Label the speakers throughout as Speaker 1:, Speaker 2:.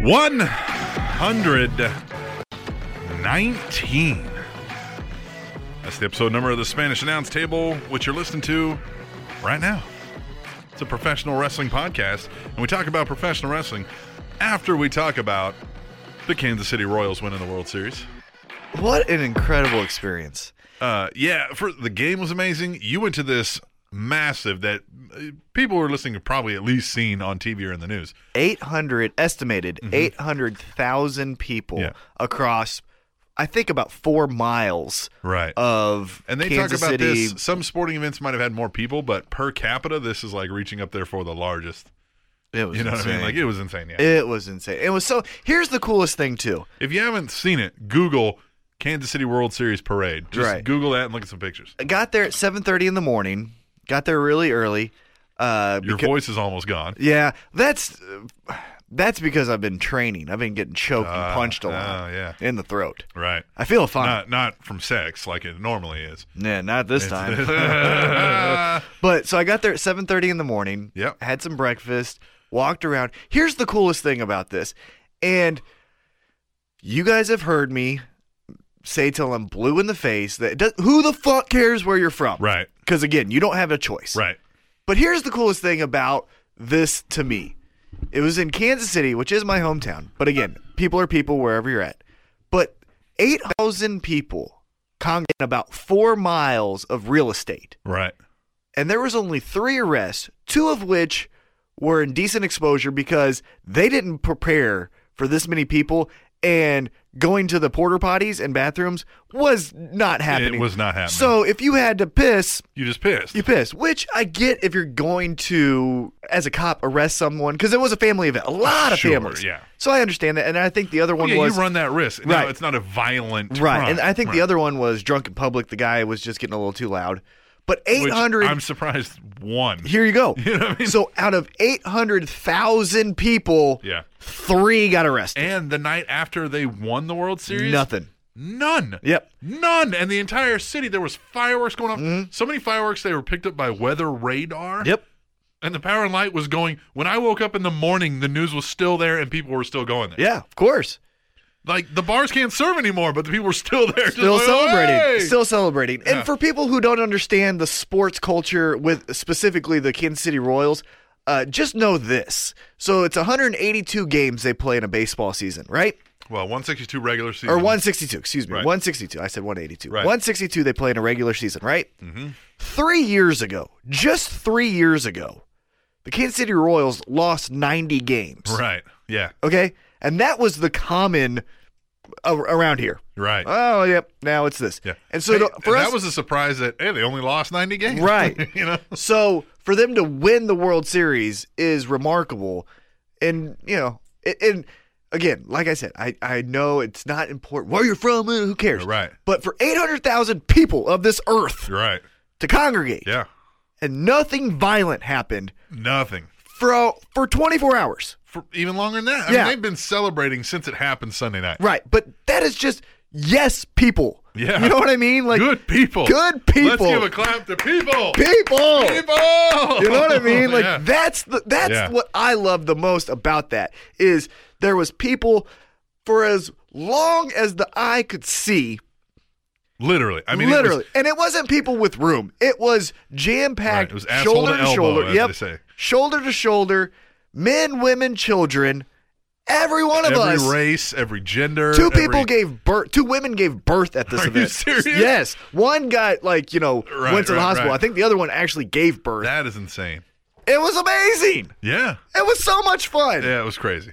Speaker 1: One hundred nineteen. That's the episode number of the Spanish Announce Table, which you're listening to right now. It's a professional wrestling podcast, and we talk about professional wrestling after we talk about the Kansas City Royals winning the World Series.
Speaker 2: What an incredible experience.
Speaker 1: Uh, yeah, for the game was amazing. You went to this massive that uh, people who are listening have probably at least seen on TV or in the news.
Speaker 2: 800, estimated 800,000 people
Speaker 1: Mm-hmm. Yeah.
Speaker 2: across, I think, about four miles
Speaker 1: Right.
Speaker 2: of
Speaker 1: and they
Speaker 2: Kansas
Speaker 1: talk about
Speaker 2: City.
Speaker 1: this. Some sporting events might have had more people, but per capita, this is like reaching up there for the largest.
Speaker 2: It was
Speaker 1: You know what I
Speaker 2: insane.
Speaker 1: mean? Like it was insane. Yeah.
Speaker 2: it was insane. It was so. Here's the coolest thing, too.
Speaker 1: if you haven't seen it, Google Kansas City World Series Parade. Just
Speaker 2: Right.
Speaker 1: Google that and look at some pictures.
Speaker 2: I got there at 7.30 in the morning, got there really early. Uh,
Speaker 1: Your
Speaker 2: becau-
Speaker 1: voice is almost gone.
Speaker 2: Yeah, that's uh, that's because I've been training. I've been getting choked
Speaker 1: Ah,
Speaker 2: and punched a lot
Speaker 1: ah, yeah.
Speaker 2: in the throat.
Speaker 1: Right.
Speaker 2: I feel fine.
Speaker 1: Not not from sex like it normally is.
Speaker 2: yeah, not this time.
Speaker 1: It's-
Speaker 2: but so I got there at 7:30 in the morning.
Speaker 1: Yep.
Speaker 2: Had some breakfast, walked around. Here's the coolest thing about this. And you guys have heard me say till I'm blue in the face that it does, who the fuck cares where you're from?
Speaker 1: Right.
Speaker 2: Cuz again, you don't have a choice.
Speaker 1: right.
Speaker 2: But here's the coolest thing about this to me. It was in Kansas City, which is my hometown. But again, people are people wherever you're at. But 8,000 people congregate in about four miles of real estate.
Speaker 1: Right.
Speaker 2: And there was only three arrests, two of which were in decent exposure because they didn't prepare for this many people. And going to the porter potties and bathrooms was not happening.
Speaker 1: was not happening.
Speaker 2: So if you had to piss,
Speaker 1: You just pissed.
Speaker 2: you piss, which I get if you're going to, as a cop, arrest someone because it was a family event, a lot of
Speaker 1: Sure,
Speaker 2: families.
Speaker 1: yeah. Oh,
Speaker 2: So I understand that, and I think the other one
Speaker 1: yeah,
Speaker 2: was
Speaker 1: you run that risk. No,
Speaker 2: Right.
Speaker 1: it's not a violent
Speaker 2: right,
Speaker 1: crime.
Speaker 2: and I think the
Speaker 1: Right.
Speaker 2: other one was drunk in public. The guy was just getting a little too loud. But eight
Speaker 1: Which
Speaker 2: hundred.
Speaker 1: I'm surprised one.
Speaker 2: Here you go.
Speaker 1: You know what I mean?
Speaker 2: So out of eight hundred thousand people,
Speaker 1: Yeah.
Speaker 2: three got arrested.
Speaker 1: And the night after they won the World Series,
Speaker 2: Nothing.
Speaker 1: None.
Speaker 2: Yep.
Speaker 1: None. And the entire city, there was fireworks going off.
Speaker 2: Mm-hmm.
Speaker 1: So many fireworks they were picked up by weather radar. And the power and light was going. When I woke up in the morning, the news was still there and people were still going there.
Speaker 2: Yeah, of course.
Speaker 1: Like the bars can't serve anymore, but the people were still there. just
Speaker 2: Still
Speaker 1: like,
Speaker 2: celebrating.
Speaker 1: "Hey!"
Speaker 2: Still celebrating.
Speaker 1: Yeah.
Speaker 2: And for people who don't understand the sports culture with specifically the Kansas City Royals, uh, just know this. So it's 182 games they play in a baseball season, right?
Speaker 1: well, 162 regular season.
Speaker 2: Or 162, excuse me.
Speaker 1: Right.
Speaker 2: 162. I said 182.
Speaker 1: Right.
Speaker 2: 162 they play in a regular season, right? Mm-hmm. Three years ago, just three years ago, the Kansas City Royals lost 90 games.
Speaker 1: Right. Yeah.
Speaker 2: Okay? And that was the common a- around here.
Speaker 1: Right.
Speaker 2: Oh, yep. Now it's this.
Speaker 1: yeah.
Speaker 2: And so
Speaker 1: Hey,
Speaker 2: to- for
Speaker 1: that
Speaker 2: us,
Speaker 1: was a surprise that hey, they only lost 90 games.
Speaker 2: Right.
Speaker 1: you know.
Speaker 2: So for them to win the World Series is remarkable, and you know, it, and again, like I said, I I know it's not important where you're from, eh, who cares,
Speaker 1: Right.
Speaker 2: But for eight hundred thousand people of this earth
Speaker 1: You're right.
Speaker 2: to congregate
Speaker 1: Yeah.
Speaker 2: and nothing violent happened
Speaker 1: Nothing.
Speaker 2: for for twenty four hours,
Speaker 1: For even longer than that. I
Speaker 2: Yeah.
Speaker 1: mean, they've been celebrating since it happened Sunday night.
Speaker 2: right? But that is just yes, people.
Speaker 1: Yeah.
Speaker 2: you know what I mean, like
Speaker 1: good people.
Speaker 2: good
Speaker 1: Let's
Speaker 2: people.
Speaker 1: give a clap to people.
Speaker 2: people.
Speaker 1: People.
Speaker 2: You know what I mean? Like
Speaker 1: Oh, Yeah.
Speaker 2: that's the that's
Speaker 1: Yeah.
Speaker 2: what I love the most about that is there was people for as long as the eye could see,
Speaker 1: literally. I mean, it was-
Speaker 2: literally, and it wasn't people with room. It was jam
Speaker 1: Right,
Speaker 2: packed,
Speaker 1: it was asshole
Speaker 2: shoulder
Speaker 1: to
Speaker 2: to,
Speaker 1: elbow,
Speaker 2: shoulder.
Speaker 1: as
Speaker 2: yep,
Speaker 1: they say.
Speaker 2: shoulder to shoulder, men, women, children, every one of
Speaker 1: every
Speaker 2: us.
Speaker 1: race, every gender.
Speaker 2: Two
Speaker 1: every-
Speaker 2: people gave birth. Two women gave birth at this
Speaker 1: Are you
Speaker 2: event.
Speaker 1: serious?
Speaker 2: Yes, one got like you know
Speaker 1: Right,
Speaker 2: went to the
Speaker 1: right,
Speaker 2: hospital.
Speaker 1: right.
Speaker 2: I think the other one actually gave birth.
Speaker 1: That is insane.
Speaker 2: it was amazing.
Speaker 1: Yeah.
Speaker 2: It was so much fun.
Speaker 1: Yeah, it was crazy.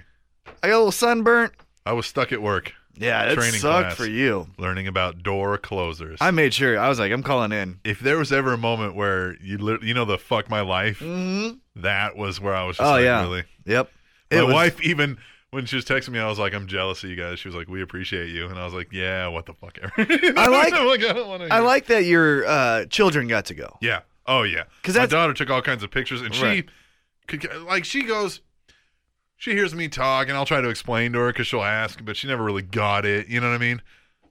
Speaker 2: I got a little sunburnt.
Speaker 1: I was stuck at work.
Speaker 2: Yeah, it
Speaker 1: training
Speaker 2: sucked
Speaker 1: class.
Speaker 2: for you.
Speaker 1: learning about door closers.
Speaker 2: I made sure. I was like, I'm calling in.
Speaker 1: if there was ever a moment where you lit you know the fuck my life, that was where I was just
Speaker 2: Mm-hmm. Oh
Speaker 1: like,
Speaker 2: yeah.
Speaker 1: really.
Speaker 2: Yep.
Speaker 1: My
Speaker 2: It was-
Speaker 1: wife even when she was texting me, I was like, "I'm jealous of you guys." She was like, "We appreciate you," and I was like, "Yeah, what the fuck ever." I
Speaker 2: like-
Speaker 1: I'm like, I don't want to.
Speaker 2: I like that your uh, children got to go.
Speaker 1: Yeah. Oh yeah.
Speaker 2: 'Cause
Speaker 1: my
Speaker 2: that's-
Speaker 1: daughter took all kinds of pictures, and
Speaker 2: Right.
Speaker 1: she could get- like she goes. She hears me talk, and I'll try to explain to her because she'll ask, but she never really got it. You know what I mean?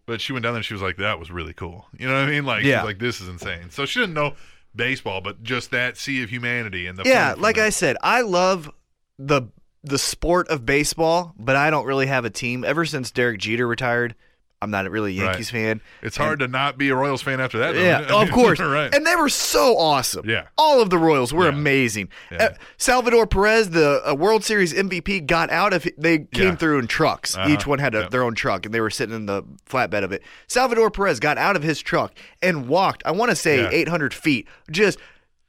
Speaker 1: But she went down there, and she was like, "That was really cool." You know what I mean? Like, she's
Speaker 2: Yeah.
Speaker 1: like this is insane. So she didn't know baseball, but just that sea of humanity and the
Speaker 2: Yeah,
Speaker 1: fun from
Speaker 2: like
Speaker 1: that.
Speaker 2: I said, I love the the sport of baseball, but I don't really have a team. Ever since Derek Jeter retired, I'm not really a
Speaker 1: Right.
Speaker 2: Yankees fan.
Speaker 1: It's hard to not be a Royals fan after that. though,
Speaker 2: Yeah,
Speaker 1: isn't it? I
Speaker 2: of
Speaker 1: mean,
Speaker 2: course.
Speaker 1: right.
Speaker 2: And they were so awesome.
Speaker 1: Yeah.
Speaker 2: All of the Royals were
Speaker 1: Yeah.
Speaker 2: amazing.
Speaker 1: Yeah.
Speaker 2: Uh, Salvador Perez, the uh, World Series MVP, got out of they came
Speaker 1: Yeah.
Speaker 2: through in trucks.
Speaker 1: Uh-huh.
Speaker 2: Each one had a,
Speaker 1: Yep.
Speaker 2: their own truck and they were sitting in the flatbed of it. Salvador Perez got out of his truck and walked, I want to say
Speaker 1: Yeah.
Speaker 2: 800 feet, just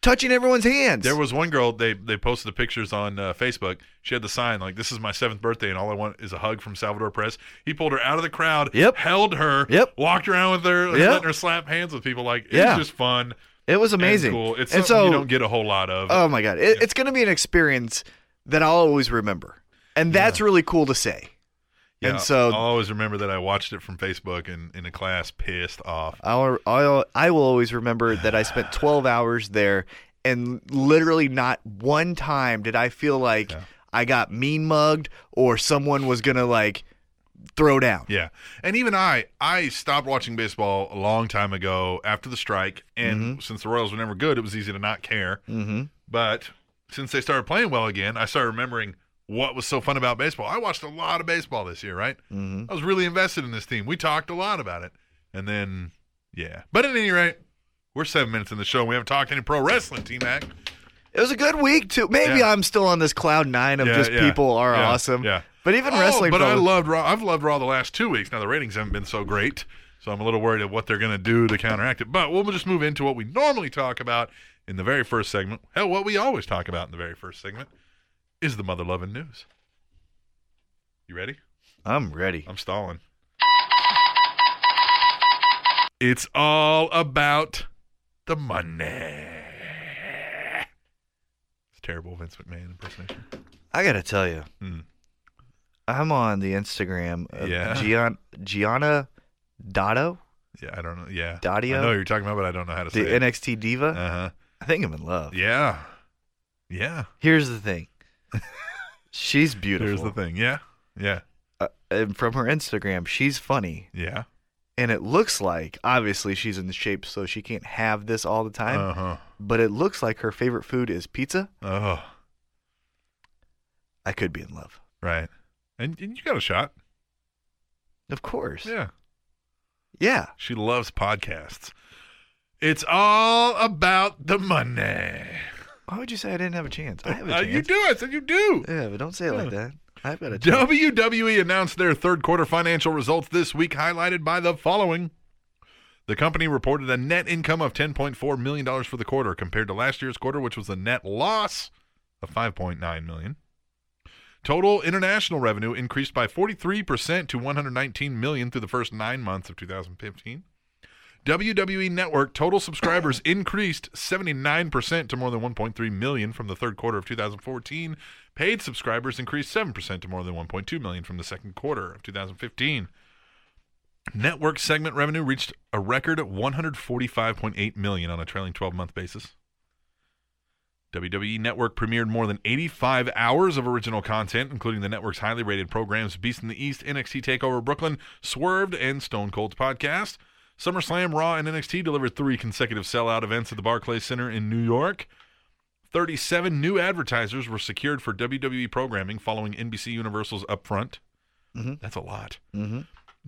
Speaker 2: touching everyone's hands.
Speaker 1: There was one girl they they posted the pictures on uh, Facebook. She had the sign like, "This is my seventh birthday, and all I want is a hug from Salvador Perez." He pulled her out of the crowd,
Speaker 2: Yep.
Speaker 1: held her,
Speaker 2: Yep.
Speaker 1: walked around with her, like,
Speaker 2: Yep.
Speaker 1: letting her slap hands with people. Like it
Speaker 2: Yeah.
Speaker 1: was just fun,
Speaker 2: it was amazing.
Speaker 1: and cool. It's
Speaker 2: and
Speaker 1: something
Speaker 2: so
Speaker 1: you don't get a whole lot of.
Speaker 2: Oh my god, it, it's going to be an experience that I'll always remember, and that's really cool to say.
Speaker 1: Yeah, Oh,
Speaker 2: and so-
Speaker 1: I'll always remember that I watched it from Facebook and in a class, pissed off.
Speaker 2: I'll, I'll I will always remember that I spent 12 hours there, and literally not one time did I feel like I got mean mugged or someone was going to like throw down.
Speaker 1: Yeah. And even I, I stopped watching baseball a long time ago after the strike. And
Speaker 2: Mm-hmm.
Speaker 1: since the Royals were never good, it was easy to not care. Mm-hmm. But since they started playing well again, I started remembering what was so fun about baseball. I watched a lot of baseball this year, right? Mm-hmm. I was really invested in this team. We talked a lot about it. And then, yeah. But at any rate, we're seven minutes in the show and we haven't talked any pro wrestling, T Mac.
Speaker 2: It was a good week too. Maybe
Speaker 1: Yeah.
Speaker 2: I'm still on this cloud nine of
Speaker 1: Yeah,
Speaker 2: just
Speaker 1: yeah,
Speaker 2: people are
Speaker 1: yeah,
Speaker 2: awesome.
Speaker 1: yeah.
Speaker 2: But even
Speaker 1: Oh,
Speaker 2: wrestling,
Speaker 1: But I
Speaker 2: folks-
Speaker 1: loved Raw. I've loved Raw the last two weeks. Now the ratings haven't been so great, so I'm a little worried of what they're going to do to counteract it. But we'll just move into what we normally talk about in the very first segment. Hell, what we always talk about in the very first segment is the mother loving news. You ready?
Speaker 2: I'm ready.
Speaker 1: I'm stalling. It's all about the money. It's terrible, Vince McMahon impersonation.
Speaker 2: I gotta tell you,
Speaker 1: Mm.
Speaker 2: I'm on the Instagram of
Speaker 1: Yeah.
Speaker 2: Gian, Gianna Dotto,
Speaker 1: Yeah, I don't know. Yeah,
Speaker 2: Daddio?
Speaker 1: I know who you're talking about, but I don't know how to
Speaker 2: the
Speaker 1: say it.
Speaker 2: NXT diva.
Speaker 1: Uh huh.
Speaker 2: I think I'm in love.
Speaker 1: Yeah. Yeah.
Speaker 2: Here's the thing. She's beautiful.
Speaker 1: Here's the thing. Yeah. Yeah.
Speaker 2: Uh, and from her Instagram, she's funny.
Speaker 1: Yeah.
Speaker 2: And it looks like, obviously, she's in shape, so she can't have this all the time.
Speaker 1: Uh huh.
Speaker 2: But it looks like her favorite food is pizza.
Speaker 1: Oh,
Speaker 2: I could be in love.
Speaker 1: right. And, and you got a shot.
Speaker 2: Of course.
Speaker 1: Yeah.
Speaker 2: Yeah.
Speaker 1: She loves podcasts. It's all about the money.
Speaker 2: Why would you say I didn't have a chance? I have a
Speaker 1: Uh,
Speaker 2: chance.
Speaker 1: you do. I said you do.
Speaker 2: Yeah, but don't say it like that. I've got a chance.
Speaker 1: WWE E announced their third quarter financial results this week, highlighted by the following. The company reported a net income of $10.4 million for the quarter compared to last year's quarter, which was a net loss of $5.9 million. Total international revenue increased by 43% to $119 million through the first nine months of 2015. WWE E Network total subscribers increased 79% to more than 1.3 million from the third quarter of 2014. Paid subscribers increased 7% to more than 1.2 million from the second quarter of 2015. Network segment revenue reached a record 145.8 million on a trailing 12-month basis. WWE E Network premiered more than 85 hours of original content, including the network's highly rated programs Beast in the East, NXT TakeOver Brooklyn, Swerved, and Stone Cold's podcast. SummerSlam, Raw, and NXT delivered three consecutive sellout events at the Barclays Center in New York. 37 new advertisers were secured for WWE programming following NBC Universal's upfront. That's a lot.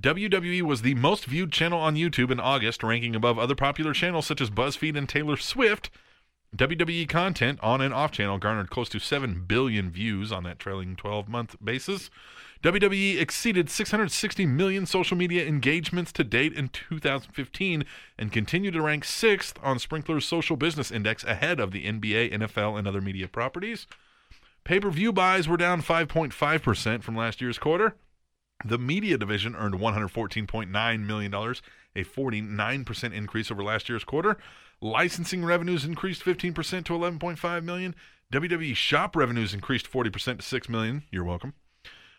Speaker 1: WWE was the most viewed channel on YouTube in August, ranking above other popular channels such as BuzzFeed and Taylor Swift. WWE E content on and off channel garnered close to 7 billion views on that trailing 12 month basis. WWE exceeded 660 million social media engagements to date in 2015 and continued to rank sixth on Sprinkler's Social Business Index ahead of the NBA, NFL, and other media properties. Pay per view buys were down 5.5% from last year's quarter. The media division earned $114.9 million, a 49% increase over last year's quarter. Licensing revenues increased 15% to 11.5 million. WWE shop revenues increased 40% to 6 million. You're welcome.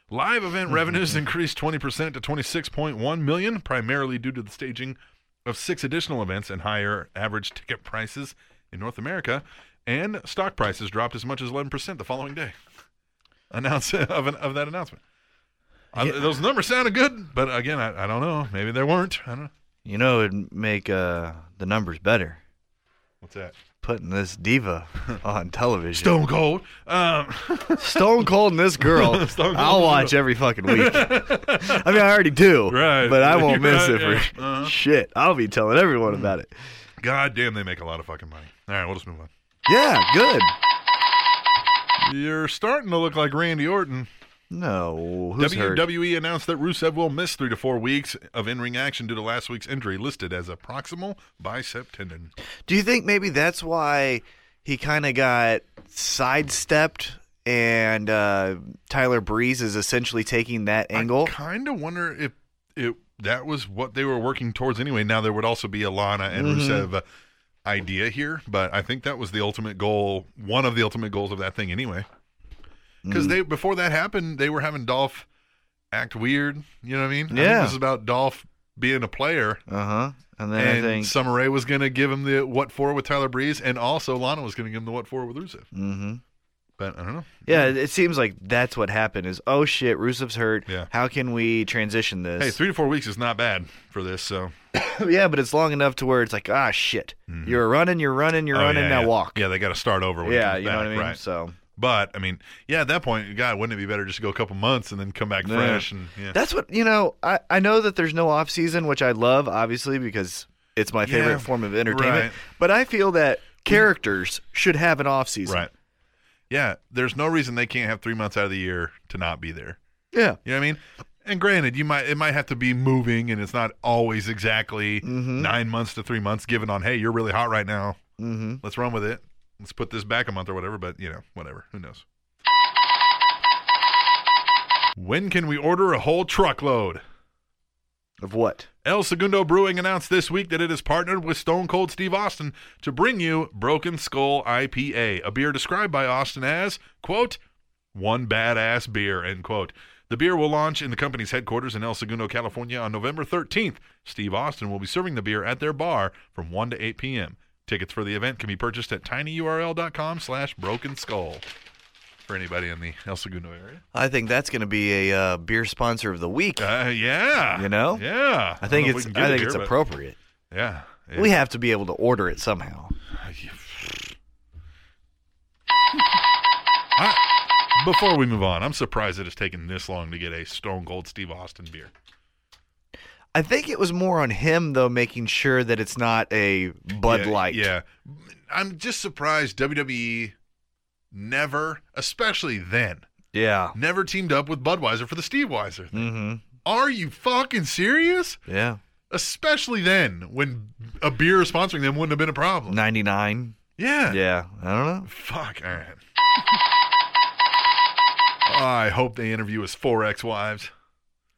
Speaker 1: Live event revenues increased 20% to 26.1 million, primarily due to the staging of six additional events and higher average ticket prices in North America. And stock prices dropped as much as 11% the following day. Announce of, an, of that announcement. I- those numbers sounded good, but again, I, I don't know. Maybe they weren't. I don't know.
Speaker 2: You know, it'd make uh, the numbers better.
Speaker 1: What's that?
Speaker 2: Putting this diva on television.
Speaker 1: Stone Cold. Um,
Speaker 2: Stone Cold and this girl.
Speaker 1: Stone Cold
Speaker 2: I'll
Speaker 1: and this
Speaker 2: watch every fucking week. I mean, I already do.
Speaker 1: Right.
Speaker 2: But I won't
Speaker 1: You're
Speaker 2: miss
Speaker 1: right,
Speaker 2: it for
Speaker 1: yeah. Uh-huh.
Speaker 2: shit. I'll be telling everyone about it.
Speaker 1: God damn, they make a lot of fucking money. All right, we'll just move on.
Speaker 2: Yeah, good.
Speaker 1: You're starting to look like Randy Orton.
Speaker 2: No. Who's hurt?
Speaker 1: WWE announced that Rusev will miss three to four weeks of in-ring action due to last week's injury, listed as a proximal bicep tendon.
Speaker 3: Do you think maybe that's why he kind of got sidestepped and uh, Tyler Breeze is essentially taking that angle?
Speaker 1: I kind of wonder if it that was what they were working towards anyway. Now there would also be a Lana and
Speaker 2: Mm-hmm.
Speaker 1: Rusev uh, idea here, but I think that was the ultimate goal, one of the ultimate goals of that thing anyway. Because
Speaker 2: Mm.
Speaker 1: they before that happened, they were having Dolph act weird. You know what I mean? I think
Speaker 2: Yeah.
Speaker 1: this is about Dolph being a player.
Speaker 2: Uh huh. And then
Speaker 1: and
Speaker 2: I think.
Speaker 1: Summer Rae was going to give him the what for with Tyler Breeze, and also Lana was going to give him the what for with Rusev.
Speaker 2: hmm
Speaker 1: But I don't know.
Speaker 2: Yeah, it it seems like that's what happened. Is oh shit, Rusev's hurt.
Speaker 1: Yeah.
Speaker 2: How can we transition this?
Speaker 1: Hey, three to four weeks is not bad for this. So
Speaker 2: yeah, but it's long enough to where it's like ah shit, you're running, you're running, you're
Speaker 1: Mm-hmm. Oh,
Speaker 2: running.
Speaker 1: yeah,
Speaker 2: now
Speaker 1: yeah.
Speaker 2: walk.
Speaker 1: Yeah, they got to start over. When he
Speaker 2: Yeah,
Speaker 1: comes
Speaker 2: you know
Speaker 1: back,
Speaker 2: what I mean.
Speaker 1: Right.
Speaker 2: So
Speaker 1: But I mean, yeah, at that point, God, wouldn't it be better just to go a couple months and then come back
Speaker 2: Yeah.
Speaker 1: fresh? And yeah,
Speaker 2: that's what you know. I I know that there's no off season, which I love obviously because it's my favorite
Speaker 1: Yeah,
Speaker 2: form of entertainment.
Speaker 1: right.
Speaker 2: But I feel that characters should have an off season.
Speaker 1: right. Yeah, there's no reason they can't have three months out of the year to not be there.
Speaker 2: Yeah.
Speaker 1: You know what I mean? And granted, you might it might have to be moving, and it's not always exactly nine months to three months given on. Hey, you're really hot right now.
Speaker 2: Mm-hmm.
Speaker 1: Let's run with it. Let's put this back a month or whatever. But you know, whatever. Who knows? When can we order a whole truckload?
Speaker 2: Of what?
Speaker 1: El Segundo Brewing announced this week that it has partnered with Stone Cold Steve Austin to bring you Broken Skull IPA, a beer described by Austin as, quote, one badass beer, end quote. The beer will launch in the company's headquarters in El Segundo, California on November 13th. Steve Austin will be serving the beer at their bar from 1 to 8 p.m. Tickets for the event can be purchased at tinyurl.com slash broken skull for anybody in the El Segundo area.
Speaker 2: I think that's going to be a uh, beer sponsor of the week.
Speaker 1: Uh, yeah.
Speaker 2: You know?
Speaker 1: Yeah.
Speaker 2: I think
Speaker 1: don't know if we
Speaker 2: it's
Speaker 1: can get
Speaker 2: I
Speaker 1: it
Speaker 2: think
Speaker 1: here,
Speaker 2: it's
Speaker 1: but-
Speaker 2: appropriate.
Speaker 1: Yeah. It-
Speaker 2: We have to be able to order it somehow.
Speaker 1: I- before we move on, I'm surprised it has taken this long to get a Stone Cold Steve Austin beer.
Speaker 2: I think it was more on him though, making sure that it's not a Bud
Speaker 1: yeah,
Speaker 2: Light.
Speaker 1: Yeah. I'm just surprised WWE never, especially then,
Speaker 2: Yeah.
Speaker 1: never teamed up with Budweiser for the Steve Weiser.
Speaker 2: Mm-hmm.
Speaker 1: Are you fucking serious?
Speaker 2: Yeah.
Speaker 1: Especially then, when a beer sponsoring them wouldn't have been a problem.
Speaker 2: Ninety nine.
Speaker 1: Yeah.
Speaker 2: Yeah. I don't know.
Speaker 1: Fuck. All right. I hope they interview his four ex-wives.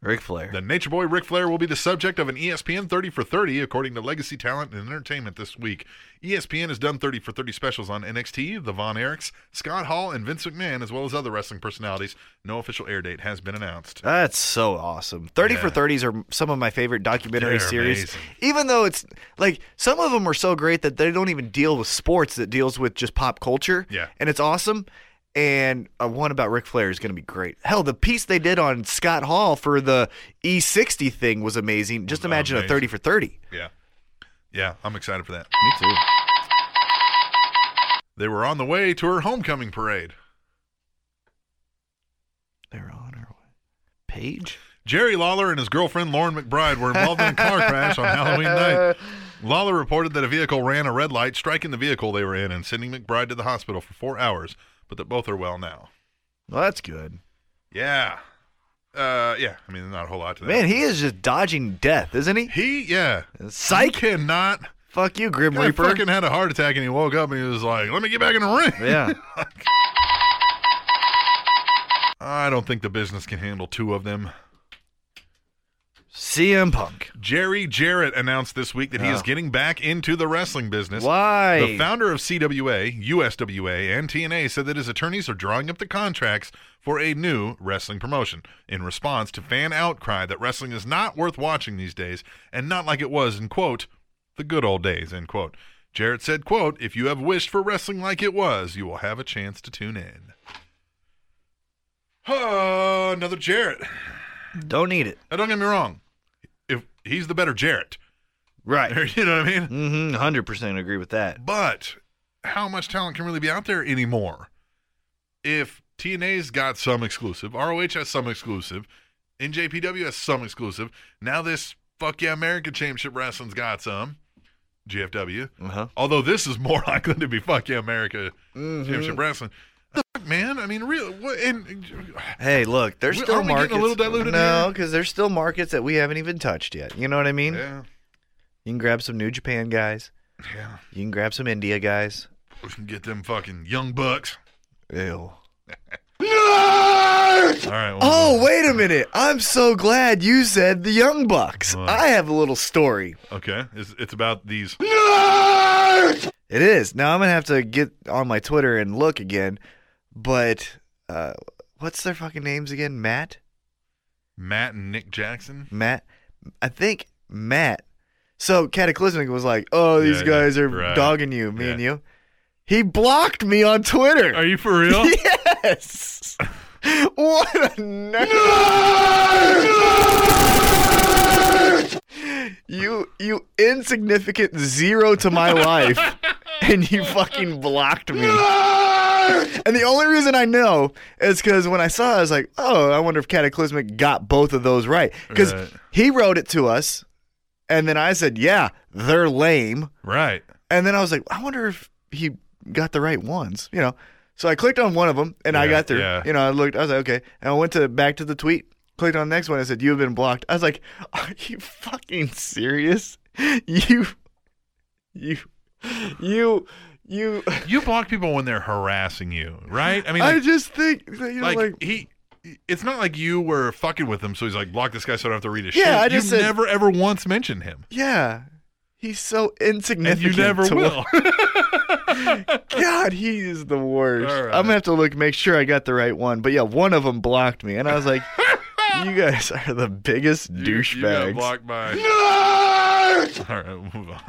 Speaker 2: Ric Flair.
Speaker 1: The Nature Boy Ric Flair will be the subject of an E ESPN 30 for 30, according to Legacy Talent and Entertainment this week. E ESPN has done 30 for 30 specials on NXT, the Von Erichs, Scott Hall, and Vince McMahon, as well as other wrestling personalities. No official air date has been announced.
Speaker 2: That's so awesome. 30 for
Speaker 1: Yeah.
Speaker 2: 30s are some of my favorite documentary
Speaker 1: They're
Speaker 2: series.
Speaker 1: amazing.
Speaker 2: Even though it's like some of them are so great that they don't even deal with sports that deals with just pop culture.
Speaker 1: Yeah.
Speaker 2: And it's awesome. And uh, one about Ric Flair is going to be great. Hell, the piece they did on Scott Hall for the E60 thing was amazing. Just imagine
Speaker 1: amazing.
Speaker 2: a 30 for 30.
Speaker 1: Yeah. Yeah, I'm excited for that.
Speaker 2: Me too.
Speaker 1: They were on the way to her homecoming parade.
Speaker 2: They're on our way. Page?
Speaker 1: Jerry Lawler and his girlfriend Lauren McBride were involved in a car crash on Halloween night. Lawler reported that a vehicle ran a red light, striking the vehicle they were in and sending McBride to the hospital for four hours, but that both are well now.
Speaker 2: Well, that's good.
Speaker 1: Yeah. Uh, yeah. I mean, not a whole lot to that.
Speaker 2: Man, he is just dodging death, isn't he?
Speaker 1: he, yeah.
Speaker 2: Psych.
Speaker 1: He cannot.
Speaker 2: Fuck you, Grim
Speaker 1: He
Speaker 2: Reaper.
Speaker 1: fucking had a heart attack and he woke up and he was like, let me get back in the ring.
Speaker 2: Yeah.
Speaker 1: I don't think the business can handle two of them.
Speaker 2: CM Punk.
Speaker 1: Jerry Jarrett announced this week that he
Speaker 2: Oh.
Speaker 1: is getting back into the wrestling business.
Speaker 2: Why?
Speaker 1: The founder of CWA, USWA, and TNA said that his attorneys are drawing up the contracts for a new wrestling promotion in response to fan outcry that wrestling is not worth watching these days and not like it was in quote the good old days end quote. Jarrett said quote If you have wished for wrestling like it was, you will have a chance to tune in. Oh, another Jarrett.
Speaker 2: Don't need it.
Speaker 1: Now, don't get me wrong. If he's the better Jarrett,
Speaker 2: Right.
Speaker 1: you know what I mean.
Speaker 2: Mm-hmm. 100% agree with that.
Speaker 1: But how much talent can really be out there anymore? If TNA's got some exclusive, ROH has some exclusive, NJPW has some exclusive. Now this fuck yeah American Championship Wrestling's got some. GFW.
Speaker 2: Uh-huh.
Speaker 1: Although this is more likely to be fuck yeah America Championship Wrestling. Fuck, man, I mean, real. What, and
Speaker 2: Hey, look, there's
Speaker 1: We-
Speaker 2: still
Speaker 1: aren't we
Speaker 2: markets.
Speaker 1: getting a little diluted
Speaker 2: no,
Speaker 1: here?
Speaker 2: because there's still markets that we haven't even touched yet. You know what I mean?
Speaker 1: yeah,
Speaker 2: You can grab some New Japan guys.
Speaker 1: yeah.
Speaker 2: You can grab some India guys.
Speaker 1: We can get them fucking young bucks.
Speaker 2: Ew.
Speaker 1: All right. well,
Speaker 2: Oh, wait a minute. I'm so glad you said the Young Bucks.
Speaker 1: What?
Speaker 2: I have a little story.
Speaker 1: Okay. It's, it's about these.
Speaker 2: It is. Now I'm going to have to get on my Twitter and look again. But uh, what's their fucking names again? Matt?
Speaker 1: Matt and Nick Jackson.
Speaker 2: Matt, I think Matt. So Cataclysmic was like, "Oh, these
Speaker 1: Yeah,
Speaker 2: guys
Speaker 1: yeah,
Speaker 2: are
Speaker 1: right.
Speaker 2: dogging you, me and
Speaker 1: Yeah.
Speaker 2: you." He blocked me on Twitter.
Speaker 1: Are you for real?
Speaker 2: yes. what a nerd. You you insignificant zero to my life, and you fucking blocked me. And the only reason I know is because when I saw it, I was like, oh, I wonder if Cataclysmic got both of those right. Because
Speaker 1: Right.
Speaker 2: he wrote it to us, and then I said, yeah, they're lame.
Speaker 1: right.
Speaker 2: And then I was like, I wonder if he got the right ones, you know. So I clicked on one of them, and I
Speaker 1: Yeah,
Speaker 2: got there.
Speaker 1: yeah.
Speaker 2: You know, I looked. I was like, okay. And I went to back to the tweet, clicked on the next one. I said, you have been blocked. I was like, are you fucking serious? You, you, you, you.
Speaker 1: You block people when they're harassing you, right? I mean,
Speaker 2: I
Speaker 1: like,
Speaker 2: just think, that, you know,
Speaker 1: like,
Speaker 2: like,
Speaker 1: he. It's not like you were fucking with him, so he's like, block this guy so I don't have to read his shit.
Speaker 2: Yeah, I just
Speaker 1: you
Speaker 2: said-
Speaker 1: never ever once mentioned him,
Speaker 2: yeah, he's so
Speaker 1: and
Speaker 2: insignificant.
Speaker 1: you never
Speaker 2: to-
Speaker 1: will.
Speaker 2: God, he is the worst.
Speaker 1: All right.
Speaker 2: I'm gonna have to look, make sure I got the right one. But yeah, one of them blocked me, and I was like, "You guys are the biggest
Speaker 1: You- You got
Speaker 2: douchebags."
Speaker 1: blocked by. All right, we'll move on.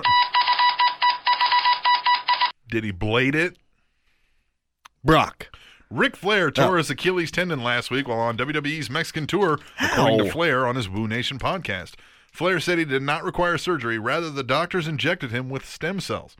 Speaker 1: Did he blade it?
Speaker 2: Brock.
Speaker 1: Ric Flair
Speaker 2: Oh.
Speaker 1: tore his Achilles tendon last week while on WWE's Mexican tour, according to Flair on his Woo Nation podcast. Flair said he did not require surgery, rather, the doctors injected him with stem cells.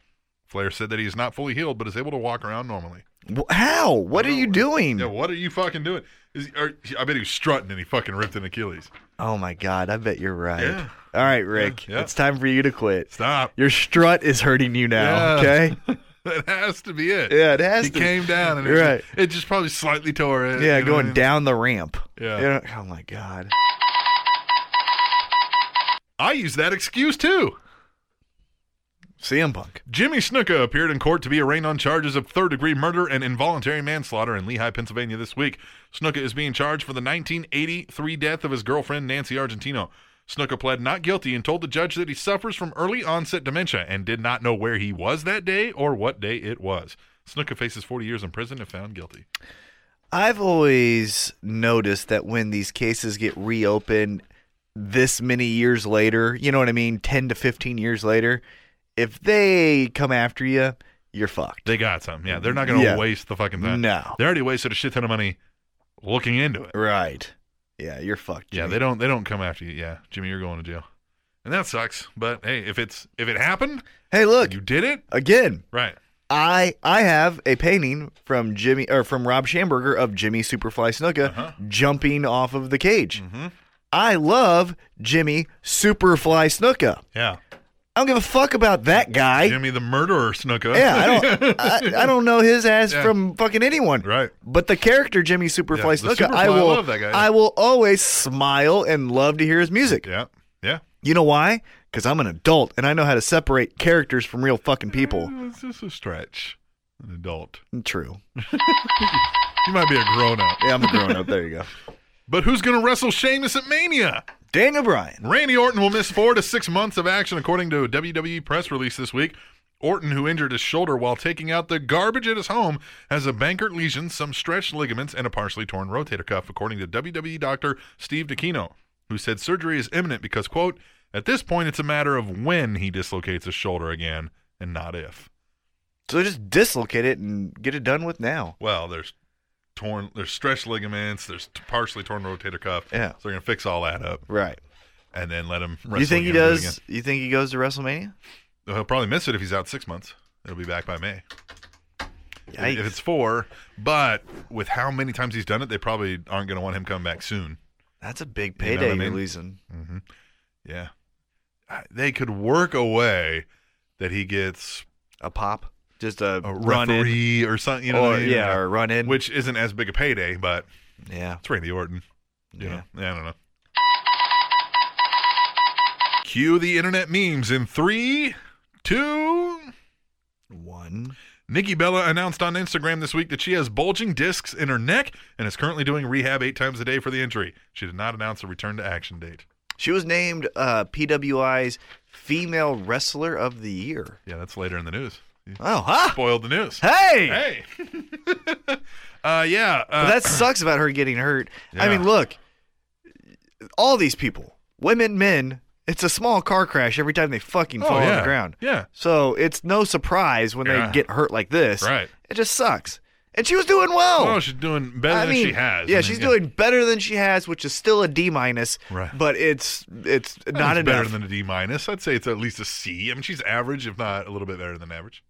Speaker 1: Flair said that he is not fully healed, but is able to walk around normally.
Speaker 2: Wh- How? What are you doing?
Speaker 1: Yeah, what are you fucking doing? Is, are, I bet he was strutting and he fucking ripped an Achilles.
Speaker 2: Oh my God! I bet you're right.
Speaker 1: Yeah.
Speaker 2: All right, Rick.
Speaker 1: Yeah, yeah.
Speaker 2: It's time for you to quit.
Speaker 1: Stop.
Speaker 2: Your strut is hurting you now.
Speaker 1: Yeah.
Speaker 2: Okay.
Speaker 1: That has to be it.
Speaker 2: Yeah, it has
Speaker 1: he
Speaker 2: to.
Speaker 1: came down and it,
Speaker 2: You're
Speaker 1: was-
Speaker 2: right.
Speaker 1: it just probably slightly tore it.
Speaker 2: yeah,
Speaker 1: you know what I
Speaker 2: going
Speaker 1: mean?
Speaker 2: down the ramp.
Speaker 1: Yeah.
Speaker 2: Oh my God.
Speaker 1: I use that excuse too.
Speaker 2: CM Punk.
Speaker 1: Jimmy Snuka appeared in court to be arraigned on charges of third degree murder and involuntary manslaughter in Lehigh, Pennsylvania this week. Snuka is being charged for the 1983 death of his girlfriend, Nancy Argentino. Snuka pled not guilty and told the judge that he suffers from early onset dementia and did not know where he was that day or what day it was. Snuka faces 40 years in prison if found guilty.
Speaker 2: I've always noticed that when these cases get reopened this many years later, you know what I mean, 10 to 15 years later, if they come after you, you're fucked.
Speaker 1: They got some. Yeah, they're not going to
Speaker 2: Yeah.
Speaker 1: waste the fucking time.
Speaker 2: No.
Speaker 1: They already wasted a shit ton of money looking into it.
Speaker 2: Right. Yeah, you're fucked.
Speaker 1: Yeah,
Speaker 2: Jimmy.
Speaker 1: they don't they don't come after you. Yeah, Jimmy, you're going to jail. And that sucks, but hey, if it's if it happened,
Speaker 2: Hey, look.
Speaker 1: you did it,
Speaker 2: Again,
Speaker 1: right?
Speaker 2: I I have a painting from Jimmy or from Rob Schamberger of Jimmy Superfly Snuka
Speaker 1: Uh-huh.
Speaker 2: jumping off of the cage.
Speaker 1: Mm-hmm.
Speaker 2: I love Jimmy Superfly Snuka.
Speaker 1: Yeah,
Speaker 2: I don't give a fuck about that guy.
Speaker 1: Jimmy the murderer Snooka.
Speaker 2: Yeah, I don't, I, I don't know his ass
Speaker 1: Yeah.
Speaker 2: from fucking anyone.
Speaker 1: Right.
Speaker 2: But the character Jimmy Superfly
Speaker 1: Yeah,
Speaker 2: Snuka,
Speaker 1: the Superfly, I
Speaker 2: I will,
Speaker 1: love that guy, yeah.
Speaker 2: I will always smile and love to hear his music.
Speaker 1: yeah, yeah.
Speaker 2: You know why? Because I'm an adult and I know how to separate characters from real fucking people.
Speaker 1: It's just a stretch. An adult,
Speaker 2: True.
Speaker 1: you might be a grown up,
Speaker 2: Yeah, I'm a grown up. There you go.
Speaker 1: but who's going to wrestle Sheamus at Mania?
Speaker 2: Daniel Bryan.
Speaker 1: Randy Orton will miss four to six months of action, according to a WWE press release this week. Orton, who injured his shoulder while taking out the garbage at his home, has a Bankert lesion, some stretched ligaments, and a partially torn rotator cuff, according to WWE doctor Steve DeCino, who said surgery is imminent because, quote, at this point, it's a matter of when he dislocates his shoulder again and not if.
Speaker 2: So just dislocate it and get it done with now.
Speaker 1: Well, there's torn, there's stretched ligaments, there's t- partially torn rotator cuff.
Speaker 2: Yeah.
Speaker 1: So they're going to fix all that up
Speaker 2: Right.
Speaker 1: and then let him wrestle
Speaker 2: you think he
Speaker 1: again and do it
Speaker 2: does? You think he goes to WrestleMania?
Speaker 1: again. He'll probably miss it if he's out six months. It'll be back by May.
Speaker 2: Yikes.
Speaker 1: If it's four, but with how many times he's done it, they probably aren't going to want him coming back soon.
Speaker 2: That's a big
Speaker 1: You know what
Speaker 2: payday
Speaker 1: I
Speaker 2: you
Speaker 1: mean?
Speaker 2: are losing.
Speaker 1: Yeah. I- They could work a way that he gets
Speaker 2: A pop, just a,
Speaker 1: a
Speaker 2: run in,
Speaker 1: referee or something, you know, what
Speaker 2: or
Speaker 1: I mean?
Speaker 2: yeah, or a run in.
Speaker 1: which isn't as big a payday, but
Speaker 2: yeah,
Speaker 1: it's Randy Orton. You
Speaker 2: Yeah.
Speaker 1: know? yeah. I don't know. Cue the internet memes in three, two,
Speaker 2: one.
Speaker 1: Nikki Bella announced on Instagram this week that she has bulging discs in her neck and is currently doing rehab eight times a day for the injury. She did not announce a return to action date.
Speaker 2: She was named uh, PWI's Female Wrestler of the Year.
Speaker 1: Yeah, that's later in the news. You
Speaker 2: Oh, huh?
Speaker 1: spoiled the news.
Speaker 2: Hey,
Speaker 1: Hey. uh, yeah. Uh,
Speaker 2: But that sucks about her getting hurt. I
Speaker 1: Yeah.
Speaker 2: mean, look, all these people, women, men, it's a small car crash every time they fucking
Speaker 1: Oh,
Speaker 2: fall on
Speaker 1: yeah.
Speaker 2: the ground.
Speaker 1: Yeah.
Speaker 2: So it's no surprise when
Speaker 1: Yeah.
Speaker 2: they get hurt like this.
Speaker 1: Right.
Speaker 2: It just sucks. And she was doing well.
Speaker 1: Oh, she's doing better
Speaker 2: I
Speaker 1: than
Speaker 2: mean,
Speaker 1: she has.
Speaker 2: Yeah,
Speaker 1: I mean,
Speaker 2: she's doing better than she has, which is still a D minus.
Speaker 1: Right.
Speaker 2: But it's it's
Speaker 1: It's
Speaker 2: not enough.
Speaker 1: better than a D minus. I'd say it's at least a C. I mean, she's average, if not a little bit better than average.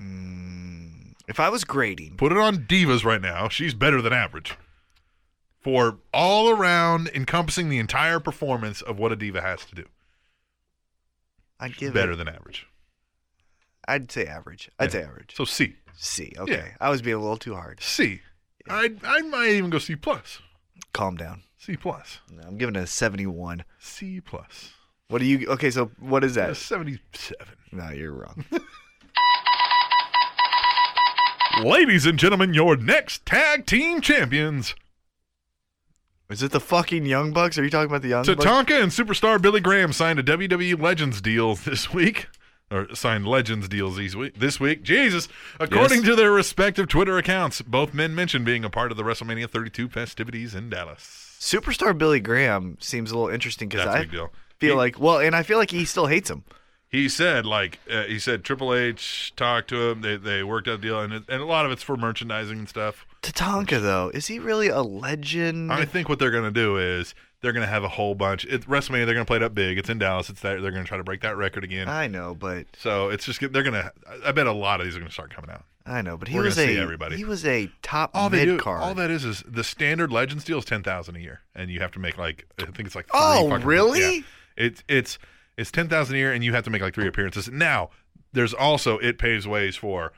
Speaker 2: Mm, if I was grading,
Speaker 1: Put it on divas right now. She's better than average for all around encompassing the entire performance of what a diva has to do.
Speaker 2: I'd give
Speaker 1: better
Speaker 2: it.
Speaker 1: than average.
Speaker 2: I'd say average. I'd say average.
Speaker 1: So C,
Speaker 2: C. Okay.
Speaker 1: Yeah.
Speaker 2: I was being a little too hard.
Speaker 1: C. I I might even go C plus.
Speaker 2: Calm down.
Speaker 1: C plus.
Speaker 2: No, I'm giving it a 71.
Speaker 1: C plus.
Speaker 2: What do you? Okay, so what is
Speaker 1: A
Speaker 2: that?
Speaker 1: Seventy-seven.
Speaker 2: No, you're wrong.
Speaker 1: Ladies and gentlemen, your next tag team champions.
Speaker 2: Is it the fucking Young Bucks? Are you talking about the Young Bucks?
Speaker 1: Tatanka and superstar Billy Graham signed a WWE Legends deal this week. Or signed Legends deals these week, this week. Jesus. According
Speaker 2: Yes.
Speaker 1: to their respective Twitter accounts, both men mentioned being a part of the WrestleMania 32 festivities in Dallas.
Speaker 2: Superstar Billy Graham seems a little interesting because
Speaker 1: That's a
Speaker 2: I
Speaker 1: big deal.
Speaker 2: feel
Speaker 1: He-
Speaker 2: like well, and I feel like he still hates him.
Speaker 1: He said, like, uh, he said Triple H talked to him. They, they worked out a deal, and, it, and a lot of it's for merchandising and stuff.
Speaker 2: Tatanka though, is he really a legend?
Speaker 1: I think what they're going to do is they're going to have a whole bunch. It, WrestleMania, they're going to play it up big. It's in Dallas. It's that They're going to try to break that record again.
Speaker 2: I know, but
Speaker 1: so it's just, they're going to, I bet a lot of these are going to start coming out.
Speaker 2: I know, but he
Speaker 1: We're gonna
Speaker 2: was
Speaker 1: see
Speaker 2: a
Speaker 1: everybody.
Speaker 2: he was a top
Speaker 1: all they do,
Speaker 2: mid card.
Speaker 1: all that is, is the standard Legends deal is ten thousand a year, and you have to make like I think it's like. three
Speaker 2: Oh,
Speaker 1: fucking-
Speaker 2: really?
Speaker 1: Yeah. It's it's it's ten thousand a year, and you have to make like three appearances. Now, there's also it paves ways for.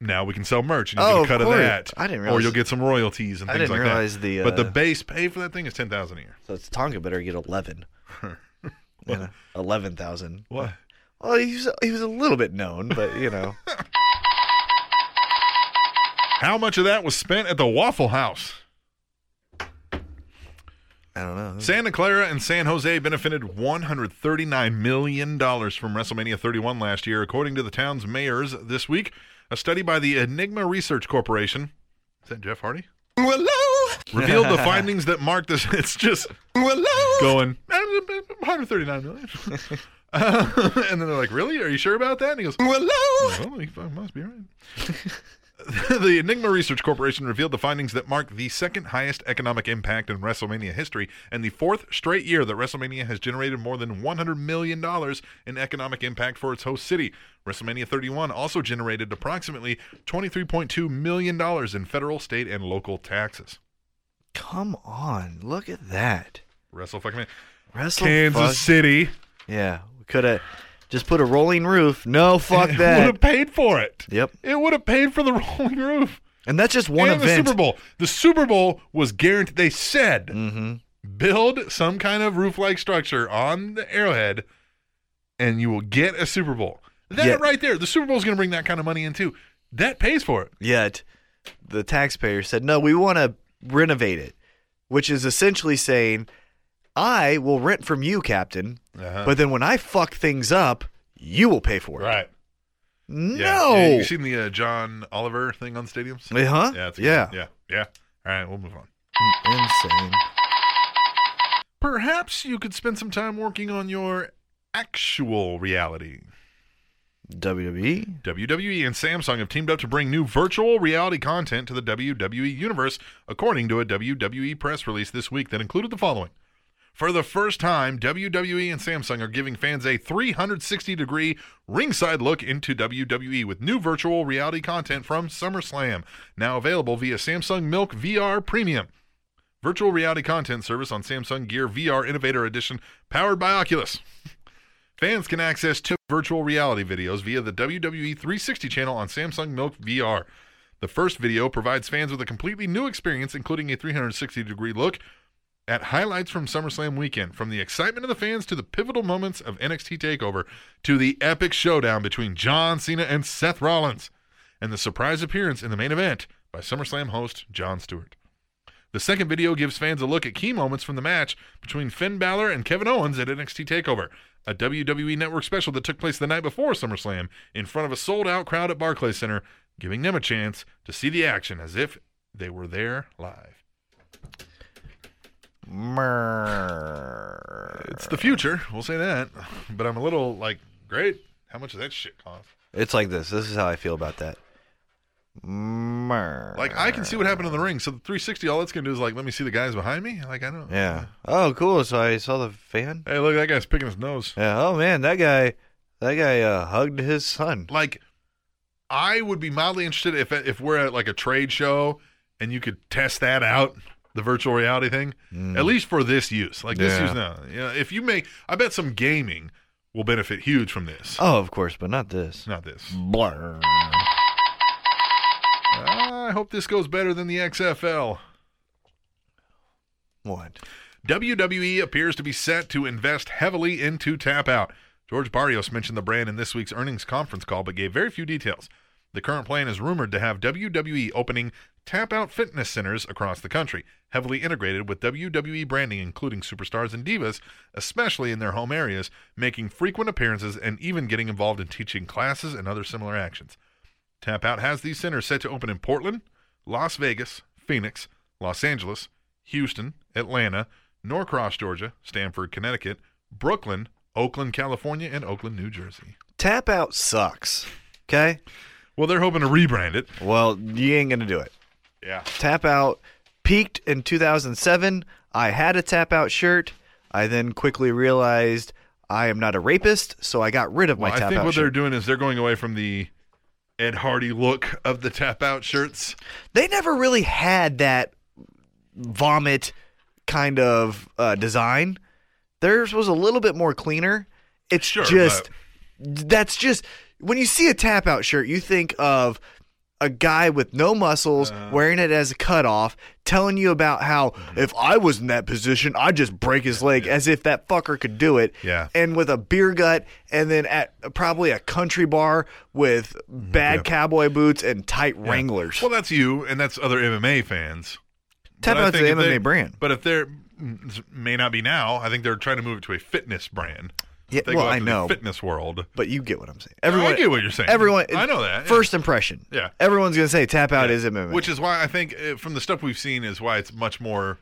Speaker 1: Now we can sell merch, and you
Speaker 2: Oh,
Speaker 1: get a
Speaker 2: of
Speaker 1: cut of
Speaker 2: course.
Speaker 1: that.
Speaker 2: I
Speaker 1: Or
Speaker 2: didn't realize-
Speaker 1: you'll get some royalties and
Speaker 2: I
Speaker 1: things
Speaker 2: didn't
Speaker 1: like
Speaker 2: realize
Speaker 1: that.
Speaker 2: the,
Speaker 1: but the
Speaker 2: uh,
Speaker 1: base pay for that thing is ten thousand a year.
Speaker 2: So Tatanka better get eleven. Yeah, eleven thousand.
Speaker 1: What?
Speaker 2: Well, he was he was a little bit known, but you know,
Speaker 1: How much of that was spent at the Waffle House?
Speaker 2: I don't know.
Speaker 1: Santa Clara and San Jose benefited $139 million from WrestleMania 31 last year, according to the town's mayors this week. A study by the Enigma Research Corporation. Is that Jeff Hardy? Revealed the findings that marked this. It's just going, $139 million. Uh, and then they're like, Really? Are you sure about that? And he goes, well, he fucking must be right. the Enigma Research Corporation revealed the findings that mark the second highest economic impact in WrestleMania history and the fourth straight year that WrestleMania has generated more than $100 million in economic impact for its host city. WrestleMania 31 also generated approximately $23.2 million in federal, state, and local taxes.
Speaker 2: Come on, look at that.
Speaker 1: Wrestle fucking man.
Speaker 2: Wrestle fuck-
Speaker 1: Kansas City
Speaker 2: Yeah, we could have just put a rolling roof. No, fuck
Speaker 1: would
Speaker 2: that.
Speaker 1: have paid for it.
Speaker 2: Yep.
Speaker 1: It would have paid for the rolling roof.
Speaker 2: And that's just one
Speaker 1: and
Speaker 2: event.
Speaker 1: the Super Bowl. The Super Bowl was guaranteed. They said
Speaker 2: Mm-hmm.
Speaker 1: build some kind of roof-like structure on the Arrowhead, and you will get a Super Bowl. That
Speaker 2: Yeah.
Speaker 1: right there, the Super Bowl is going to bring that kind of money in too. That pays for it.
Speaker 2: Yet, the taxpayer said, "No, we want to renovate it," which is essentially saying, I will rent from you, Captain.
Speaker 1: Uh-huh.
Speaker 2: But then when I fuck things up, you will pay for it.
Speaker 1: Right. Yeah.
Speaker 2: No.
Speaker 1: Yeah, you seen the uh, John Oliver thing on stadiums?
Speaker 2: Uh-huh.
Speaker 1: Yeah. It's
Speaker 2: Yeah. Mm,
Speaker 1: Yeah. Yeah. All right. We'll move on.
Speaker 2: Insane.
Speaker 1: Perhaps you could spend some time working on your actual reality.
Speaker 2: WWE.
Speaker 1: WWE E and Samsung have teamed up to bring new virtual reality content to the WWE universe, according to a WWE press release this week that included the following. For the first time, WWE and Samsung are giving fans a 360 degree ringside look into WWE with new virtual reality content from SummerSlam, now available via Samsung Milk VR Premium. Virtual reality content service on Samsung Gear VR Innovator Edition, powered by Oculus. Fans can access two virtual reality videos via the WWE 360 channel on Samsung Milk VR. The first video provides fans with a completely new experience, including a 360 degree look at highlights from SummerSlam weekend, from the excitement of the fans to the pivotal moments of NXT TakeOver to the epic showdown between John Cena and Seth Rollins, and the surprise appearance in the main event by SummerSlam host John Stewart. The second video gives fans a look at key moments from the match between Finn Balor and Kevin Owens at NXT TakeOver, a WWE Network special that took place the night before SummerSlam in front of a sold out crowd at Barclays Center, giving them a chance to see the action as if they were there live. It's the future, we'll say that. But I'm a little like, great. How much does that shit cost?
Speaker 2: It's like this. This is how I feel about that. Mer.
Speaker 1: Like, I can see what happened in the ring. So the 360, all it's gonna do is like, let me see the guys behind me. Like, I don't.
Speaker 2: Yeah. Oh, cool. So I saw the fan.
Speaker 1: Hey, look, that guy's picking his nose.
Speaker 2: Yeah. Oh man, that guy. That guy uh, hugged his son.
Speaker 1: like I would be mildly interested if if we're at like a trade show and you could test that out the virtual reality thing at least for this use like this
Speaker 2: Mm. Yeah.
Speaker 1: use now you know, if you make I bet some gaming will benefit huge from this
Speaker 2: Oh, of course, but not this.
Speaker 1: not this
Speaker 2: Blur.
Speaker 1: I hope this goes better than the XFL
Speaker 2: What?
Speaker 1: WWE E appears to be set to invest heavily into Tap Out. George Barrios mentioned the brand in this week's earnings conference call, but gave very few details. The current plan is rumored to have WWE opening Tap Out fitness centers across the country, heavily integrated with WWE branding, including superstars and divas, especially in their home areas, making frequent appearances and even getting involved in teaching classes and other similar actions. Tap Out has these centers set to open in Portland, Las Vegas, Phoenix, Los Angeles, Houston, Atlanta, Norcross, Georgia, Stamford, Connecticut, Brooklyn, Oakland, California, and Oakland, New Jersey.
Speaker 2: Tap out sucks. Okay.
Speaker 1: Well, they're hoping to rebrand it.
Speaker 2: Well, you ain't gonna do it.
Speaker 1: Yeah.
Speaker 2: Tap out peaked in 2007. I had a tap out shirt. I then quickly realized I am not a rapist, so I got rid of my
Speaker 1: Well, I
Speaker 2: tap
Speaker 1: think
Speaker 2: out
Speaker 1: what they're
Speaker 2: shirt.
Speaker 1: doing is they're going away from the Ed Hardy look of the tap out shirts.
Speaker 2: They never really had that vomit kind of uh, design. Theirs was a little bit more cleaner. It's
Speaker 1: Sure,
Speaker 2: just that's just when you see a tap out shirt, you think of a guy with no muscles
Speaker 1: Uh-huh.
Speaker 2: wearing it as a cutoff, telling you about how
Speaker 1: Mm-hmm.
Speaker 2: if I was in that position, I'd just break his leg as if that fucker could do it.
Speaker 1: Yeah.
Speaker 2: And with a beer gut, and then at probably a country bar with
Speaker 1: Mm-hmm.
Speaker 2: bad cowboy boots and tight Wranglers.
Speaker 1: Well, that's you, and that's other MMA fans.
Speaker 2: Tap
Speaker 1: But I
Speaker 2: out's the
Speaker 1: think if
Speaker 2: MMA
Speaker 1: they-
Speaker 2: brand.
Speaker 1: But if they're mm, may not be now, I think they're trying to move it to a fitness brand.
Speaker 2: Yeah,
Speaker 1: They go
Speaker 2: well, I
Speaker 1: after the
Speaker 2: know,
Speaker 1: fitness world.
Speaker 2: but you get what I'm saying. Everyone,
Speaker 1: I get what you're saying.
Speaker 2: Everyone,
Speaker 1: I know that. yeah.
Speaker 2: First impression.
Speaker 1: Yeah.
Speaker 2: Everyone's gonna say tap out
Speaker 1: Yeah.
Speaker 2: is MMA.
Speaker 1: Which is why I think uh, from the stuff we've seen is why it's much more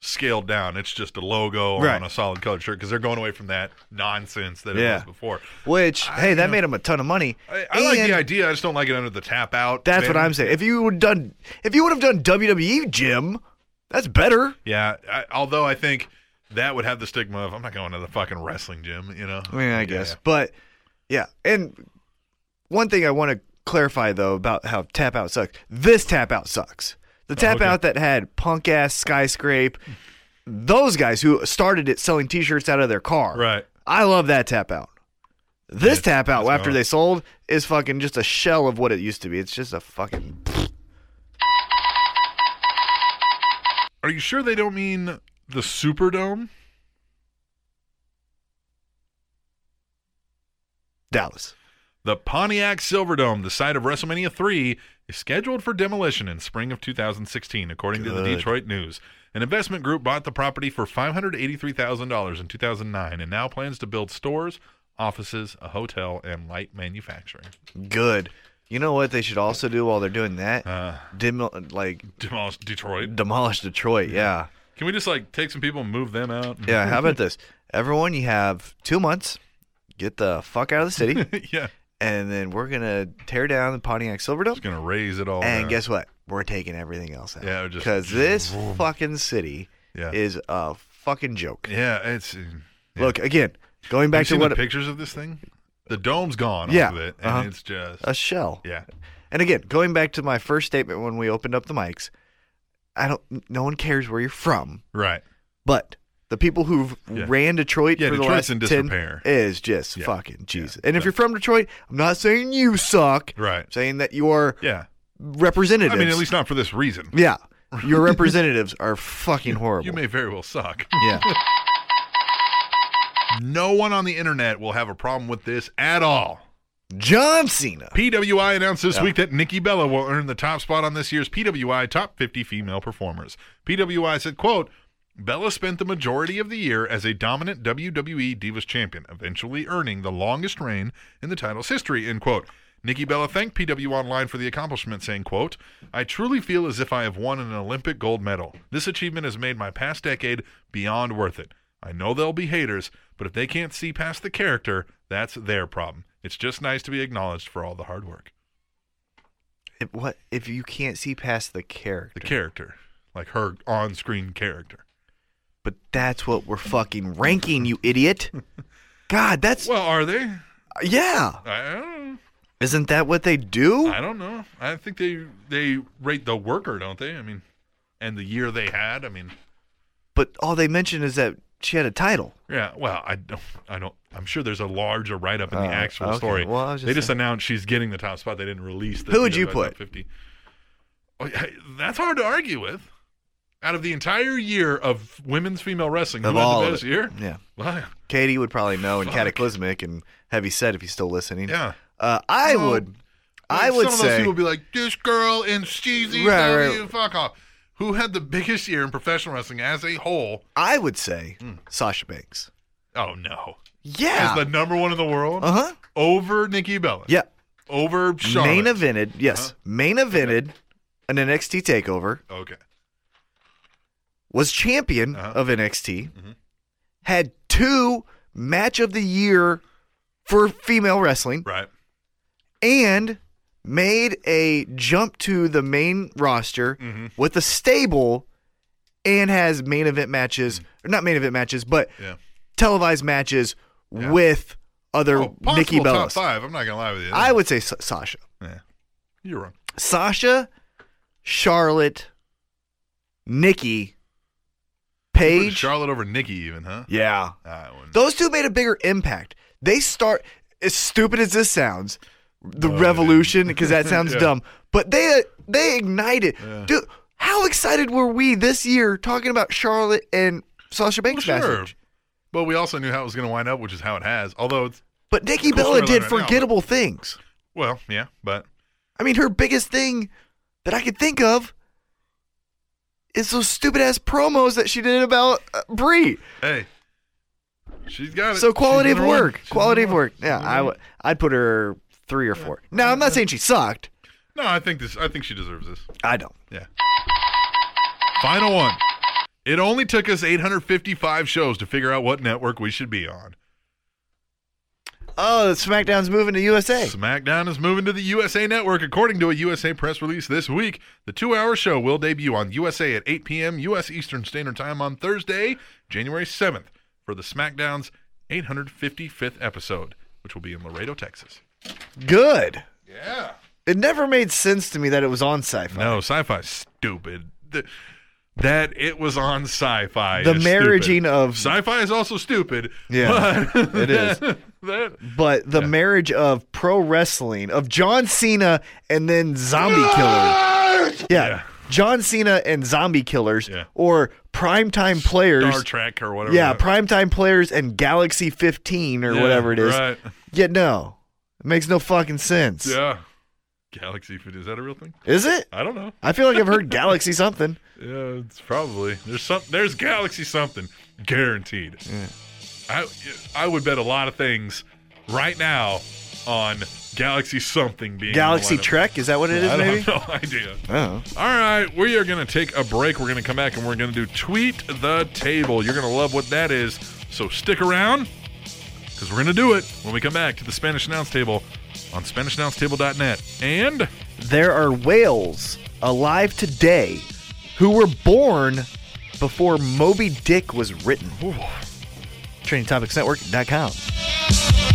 Speaker 1: scaled down. It's just a logo
Speaker 2: Right.
Speaker 1: on a solid colored shirt because they're going away from that nonsense that it
Speaker 2: Yeah.
Speaker 1: was before.
Speaker 2: which
Speaker 1: I-
Speaker 2: hey,
Speaker 1: you
Speaker 2: that
Speaker 1: know,
Speaker 2: made him a ton of money.
Speaker 1: I, I like
Speaker 2: And
Speaker 1: the idea. I just don't like it under the tap out.
Speaker 2: That's what
Speaker 1: banner.
Speaker 2: I'm saying. If you would done, if you would have done WWE Jim, that's better.
Speaker 1: Yeah. I, although I think that would have the stigma of I'm not going to the fucking wrestling gym. You know.
Speaker 2: I mean, I
Speaker 1: Yeah,
Speaker 2: guess,
Speaker 1: yeah.
Speaker 2: but yeah. And one thing I want to clarify though about how tap out sucks. This tap out sucks. The tap
Speaker 1: okay.
Speaker 2: out that had punk ass skyscrape, those guys who started it selling T-shirts out of their car.
Speaker 1: Right.
Speaker 2: I love that tap out. This
Speaker 1: Yeah,
Speaker 2: tap out
Speaker 1: it's
Speaker 2: after
Speaker 1: gone.
Speaker 2: they sold is fucking just a shell of what it used to be. It's just a fucking
Speaker 1: Are you sure they don't mean the Superdome?
Speaker 2: Dallas.
Speaker 1: The Pontiac Silverdome, the site of WrestleMania 3, is scheduled for demolition in spring of 2016, according to the Detroit News. An investment group bought the property for $583,000 in 2009 and now plans to build stores, offices, a hotel, and light manufacturing.
Speaker 2: Good. You know what they should also do while they're doing that?
Speaker 1: Uh,
Speaker 2: Demo- like
Speaker 1: demolish Detroit.
Speaker 2: demolish Detroit. Yeah.
Speaker 1: Can we just like take some people and move them out?
Speaker 2: Yeah. How about this? Everyone, you have two months. Get the fuck out of the city,
Speaker 1: yeah.
Speaker 2: and then we're gonna tear down the Pontiac Silverdome.
Speaker 1: Just gonna raise it all.
Speaker 2: And
Speaker 1: down.
Speaker 2: guess what? We're taking everything else out.
Speaker 1: Yeah, we're just-
Speaker 2: because this fucking city
Speaker 1: Yeah.
Speaker 2: is a fucking joke.
Speaker 1: yeah, it's
Speaker 2: Look again, going back
Speaker 1: Have you
Speaker 2: to
Speaker 1: seen
Speaker 2: what
Speaker 1: the pictures of this thing? The dome's gone
Speaker 2: Yeah,
Speaker 1: off of it, and
Speaker 2: uh-huh.
Speaker 1: it's just
Speaker 2: a shell.
Speaker 1: yeah.
Speaker 2: And again, going back to my first statement when we opened up the mics, I don't. No one cares where you're from,
Speaker 1: Right.
Speaker 2: but the people who've
Speaker 1: Yeah.
Speaker 2: ran Detroit
Speaker 1: Yeah,
Speaker 2: for
Speaker 1: Detroit's
Speaker 2: the last
Speaker 1: in
Speaker 2: 10
Speaker 1: disrepair.
Speaker 2: is just
Speaker 1: Yeah.
Speaker 2: fucking Jesus. And if you're from Detroit, I'm not saying you suck.
Speaker 1: Right.
Speaker 2: I'm saying that your
Speaker 1: Yeah.
Speaker 2: representatives.
Speaker 1: I mean, at least not for this reason.
Speaker 2: Yeah, your representatives are fucking horrible.
Speaker 1: You may very well suck.
Speaker 2: yeah.
Speaker 1: No one on the internet will have a problem with this at all.
Speaker 2: John Cena.
Speaker 1: PWI announced this week that Nikki Bella will earn the top spot on this year's PWI Top 50 Female Performers. PWI said, quote, Bella spent the majority of the year as a dominant WWE Divas champion, eventually earning the longest reign in the title's history, end quote. Nikki Bella thanked PW Online for the accomplishment, saying, quote, I truly feel as if I have won an Olympic gold medal. This achievement has made my past decade beyond worth it. I know there'll be haters, but if they can't see past the character, that's their problem. It's just nice to be acknowledged for all the hard work.
Speaker 2: If, what if you can't see past the character?
Speaker 1: The character, like her on screen character.
Speaker 2: But that's what we're fucking ranking, you idiot. God, that's
Speaker 1: Well, are they?
Speaker 2: yeah.
Speaker 1: I I don't know.
Speaker 2: Isn't that what they do?
Speaker 1: I don't know. I think they they rate the worker, don't they? I mean, and the year they had. I mean,
Speaker 2: But all they mention is that she had a title.
Speaker 1: yeah. Well, I don't. I don't. I'm sure there's a larger write up in the
Speaker 2: Uh,
Speaker 1: actual
Speaker 2: okay.
Speaker 1: story.
Speaker 2: Well, I was just
Speaker 1: they just
Speaker 2: saying-
Speaker 1: announced she's getting the top spot. They didn't release. The
Speaker 2: Who would you
Speaker 1: PWI top
Speaker 2: put?
Speaker 1: 50. Oh, yeah, that's hard to argue with. Out of the entire year of women's female wrestling,
Speaker 2: Of
Speaker 1: who had
Speaker 2: all
Speaker 1: the
Speaker 2: of
Speaker 1: best
Speaker 2: it.
Speaker 1: year?
Speaker 2: Yeah.
Speaker 1: Well,
Speaker 2: Katie would probably know, and
Speaker 1: Fuck.
Speaker 2: Cataclysmic, and Heavy Set if he's still listening.
Speaker 1: Yeah.
Speaker 2: Uh, I
Speaker 1: Well,
Speaker 2: would. I
Speaker 1: Like,
Speaker 2: would
Speaker 1: some of those
Speaker 2: say.
Speaker 1: people would be like, "This girl and she's EW,
Speaker 2: Right, right.
Speaker 1: fuck off." Who had the biggest year in professional wrestling as a whole?
Speaker 2: I would say
Speaker 1: Hmm.
Speaker 2: Sasha Banks.
Speaker 1: Oh no,
Speaker 2: Yeah.
Speaker 1: as the number one in the world
Speaker 2: uh huh.
Speaker 1: over Nikki Bella.
Speaker 2: Yeah.
Speaker 1: over Charlotte.
Speaker 2: Main evented. Yes.
Speaker 1: Huh?
Speaker 2: Main evented an NXT takeover.
Speaker 1: Okay,
Speaker 2: Was champion
Speaker 1: Uh-huh.
Speaker 2: of NXT. Had two match of the year for female wrestling.
Speaker 1: right.
Speaker 2: and made a jump to the main roster
Speaker 1: Mm-hmm.
Speaker 2: with a stable and has main event matches,
Speaker 1: Mm.
Speaker 2: or not main event matches, but
Speaker 1: Yeah.
Speaker 2: televised matches with other
Speaker 1: Oh, possible
Speaker 2: Nikki
Speaker 1: top
Speaker 2: Bellas.
Speaker 1: five. I'm not gonna lie with you.
Speaker 2: I would say Sa- Sasha.
Speaker 1: Yeah. You're wrong.
Speaker 2: Sasha, Charlotte, Nikki, Paige.
Speaker 1: Charlotte over Nikki, even, huh?
Speaker 2: yeah.
Speaker 1: I wouldn't-
Speaker 2: Those two made a bigger impact. They start as stupid as this sounds, the
Speaker 1: No, they
Speaker 2: revolution because that sounds
Speaker 1: Oh, Yeah.
Speaker 2: dumb. But they uh, they ignited.
Speaker 1: Yeah.
Speaker 2: Dude, how excited were we this year talking about Charlotte and Sasha
Speaker 1: Well,
Speaker 2: Banks
Speaker 1: sure.
Speaker 2: match?
Speaker 1: But we also knew how it was gonna wind up, which is how it has. Although it's
Speaker 2: But Nikki
Speaker 1: Of course
Speaker 2: Bella
Speaker 1: we're
Speaker 2: did
Speaker 1: learning right now,
Speaker 2: forgettable things.
Speaker 1: well, yeah, but
Speaker 2: I mean, her biggest thing that I could think of is those stupid ass promos that she did about uh, Brie.
Speaker 1: hey. She's got it.
Speaker 2: So quality
Speaker 1: She's
Speaker 2: of
Speaker 1: number one.
Speaker 2: work,
Speaker 1: She's
Speaker 2: quality
Speaker 1: number
Speaker 2: of
Speaker 1: one. Mm-hmm.
Speaker 2: work. Yeah, I would. I'd put her three or four. Now I'm not saying she sucked.
Speaker 1: No, I think this. I think she deserves this.
Speaker 2: I don't.
Speaker 1: Yeah. Final one. It only took us 855 shows to figure out what network we should be on.
Speaker 2: Oh, SmackDown's moving to USA.
Speaker 1: SmackDown is moving to the USA Network. According to a USA press release this week, the two hour show will debut on USA at 8 p.m. U.S. Eastern Standard Time on Thursday, January 7th, for the SmackDown's 855th episode, which will be in Laredo, Texas.
Speaker 2: Good.
Speaker 1: Yeah.
Speaker 2: It never made sense to me that it was on sci-fi.
Speaker 1: No, sci fi stupid. Th- that it was on sci fi.
Speaker 2: The marriaging of-
Speaker 1: Sci fi is also stupid.
Speaker 2: Yeah,
Speaker 1: but-
Speaker 2: it is.
Speaker 1: that-
Speaker 2: But the marriage of pro wrestling of John Cena and then zombie killer. Yeah.
Speaker 1: Yeah.
Speaker 2: John Cena and zombie killers
Speaker 1: Yeah.
Speaker 2: or primetime
Speaker 1: Star
Speaker 2: players.
Speaker 1: Trek or whatever.
Speaker 2: yeah,
Speaker 1: that-
Speaker 2: primetime players and Galaxy 15 or
Speaker 1: Yeah,
Speaker 2: whatever it is.
Speaker 1: Right.
Speaker 2: Yet no. makes no fucking sense.
Speaker 1: Yeah. Galaxy food. Is that a real thing?
Speaker 2: Is it?
Speaker 1: I don't know.
Speaker 2: I feel like I've heard Galaxy something.
Speaker 1: Yeah, it's probably there's some there's galaxy something guaranteed. I I would bet a lot of things right now on galaxy something being in the
Speaker 2: Galaxy
Speaker 1: lineup.
Speaker 2: Trek? Is that what it is?
Speaker 1: I
Speaker 2: maybe.
Speaker 1: have no idea.
Speaker 2: Oh.
Speaker 1: All right, we are going to take a break. We're going to come back and we're going to do tweet the table. You're going to love what that is. So stick around because we're going to do it when we come back to the Spanish announce table on SpanishAnnounceTable.net. And
Speaker 2: There are whales alive today who were born before Moby Dick was written. TrainingTopicsNetwork.com.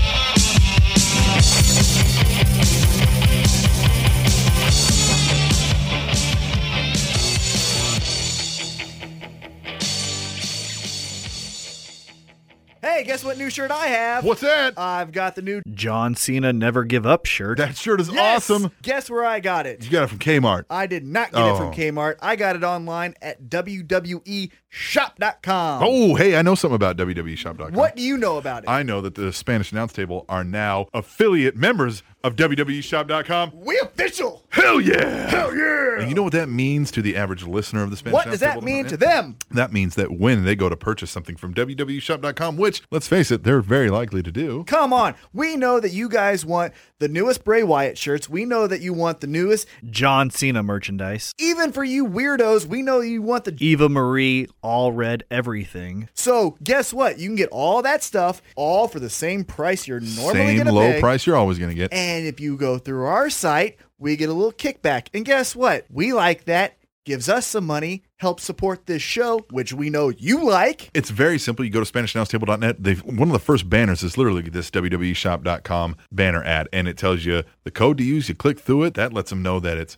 Speaker 2: Hey, guess what new shirt I have?
Speaker 4: What's that?
Speaker 2: I've got the new John Cena Never Give Up shirt.
Speaker 4: that shirt is
Speaker 2: Yes!
Speaker 4: awesome.
Speaker 2: Guess where I got it?
Speaker 4: You got it from Kmart.
Speaker 2: I did not get it
Speaker 4: Oh.
Speaker 2: from Kmart. I got it online at E WWEshop.com.
Speaker 4: Oh, hey, I know something about E WWE Shop.com.
Speaker 2: What do you know about it?
Speaker 4: I know that the Spanish announce table are now affiliate members of E WWE Shop.com.
Speaker 2: we official.
Speaker 4: Hell yeah! Hell yeah! And you know what that means to the average listener of the Spanish
Speaker 2: What
Speaker 4: announce
Speaker 2: does that
Speaker 4: table?
Speaker 2: mean to them?
Speaker 4: That means that when they go to purchase something from E WWEshop.com, which, let's face it, they're very likely to do.
Speaker 2: Come on. We know that you guys want the newest Bray Wyatt shirts. We know that you want the newest.
Speaker 5: John Cena merchandise,
Speaker 2: Even for you weirdos, we know you want the.
Speaker 5: Eva Marie, all red, everything.
Speaker 2: So guess what? You can get all that stuff all for the same price you're normally
Speaker 4: Same
Speaker 2: gonna
Speaker 4: low
Speaker 2: pay.
Speaker 4: price you're always going to get.
Speaker 2: And if you go through our site, we get a little kickback. And guess what? We like that. Gives us some money, helps support this show, which we know you like.
Speaker 4: It's very simple. You go to SpanishAnnounceTable.net. They've one of the first banners is literally this E WWEshop.com banner ad, and it tells you the code to use. You click through it. That lets them know that it's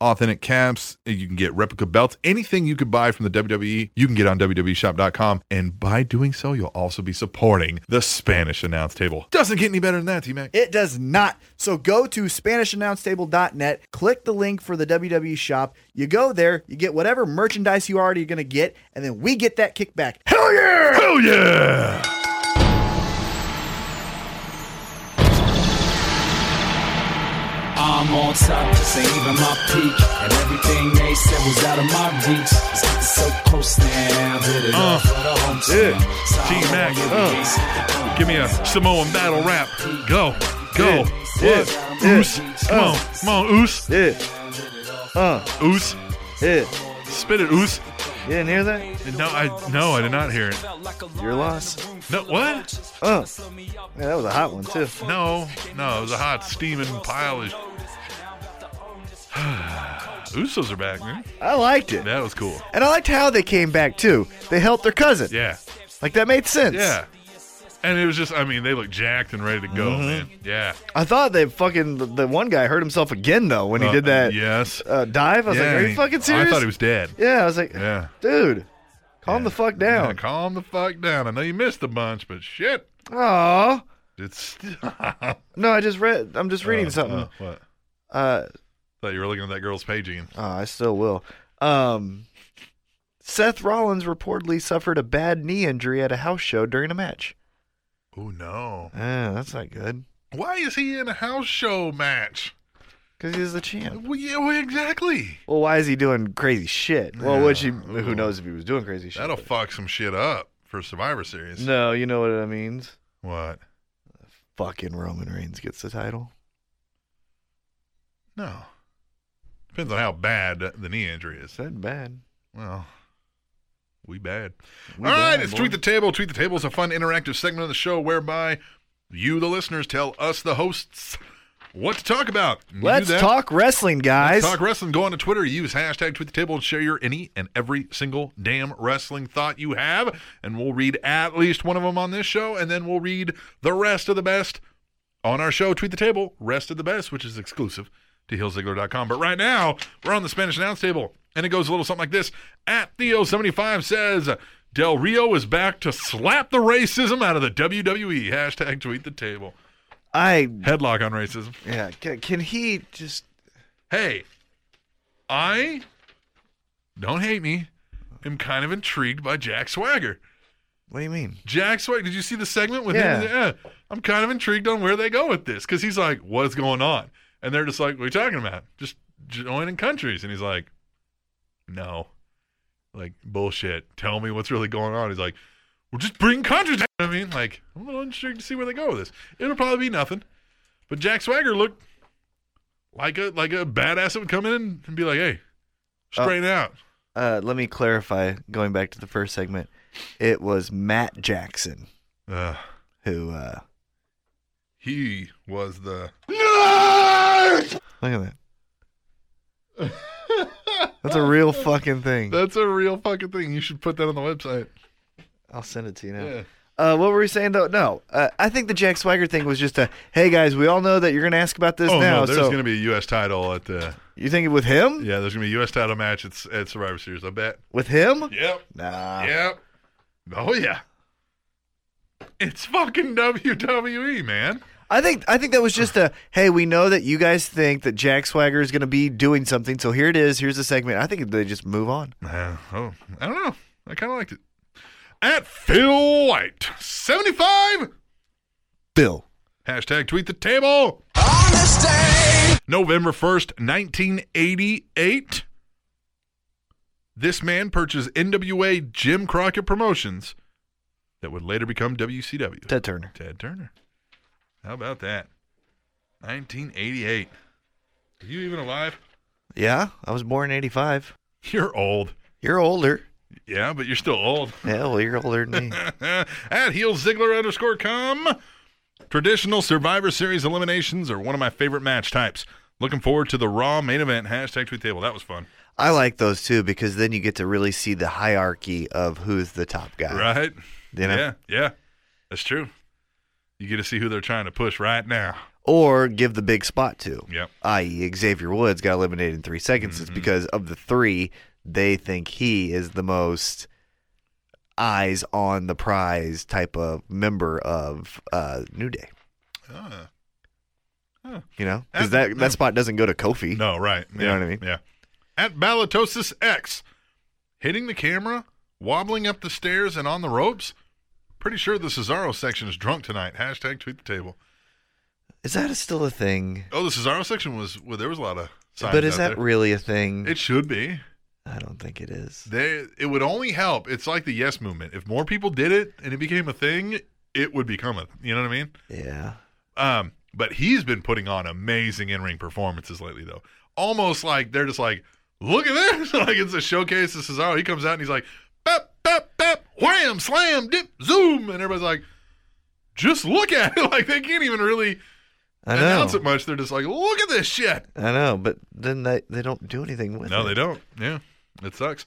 Speaker 4: Authentic caps. You can get replica belts. Anything you could buy from the WWE, you can get on E WWEshop.com. And by doing so, you'll also be supporting the Spanish announce table. Doesn't get any better than that, T Mac.
Speaker 2: It does not. So go to SpanishAnnounceTable.net, click the link for the WWE shop. You go there, you get whatever merchandise you already going to get, and then we get that kickback.
Speaker 4: Hell yeah! Hell yeah!
Speaker 6: I'm on top, this ain't even my peak. And everything they said was out of my reach. It's getting so close now. Hit it up for the home team.
Speaker 1: Uh, yeah. T-Mac,
Speaker 6: uh,
Speaker 1: give me a Samoan battle rap. Go, go.
Speaker 7: Yeah. Yeah. Uh.
Speaker 1: Oos. Come on, come on, Oos.
Speaker 7: Yeah. Uh,
Speaker 1: Oos.
Speaker 7: yeah.
Speaker 1: Spit it, Oos.
Speaker 7: You didn't hear that?
Speaker 1: No, I no, I did not hear it.
Speaker 7: Your loss.
Speaker 1: No, what?
Speaker 7: Uh. Yeah, that was a hot one, too.
Speaker 1: No, no, it was a hot steaming pile of. Usos are back, man.
Speaker 7: I liked it.
Speaker 1: That was cool.
Speaker 7: And I liked how they came back, too. They helped their cousin.
Speaker 1: Yeah,
Speaker 7: Like, that made sense.
Speaker 1: yeah. And it was just, I mean, they look jacked and ready to go,
Speaker 7: Mm-hmm.
Speaker 1: man. Yeah.
Speaker 7: I thought they fucking, the, the one guy hurt himself again, though, when he
Speaker 1: Uh,
Speaker 7: did that
Speaker 1: Yes.
Speaker 7: uh, dive. I was
Speaker 1: Yeah,
Speaker 7: like, are
Speaker 1: he- oh,
Speaker 7: you fucking serious?
Speaker 1: I thought he was dead.
Speaker 7: yeah, I was like,
Speaker 1: Yeah.
Speaker 7: dude, calm the fuck
Speaker 1: Yeah,
Speaker 7: down.
Speaker 1: calm the fuck down. I know you missed a bunch, but shit.
Speaker 7: Aw.
Speaker 1: It's.
Speaker 7: No, I just read, I'm just reading
Speaker 1: Uh,
Speaker 7: something.
Speaker 1: uh, what?
Speaker 7: uh,
Speaker 1: Thought you were looking at that girl's page again.
Speaker 7: Oh, I still will. Um, Seth Rollins reportedly suffered a bad knee injury at a house show during a match.
Speaker 1: Oh no!
Speaker 7: Ah, that's not good.
Speaker 1: Why is he in a house show match?
Speaker 7: Because he's the champ.
Speaker 1: Well, yeah, well, exactly.
Speaker 7: Well, why is he doing crazy shit? Well, would she?
Speaker 1: Yeah.
Speaker 7: Who knows if he was doing crazy shit?
Speaker 1: That'll fuck some shit up for Survivor Series.
Speaker 7: No, you know what that means.
Speaker 1: What?
Speaker 7: Fucking Roman Reigns gets the title.
Speaker 1: No. Depends on how bad the knee injury is.
Speaker 7: That bad.
Speaker 1: Well, we bad.
Speaker 7: We
Speaker 1: All right,
Speaker 7: bad,
Speaker 1: it's
Speaker 7: boy.
Speaker 1: Tweet the Table. Tweet the Table is a fun, interactive segment of the show whereby you, the listeners, tell us, the hosts, what to talk about. And you do
Speaker 2: Let's
Speaker 1: that.
Speaker 2: talk wrestling, guys.
Speaker 1: Talk wrestling. Go on to Twitter. Use hashtag tweet the table and share your any and every single damn wrestling thought you have. And we'll read at least one of them on this show. And then we'll read the rest of the best on our show, Tweet the Table, Rest of the Best, which is exclusive to hillsigler.com. But right now, we're on the Spanish announce table. And it goes a little something like this At Theo75 says, Del Rio is back to slap the racism out of the WWE. Hashtag E." tweet the table.
Speaker 2: I
Speaker 1: Headlock on racism.
Speaker 2: yeah. Can, can he just?
Speaker 1: Hey, I don't hate me. am kind of intrigued by Jack Swagger.
Speaker 2: What do you mean?
Speaker 1: Jack Swagger, did you see the segment with
Speaker 2: Yeah.
Speaker 1: him? Yeah. I'm kind of intrigued on where they go with this because he's like, "What's going on?" And they're just like, "What are you talking about? Just joining countries?" And he's like, "No, like bullshit. Tell me what's really going on." He's like, "We're just bringing countries." together." I mean, like, I'm a little intrigued to see where they go with this. It'll probably be nothing, but Jack Swagger looked like a like a badass that would come in and be like, "Hey, straighten it out."
Speaker 2: Uh, let me clarify. Going back to the first segment, it was Matt Jackson
Speaker 1: Uh,
Speaker 2: who. Uh,
Speaker 1: he was the
Speaker 2: look at that. That's a real fucking thing.
Speaker 1: That's a real fucking thing. You should put that on the website.
Speaker 2: I'll send it to you now.
Speaker 1: Yeah.
Speaker 2: Uh, what were we saying though? No, uh, I think the Jack Swagger thing was just a hey guys, we all know that you're gonna ask about this
Speaker 1: Oh
Speaker 2: now.
Speaker 1: no, there's
Speaker 2: so
Speaker 1: gonna be a U.S. title at the
Speaker 2: you think with him?
Speaker 1: yeah. There's gonna be a U.S. title match at, at Survivor Series. I bet.
Speaker 2: With him?
Speaker 1: Yep.
Speaker 2: Nah.
Speaker 1: yep. Oh yeah. It's fucking WWE, man.
Speaker 2: I think I think that was just a hey, we know that you guys think that Jack Swagger is gonna be doing something, so here it is. Here's the segment. I think they just move on.
Speaker 1: Uh, oh, I don't know. I kind of liked it. At Phil White, seventy-five.
Speaker 2: Bill.
Speaker 1: Hashtag tweet the table. November 1st, 1988. This man purchased NWA Jim Crockett Promotions that would later become WCW.
Speaker 2: Ted Turner.
Speaker 1: Ted Turner. How about that? 1988. Are you even alive?
Speaker 2: Yeah, I was born in eighty five.
Speaker 1: You're old.
Speaker 2: You're older.
Speaker 1: Yeah, but you're still old.
Speaker 2: Yeah, well you're older than me.
Speaker 1: at heel Ziggler underscore com. Traditional Survivor Series eliminations are one of my favorite match types. Looking forward to the Raw main event. Hashtag tweet table. That was fun,
Speaker 2: I like those too because then you get to really see the hierarchy of who's the top guy.
Speaker 1: right?
Speaker 2: You know?
Speaker 1: Yeah, yeah, that's true. You get to see who they're trying to push right now.
Speaker 2: Or give the big spot to.
Speaker 1: Yep.
Speaker 2: i.e., e, Xavier Woods got eliminated in three seconds
Speaker 1: Mm-hmm.
Speaker 2: is because of the three, they think he is the most eyes on the prize type of member of uh, New Day.
Speaker 1: Ah.
Speaker 2: You know, because
Speaker 1: That's-
Speaker 2: that that spot doesn't go to Kofi.
Speaker 1: No, right.
Speaker 2: You know
Speaker 1: Yeah,
Speaker 2: what I mean?
Speaker 1: Yeah. At Balatosis X, hitting the camera, wobbling up the stairs and on the ropes. Pretty sure the Cesaro section is drunk tonight. Hashtag tweet the table.
Speaker 2: Is that still a thing?
Speaker 1: Oh, the Cesaro section was well, there was a lot of signs.
Speaker 2: but is
Speaker 1: out
Speaker 2: that
Speaker 1: there.
Speaker 2: really a thing?
Speaker 1: It should be.
Speaker 2: I don't think it is.
Speaker 1: They it would only help. It's like the yes movement. If more people did it and it became a thing, it would become a. You know what I mean?
Speaker 2: Yeah.
Speaker 1: Um, but he's been putting on amazing in ring performances lately, though. Almost like they're just like, look at this, like it's a showcase of Cesaro. He comes out and he's like, bap, bap, bap, wham, slam, dip, zoom, and everybody's like, just look at it. Like they can't even really
Speaker 2: I know.
Speaker 1: announce it much. They're just like, look at this shit.
Speaker 2: I know, but then they, they don't do anything with it.
Speaker 1: No, they don't. Yeah, it sucks.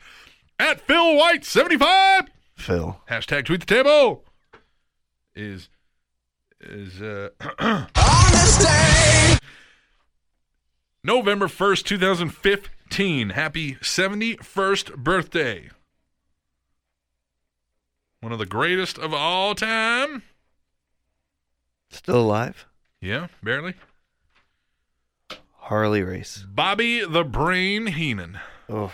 Speaker 1: At Phil White seventy five
Speaker 2: Phil.
Speaker 1: hashtag tweet the table is is uh November first, two thousand fifteen. Happy seventy first birthday. One of the greatest of all time.
Speaker 2: Still alive?
Speaker 1: Yeah, barely.
Speaker 2: Harley Race.
Speaker 1: Bobby the Brain Heenan,
Speaker 2: Oh,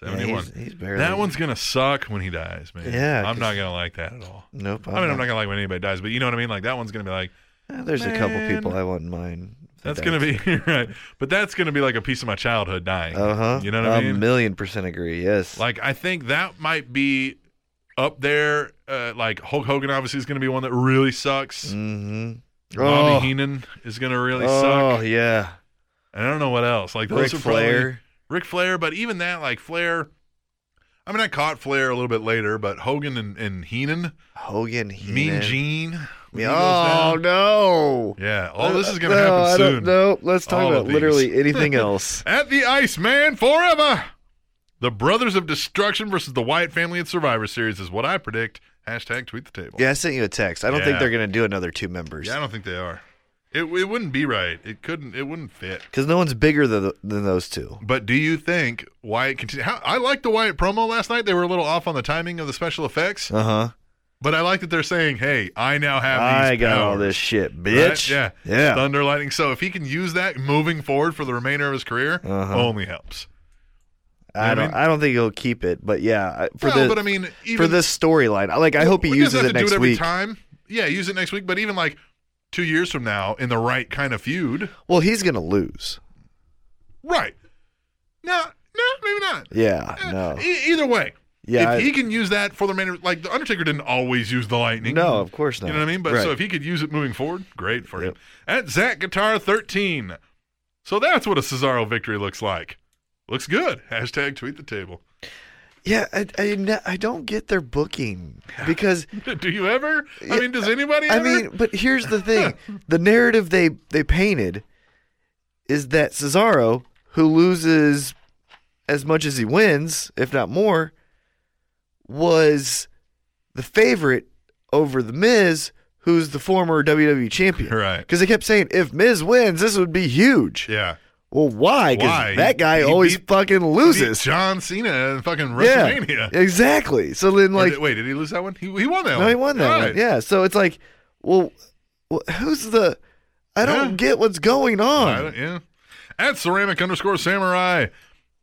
Speaker 2: yeah,
Speaker 1: seventy one.
Speaker 2: he's, he's barely.
Speaker 1: that one's gonna suck when he dies, man.
Speaker 2: Yeah,
Speaker 1: I'm
Speaker 2: 'cause-
Speaker 1: not gonna like that at all.
Speaker 2: Nope.
Speaker 1: I mean, I'm not gonna like when anybody dies, but you know what I mean. Like that one's gonna be like
Speaker 2: Eh, There's a couple
Speaker 1: Man.
Speaker 2: people I wouldn't mind.
Speaker 1: that's gonna be right, but that's gonna be like a piece of my childhood dying.
Speaker 2: Uh huh.
Speaker 1: You know what I
Speaker 2: A
Speaker 1: mean?
Speaker 2: million percent agree. Yes.
Speaker 1: Like I think that might be up there. Uh, like Hulk Hogan obviously is gonna be one that really sucks.
Speaker 2: Mm-hmm.
Speaker 1: Bobby
Speaker 2: oh,
Speaker 1: Heenan is gonna really
Speaker 2: oh
Speaker 1: suck.
Speaker 2: yeah.
Speaker 1: And I don't know what else. Like
Speaker 2: Ric
Speaker 1: those are probably
Speaker 2: Flair.
Speaker 1: Ric Flair, but even that, like Flair. I mean, I caught Flair a little bit later, but Hogan and, and Heenan,
Speaker 2: Hogan.
Speaker 1: Mean
Speaker 2: Heenan.
Speaker 1: Gene. when he goes
Speaker 2: Oh
Speaker 1: down.
Speaker 2: no.
Speaker 1: yeah. All this is gonna
Speaker 2: no,
Speaker 1: happen
Speaker 2: I
Speaker 1: soon.
Speaker 2: don't know. Let's talk
Speaker 1: All of
Speaker 2: about
Speaker 1: these.
Speaker 2: literally anything else.
Speaker 1: At the Iceman forever. The Brothers of Destruction versus the Wyatt family at Survivor Series is what I predict. Hashtag tweet the table.
Speaker 2: Yeah, I sent you a text. I don't
Speaker 1: Yeah.
Speaker 2: think they're gonna do another two members
Speaker 1: Yeah, I don't think they are. It, it wouldn't be right. It couldn't. It wouldn't fit.
Speaker 2: because no one's bigger than, than those two.
Speaker 1: But do you think Wyatt continue? How, I liked the Wyatt promo last night. They were a little off on the timing of the special effects,
Speaker 2: Uh huh.
Speaker 1: But I like that they're saying, "Hey, I now have these
Speaker 2: I got all
Speaker 1: powers."
Speaker 2: this shit,
Speaker 1: Right?
Speaker 2: bitch.
Speaker 1: Yeah.
Speaker 2: Yeah.
Speaker 1: Thunder lightning. So if he can use that moving forward for the remainder of his career,
Speaker 2: Uh-huh.
Speaker 1: only helps.
Speaker 2: I
Speaker 1: You know what I
Speaker 2: don't.
Speaker 1: mean?
Speaker 2: I don't think he'll keep it, but yeah, I- for
Speaker 1: well,
Speaker 2: the
Speaker 1: but I mean, even
Speaker 2: for this storyline, I- like I hope he
Speaker 1: Well,
Speaker 2: uses
Speaker 1: doesn't
Speaker 2: it
Speaker 1: have to
Speaker 2: next
Speaker 1: do it every
Speaker 2: week.
Speaker 1: Time, yeah, use it next week. But even like two years from now, in the right kind of feud,
Speaker 2: Well, he's gonna lose.
Speaker 1: right? No, no, maybe not.
Speaker 2: Yeah,
Speaker 1: Eh,
Speaker 2: no,
Speaker 1: e- either way,
Speaker 2: Yeah,
Speaker 1: if
Speaker 2: I-
Speaker 1: he can use that for the remainder, like the Undertaker didn't always use the lightning.
Speaker 2: no, of course not.
Speaker 1: You know what I mean? But so
Speaker 2: Right.
Speaker 1: if he could use it moving forward, great for him. At Zach Guitar 13. So that's what a Cesaro victory looks like. Looks good. Hashtag tweet the table.
Speaker 2: yeah, I, I, ne- I don't get their booking because
Speaker 1: Do you ever? I mean, does anybody
Speaker 2: I
Speaker 1: ever?
Speaker 2: mean, but here's the thing: the narrative they they painted is that Cesaro, who loses as much as he wins, if not more, was the favorite over the Miz, who's the former WWE champion.
Speaker 1: Right.
Speaker 2: Because they kept saying if Miz wins, this would be huge.
Speaker 1: yeah.
Speaker 2: Well,
Speaker 1: Why?
Speaker 2: why? Because that guy
Speaker 1: He
Speaker 2: always
Speaker 1: beat-
Speaker 2: fucking
Speaker 1: Beat
Speaker 2: loses.
Speaker 1: John Cena in fucking
Speaker 2: yeah,
Speaker 1: WrestleMania.
Speaker 2: exactly. So then,
Speaker 1: Or
Speaker 2: like,
Speaker 1: did- wait, did he lose that one? He, he won that one.
Speaker 2: no, he won that
Speaker 1: Right.
Speaker 2: one. Yeah. So it's like, well, wh- who's the? I don't
Speaker 1: Yeah.
Speaker 2: get what's going
Speaker 1: I
Speaker 2: on.
Speaker 1: don't- yeah. At ceramic underscore samurai.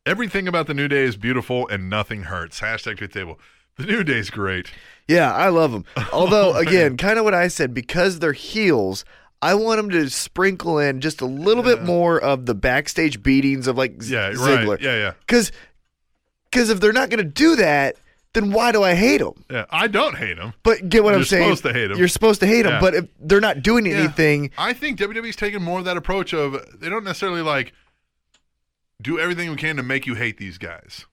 Speaker 1: Everything about the New Day is beautiful and nothing hurts. Hashtag tweet the table. The New Day's great.
Speaker 2: Yeah, I love them.
Speaker 1: Oh,
Speaker 2: Although, again, kind of what I said, because they're heels, I want them to sprinkle in just a little bit more of the backstage beatings of like Z-
Speaker 1: Yeah, right.
Speaker 2: Ziggler.
Speaker 1: Yeah, yeah.
Speaker 2: Because, because if they're not going to do that, then why do I hate them?
Speaker 1: Yeah, I don't hate him.
Speaker 2: But get what
Speaker 1: You're
Speaker 2: I'm saying?
Speaker 1: supposed to hate 'em.
Speaker 2: You're supposed to hate them.
Speaker 1: Yeah.
Speaker 2: But if they're not doing
Speaker 1: Yeah.
Speaker 2: anything,
Speaker 1: I think WWE's taking more of that approach of they don't necessarily like do everything we can to make you hate these guys.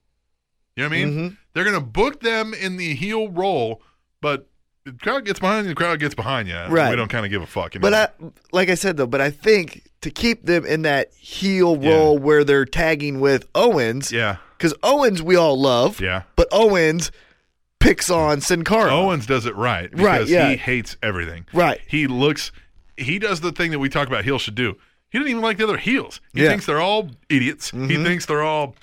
Speaker 1: You know what I mean?
Speaker 2: Mm-hmm.
Speaker 1: They're gonna book them in the heel role, but the crowd gets behind you, the crowd gets behind you.
Speaker 2: Right.
Speaker 1: We don't kind of give a fuck. you
Speaker 2: But
Speaker 1: know?
Speaker 2: I, like I said though, but I think to keep them in that heel role where they're tagging with Owens,
Speaker 1: yeah.
Speaker 2: because Owens we all love,
Speaker 1: Yeah.
Speaker 2: but Owens picks on Sin Cara.
Speaker 1: Owens does it right because
Speaker 2: Right, yeah.
Speaker 1: he hates everything.
Speaker 2: Right.
Speaker 1: He looks he does the thing that we talk about heels should do. He doesn't even like the other heels. He
Speaker 2: Yeah. Mm-hmm.
Speaker 1: thinks they're all idiots. He thinks they're all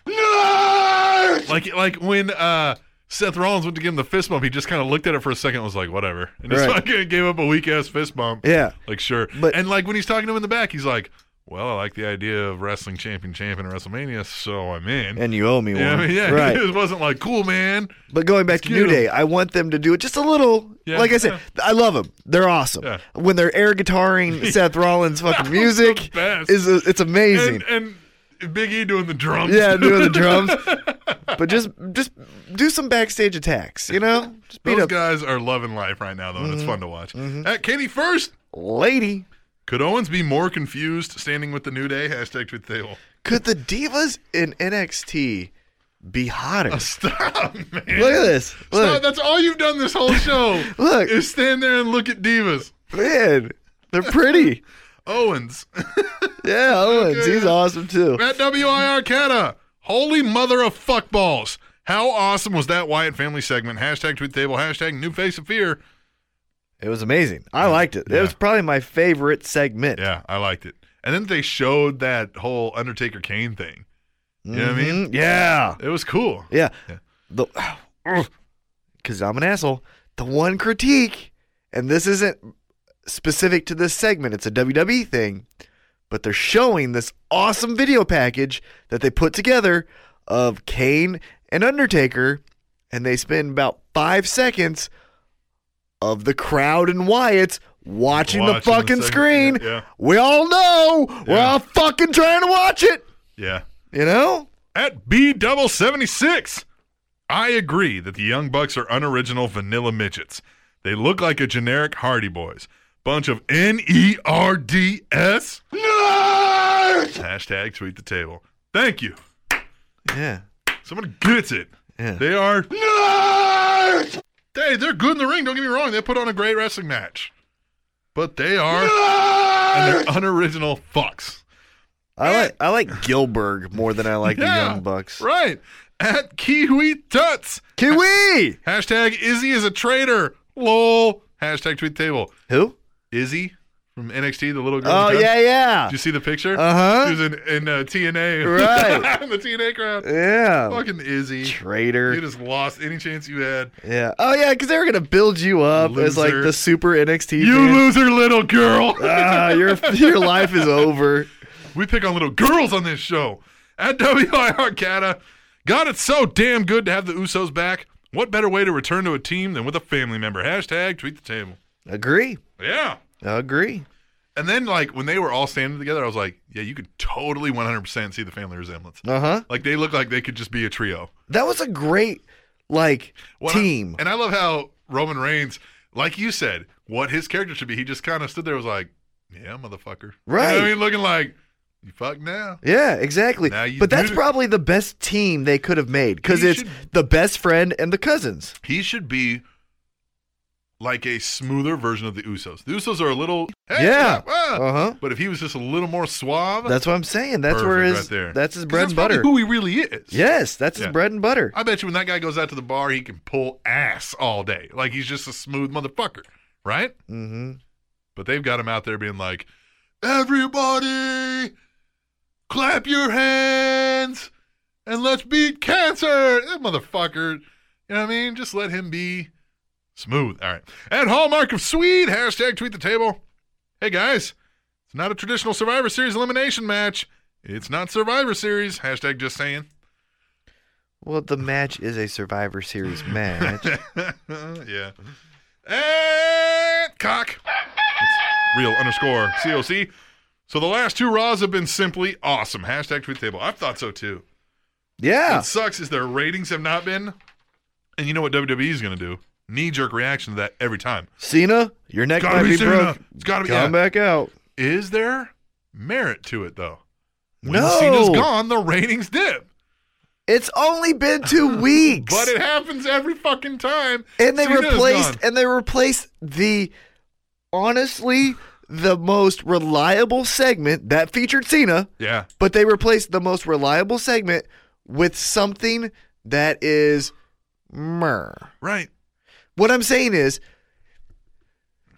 Speaker 1: like like when uh Seth Rollins went to give him the fist bump, he just kind of looked at it for a second and was like, whatever. And just
Speaker 2: Right.
Speaker 1: fucking gave up a weak ass fist bump.
Speaker 2: Yeah.
Speaker 1: Like sure.
Speaker 2: But-
Speaker 1: and like when he's talking to him in the back, he's like, Well, I like the idea of wrestling champion champion at WrestleMania, so I'm in.
Speaker 2: and you owe me one.
Speaker 1: yeah, I mean, yeah.
Speaker 2: Right.
Speaker 1: it wasn't like cool, man.
Speaker 2: But going back to
Speaker 1: Let's get
Speaker 2: New
Speaker 1: 'em.
Speaker 2: Day, I want them to do it just a little.
Speaker 1: Yeah.
Speaker 2: Like I said, I love them. They're awesome.
Speaker 1: Yeah.
Speaker 2: When they're air guitaring Seth Rollins' fucking music,
Speaker 1: best.
Speaker 2: is it's amazing.
Speaker 1: And, and Big E doing the drums.
Speaker 2: yeah, doing the drums. But just just do some backstage attacks, you know? Just beat
Speaker 1: Those
Speaker 2: up Mm-hmm.
Speaker 1: guys are loving life right now, though, and it's fun to watch. At Katie first,
Speaker 2: lady.
Speaker 1: could Owens be more confused standing with the New Day? Hashtag tweet the table.
Speaker 2: Could the divas in NXT be hotter? Look
Speaker 1: Stop, man.
Speaker 2: at this.
Speaker 1: Stop.
Speaker 2: Look,
Speaker 1: That's all you've done this whole show.
Speaker 2: Look.
Speaker 1: Is stand there and look at divas.
Speaker 2: man, they're pretty.
Speaker 1: Owens.
Speaker 2: Yeah, Owens, he's awesome too.
Speaker 1: At WIR Cata. Holy mother of fuckballs. How awesome was that Wyatt family segment? Hashtag tweet the table. Hashtag new face of fear.
Speaker 2: It was amazing. I liked it. It was probably my favorite segment.
Speaker 1: Yeah, I liked it. And then they showed that whole Undertaker Kane thing. You know what I mean?
Speaker 2: Mhm. Yeah,
Speaker 1: It was cool.
Speaker 2: yeah.
Speaker 1: Yeah.
Speaker 2: The because I'm an asshole. The one critique, and this isn't specific to this segment. It's a WWE thing, but they're showing this awesome video package that they put together of Kane and Undertaker, and they spend about five seconds of the crowd and Wyatt's watching, the
Speaker 1: Watching the
Speaker 2: fucking
Speaker 1: segment,
Speaker 2: screen.
Speaker 1: yeah, yeah.
Speaker 2: We all know we're
Speaker 1: Yeah.
Speaker 2: all fucking trying to watch it.
Speaker 1: Yeah.
Speaker 2: You know?
Speaker 1: At B double seventy six, I agree that the Young Bucks are unoriginal vanilla midgets. They look like a generic Hardy Boys. Bunch of N E R D S. Hashtag tweet the table. Thank you.
Speaker 2: Yeah.
Speaker 1: Someone gets it.
Speaker 2: Yeah.
Speaker 1: They are. Hey, they're good in the ring. Don't get me wrong. They put on a great wrestling match. But they are. And they're unoriginal fucks.
Speaker 2: I like I like Gilbert more than I like the Young Bucks.
Speaker 1: Right. At Kiwi Tuts.
Speaker 2: Kiwi.
Speaker 1: Hashtag Izzy is a traitor. Lol. Hashtag tweet the table.
Speaker 2: Who?
Speaker 1: Izzy from NXT, the little girl.
Speaker 2: Oh
Speaker 1: with guns?
Speaker 2: yeah, yeah,
Speaker 1: Did you see the picture?
Speaker 2: Uh-huh.
Speaker 1: She was in, in uh, TNA.
Speaker 2: Right.
Speaker 1: in the TNA crowd.
Speaker 2: yeah.
Speaker 1: Fucking Izzy. You
Speaker 2: Traitor.
Speaker 1: just lost any chance you had.
Speaker 2: Yeah. Oh yeah, because they were gonna build you up as like
Speaker 1: Loser.
Speaker 2: the super NXT.
Speaker 1: You
Speaker 2: fan.
Speaker 1: loser, little girl.
Speaker 2: Ah, your your life is over.
Speaker 1: we pick on little girls on this show. At WIR Cata. God, it's so damn good to have the Usos back. What better way to return to a team than with a family member? Hashtag tweet the table.
Speaker 2: Agree.
Speaker 1: Yeah.
Speaker 2: Agree.
Speaker 1: And then, like, when they were all standing together, I was like, yeah, you could totally 100% see the family resemblance.
Speaker 2: Uh huh.
Speaker 1: Like, they look like they could just be a trio.
Speaker 2: That was a great like
Speaker 1: What I-
Speaker 2: team.
Speaker 1: and I love how Roman Reigns, like you said, what his character should be. He just kind of stood there and was like, yeah, motherfucker. You know what I
Speaker 2: Right.
Speaker 1: mean? Looking like, you fuck now.
Speaker 2: yeah, exactly.
Speaker 1: Now you
Speaker 2: But that's
Speaker 1: do-
Speaker 2: probably the best team they could have made because
Speaker 1: You
Speaker 2: it's
Speaker 1: should-
Speaker 2: the best friend and the cousins.
Speaker 1: He should be like a smoother version of the Usos. The Usos are a little, hey,
Speaker 2: Yeah.
Speaker 1: ah.
Speaker 2: Uh-huh.
Speaker 1: But if he was just a little more suave,
Speaker 2: That's what I'm saying. That's
Speaker 1: perfect
Speaker 2: where his
Speaker 1: right there.
Speaker 2: that's his
Speaker 1: 'Cause
Speaker 2: bread
Speaker 1: that's
Speaker 2: and
Speaker 1: probably
Speaker 2: butter.
Speaker 1: who he really is.
Speaker 2: Yes, that's
Speaker 1: Yeah.
Speaker 2: his bread and butter.
Speaker 1: I bet you when that guy goes out to the bar, he can pull ass all day. Like he's just a smooth motherfucker, right?
Speaker 2: Mm-hmm.
Speaker 1: But they've got him out there being like, everybody, clap your hands and let's beat cancer. That motherfucker, you know what I mean? Just let him be smooth. All right. At Hallmark of Swede, hashtag tweet the table. Hey guys, it's not a traditional Survivor Series elimination match. It's not Survivor Series. Hashtag just saying.
Speaker 2: Well, the match is a Survivor Series match.
Speaker 1: yeah. And cock. It's real underscore COC. So the last two Raws have been simply awesome. Hashtag tweet the table. I've thought so too.
Speaker 2: yeah.
Speaker 1: What sucks is their ratings have not been. And you know what WWE is going to do? Knee jerk reaction to that every time.
Speaker 2: Cena, your neck
Speaker 1: Gotta
Speaker 2: might
Speaker 1: be
Speaker 2: be
Speaker 1: soon
Speaker 2: broke.
Speaker 1: enough. It's gotta be.
Speaker 2: Come
Speaker 1: yeah.
Speaker 2: back out.
Speaker 1: Is there merit to it though? When
Speaker 2: No.
Speaker 1: Cena's gone, the ratings dip.
Speaker 2: It's only been two weeks.
Speaker 1: But it happens every fucking time.
Speaker 2: and they
Speaker 1: Cena's
Speaker 2: replaced
Speaker 1: gone.
Speaker 2: and they replaced the honestly the most reliable segment that featured Cena,
Speaker 1: Yeah.
Speaker 2: but they replaced the most reliable segment with something that is myrrh.
Speaker 1: Right.
Speaker 2: What I'm saying is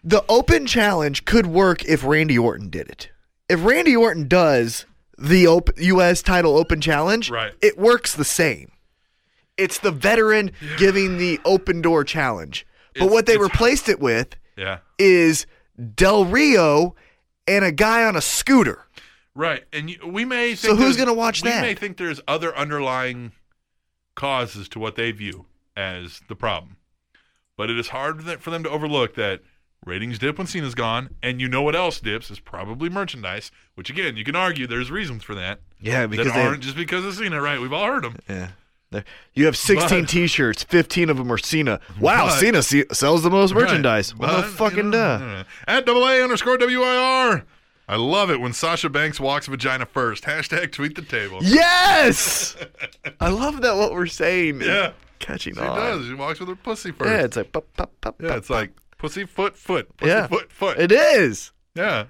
Speaker 2: the open challenge could work if Randy Orton did it. If Randy Orton does the op- US title open challenge,
Speaker 1: Right.
Speaker 2: it works the same. It's the veteran giving the open door challenge. But
Speaker 1: It's-
Speaker 2: what they
Speaker 1: it's-
Speaker 2: replaced it with
Speaker 1: Yeah.
Speaker 2: is Del Rio and a guy on a scooter.
Speaker 1: Right, and you, we may. Think
Speaker 2: So
Speaker 1: there's-
Speaker 2: who's gonna watch
Speaker 1: we
Speaker 2: that?
Speaker 1: may think there's other underlying causes to what they view as the problem, but it is hard that- for them to overlook that ratings dip when Cena's gone, and you know what else dips is probably merchandise, which again you can argue there's reasons for that
Speaker 2: Yeah,
Speaker 1: that aren't just because of Cena. Right, we've all heard them.
Speaker 2: you have 16
Speaker 1: But-
Speaker 2: t-shirts, 15 of them are Cena. Wow,
Speaker 1: But-
Speaker 2: Cena se- sells the most merchandise.
Speaker 1: Right.
Speaker 2: Well,
Speaker 1: But,
Speaker 2: fucking
Speaker 1: you
Speaker 2: duh.
Speaker 1: know, all right. At double A underscore WIR. I love it when Sasha Banks walks vagina first. Hashtag tweet the table.
Speaker 2: Yes! I love that what we're saying is
Speaker 1: Yeah.
Speaker 2: catching
Speaker 1: She
Speaker 2: on.
Speaker 1: does. She walks with her pussy first.
Speaker 2: Yeah, it's like pop, pop, pop,
Speaker 1: Yeah,
Speaker 2: pop.
Speaker 1: it's like pussy foot foot. Pussy
Speaker 2: Yeah.
Speaker 1: foot foot.
Speaker 2: It is.
Speaker 1: yeah.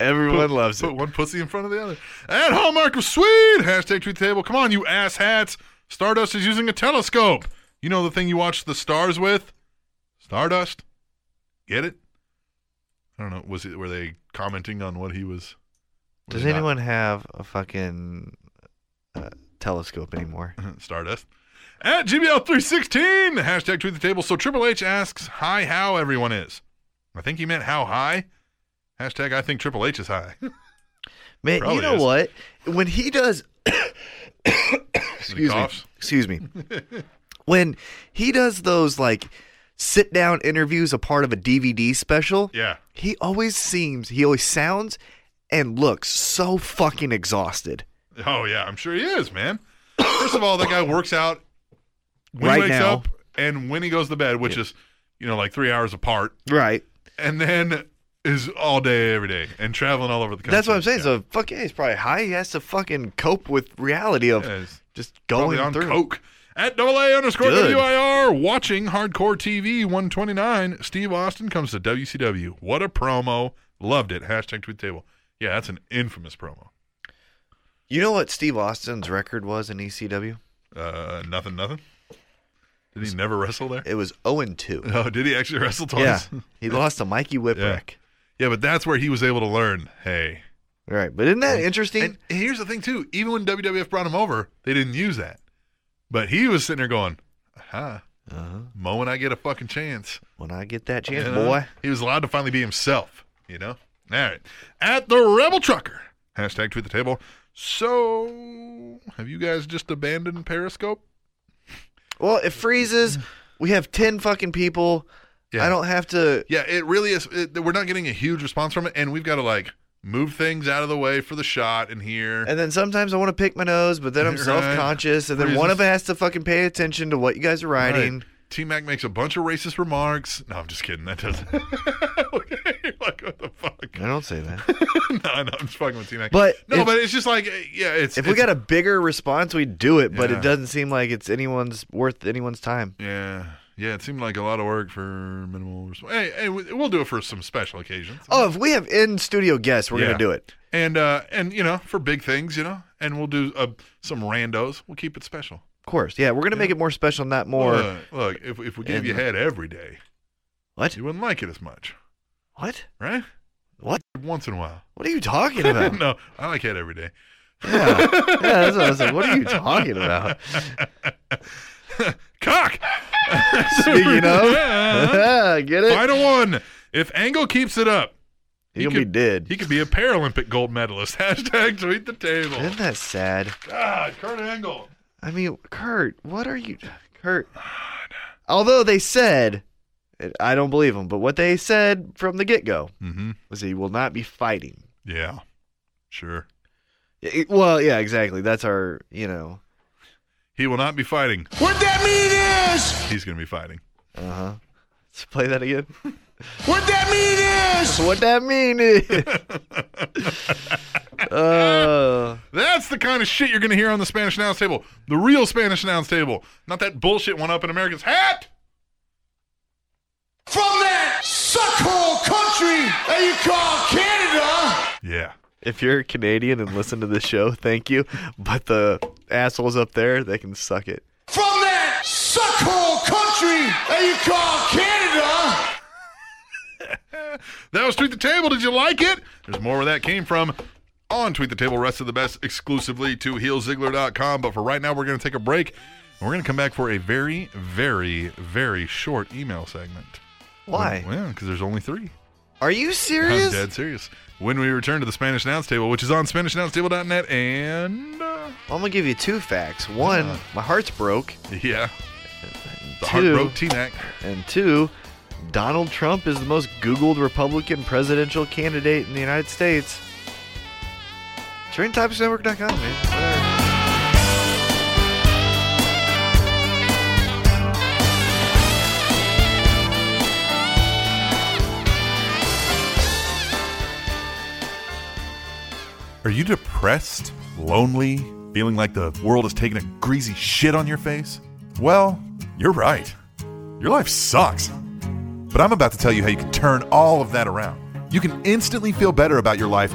Speaker 2: Everyone loves
Speaker 1: Put
Speaker 2: it.
Speaker 1: one pussy in front of the other. At Hallmark of Sweden, hashtag tweet the table. Come on, you ass hats. Stardust is using a telescope. You know the thing you watch the stars with? Stardust. Get it? I don't know. Was it were they commenting on what he was? was
Speaker 2: Does
Speaker 1: he not-
Speaker 2: anyone have a fucking uh, telescope anymore?
Speaker 1: Stardust. At GBL316, hashtag tweet the table. So Triple H asks, hi, how everyone is. I think he meant how high. Hashtag I think Triple H is high.
Speaker 2: Man,
Speaker 1: Probably
Speaker 2: you know
Speaker 1: is.
Speaker 2: what? When he does,
Speaker 1: Excuse
Speaker 2: me. excuse me, when he does those like sit down interviews, a part of a DVD special,
Speaker 1: Yeah.
Speaker 2: he always seems, he always sounds and looks so fucking exhausted.
Speaker 1: Oh yeah, I'm sure he is, man. First of all, that guy works out when
Speaker 2: Right
Speaker 1: he wakes
Speaker 2: now.
Speaker 1: up and when he goes to bed, which is, you know, like three hours apart,
Speaker 2: Right.
Speaker 1: and then is all day every day and traveling all over the country.
Speaker 2: That's what I'm saying.
Speaker 1: Yeah.
Speaker 2: So fuck yeah, he's probably high. He has to fucking cope with reality of
Speaker 1: Yeah, he's
Speaker 2: just
Speaker 1: Probably
Speaker 2: going
Speaker 1: on
Speaker 2: through.
Speaker 1: coke. At double A underscore
Speaker 2: Good.
Speaker 1: WIR, watching Hardcore TV 129, Steve Austin comes to WCW. What a promo. Loved it. Hashtag tweet table. Yeah, that's an infamous promo.
Speaker 2: You know what Steve Austin's record was in E ECW?
Speaker 1: Uh, nothing, nothing. Did he never wrestle there?
Speaker 2: It was 0 and 2.
Speaker 1: Oh, did he actually wrestle
Speaker 2: Yeah.
Speaker 1: twice?
Speaker 2: He lost to Mikey Whipwreck.
Speaker 1: Yeah, but that's where he was able to learn. Hey,
Speaker 2: Right. But isn't that interesting?
Speaker 1: and here's the thing too. Even when WWF brought him over, they didn't use that. But he was sitting there going, "Aha, Mo when I get a fucking chance,
Speaker 2: when I get that chance,
Speaker 1: you know?
Speaker 2: boy.
Speaker 1: He was allowed to finally be himself. You know. All right. At the Rebel Trucker hashtag tweet the table. So, have you guys just abandoned Periscope?
Speaker 2: Well, it freezes. We have 10 fucking people.
Speaker 1: Yeah.
Speaker 2: I don't have to.
Speaker 1: Yeah, it really is. It, we're not getting a huge response from it, and we've got to like move things out of the way for the shot in here.
Speaker 2: And then sometimes I want to pick my nose, but then I'm
Speaker 1: Right.
Speaker 2: self conscious. And then one of
Speaker 1: Freezes.
Speaker 2: us has to fucking pay attention to what you guys are writing.
Speaker 1: T Mac makes a bunch of racist remarks. No, I'm just kidding. That doesn't. You're like, what the fuck?
Speaker 2: I don't say that.
Speaker 1: no, no, I'm just fucking with T Mac.
Speaker 2: But
Speaker 1: no,
Speaker 2: if-
Speaker 1: but it's just like, eh, yeah, it's.
Speaker 2: if we
Speaker 1: it's-
Speaker 2: got a bigger response, we'd do it, but
Speaker 1: Yeah.
Speaker 2: it doesn't seem like it's anyone's worth anyone's time.
Speaker 1: Yeah, yeah, it seemed like a lot of work for minimal response. Hey, hey, we- we'll do it for some special occasions.
Speaker 2: Oh, if we have in studio guests, we're
Speaker 1: Yeah.
Speaker 2: going to do it.
Speaker 1: And uh, and you know, for big things, you know, and we'll do uh, some randos. We'll keep it special.
Speaker 2: Of course. Yeah, we're going to make it more special, not more.
Speaker 1: look, look, if if we gave you
Speaker 2: And-
Speaker 1: head every day,
Speaker 2: What?
Speaker 1: you wouldn't like it as much,
Speaker 2: What?
Speaker 1: right?
Speaker 2: What?
Speaker 1: Once in a while.
Speaker 2: What are you talking about?
Speaker 1: no, I like head every day.
Speaker 2: Yeah. yeah, that's what I was like. What are you talking about?
Speaker 1: Cock.
Speaker 2: Speaking of,
Speaker 1: Yeah.
Speaker 2: get it?
Speaker 1: Final one. If Angle keeps it up,
Speaker 2: He gonna be
Speaker 1: could-
Speaker 2: dead.
Speaker 1: he could be a Paralympic gold medalist. Hashtag tweet the table.
Speaker 2: Isn't that sad?
Speaker 1: God, Kurt Angle.
Speaker 2: I mean, Kurt, what are you, Kurt?
Speaker 1: Oh,
Speaker 2: Although they said, I don't believe them, but what they said from the get go
Speaker 1: Mm-hmm.
Speaker 2: was he will not be fighting.
Speaker 1: Yeah. Sure.
Speaker 2: I- well, yeah, exactly. That's our, you know,
Speaker 1: He will not be fighting.
Speaker 8: What that mean is,
Speaker 1: He's going to be fighting.
Speaker 2: let's play that again.
Speaker 8: what that mean is,
Speaker 2: what that mean is. uh,
Speaker 1: That's the kind of shit you're going to hear on the Spanish announce table. The real Spanish announce table. Not that bullshit one up in America's hat.
Speaker 8: from that suckhole country that you call Canada.
Speaker 1: Yeah.
Speaker 2: if you're Canadian and listen to this show, thank you. But the assholes up there, they can suck it.
Speaker 8: from that suckhole country that you call Canada.
Speaker 1: That was Tweet the Table. Did you like it? There's more where that came from on Tweet the Table. Rest of the best exclusively to heelzigler.com. But for right now, we're going to take a break. And we're going to come back for a very, very, very short email segment.
Speaker 2: Why?
Speaker 1: Well, because there's only three.
Speaker 2: Are you
Speaker 1: I'm
Speaker 2: serious?
Speaker 1: dead serious. When we return to the Spanish Announce Table, which is on SpanishAnnounceTable.net, and uh,
Speaker 2: I'm gonna give you two facts. One,
Speaker 1: Uh-huh.
Speaker 2: my heart's broke,
Speaker 1: yeah, the
Speaker 2: Two.
Speaker 1: heartbroken T-neck.
Speaker 2: and two, Donald Trump is the most Googled Republican presidential candidate in the United States. TrainTopicsNetwork.com, man. Whatever.
Speaker 9: Are you depressed, lonely, feeling like the world is taking a greasy shit on your face? Well, you're right. Your life sucks. But I'm about to tell you how you can turn all of that around. You can instantly feel better about your life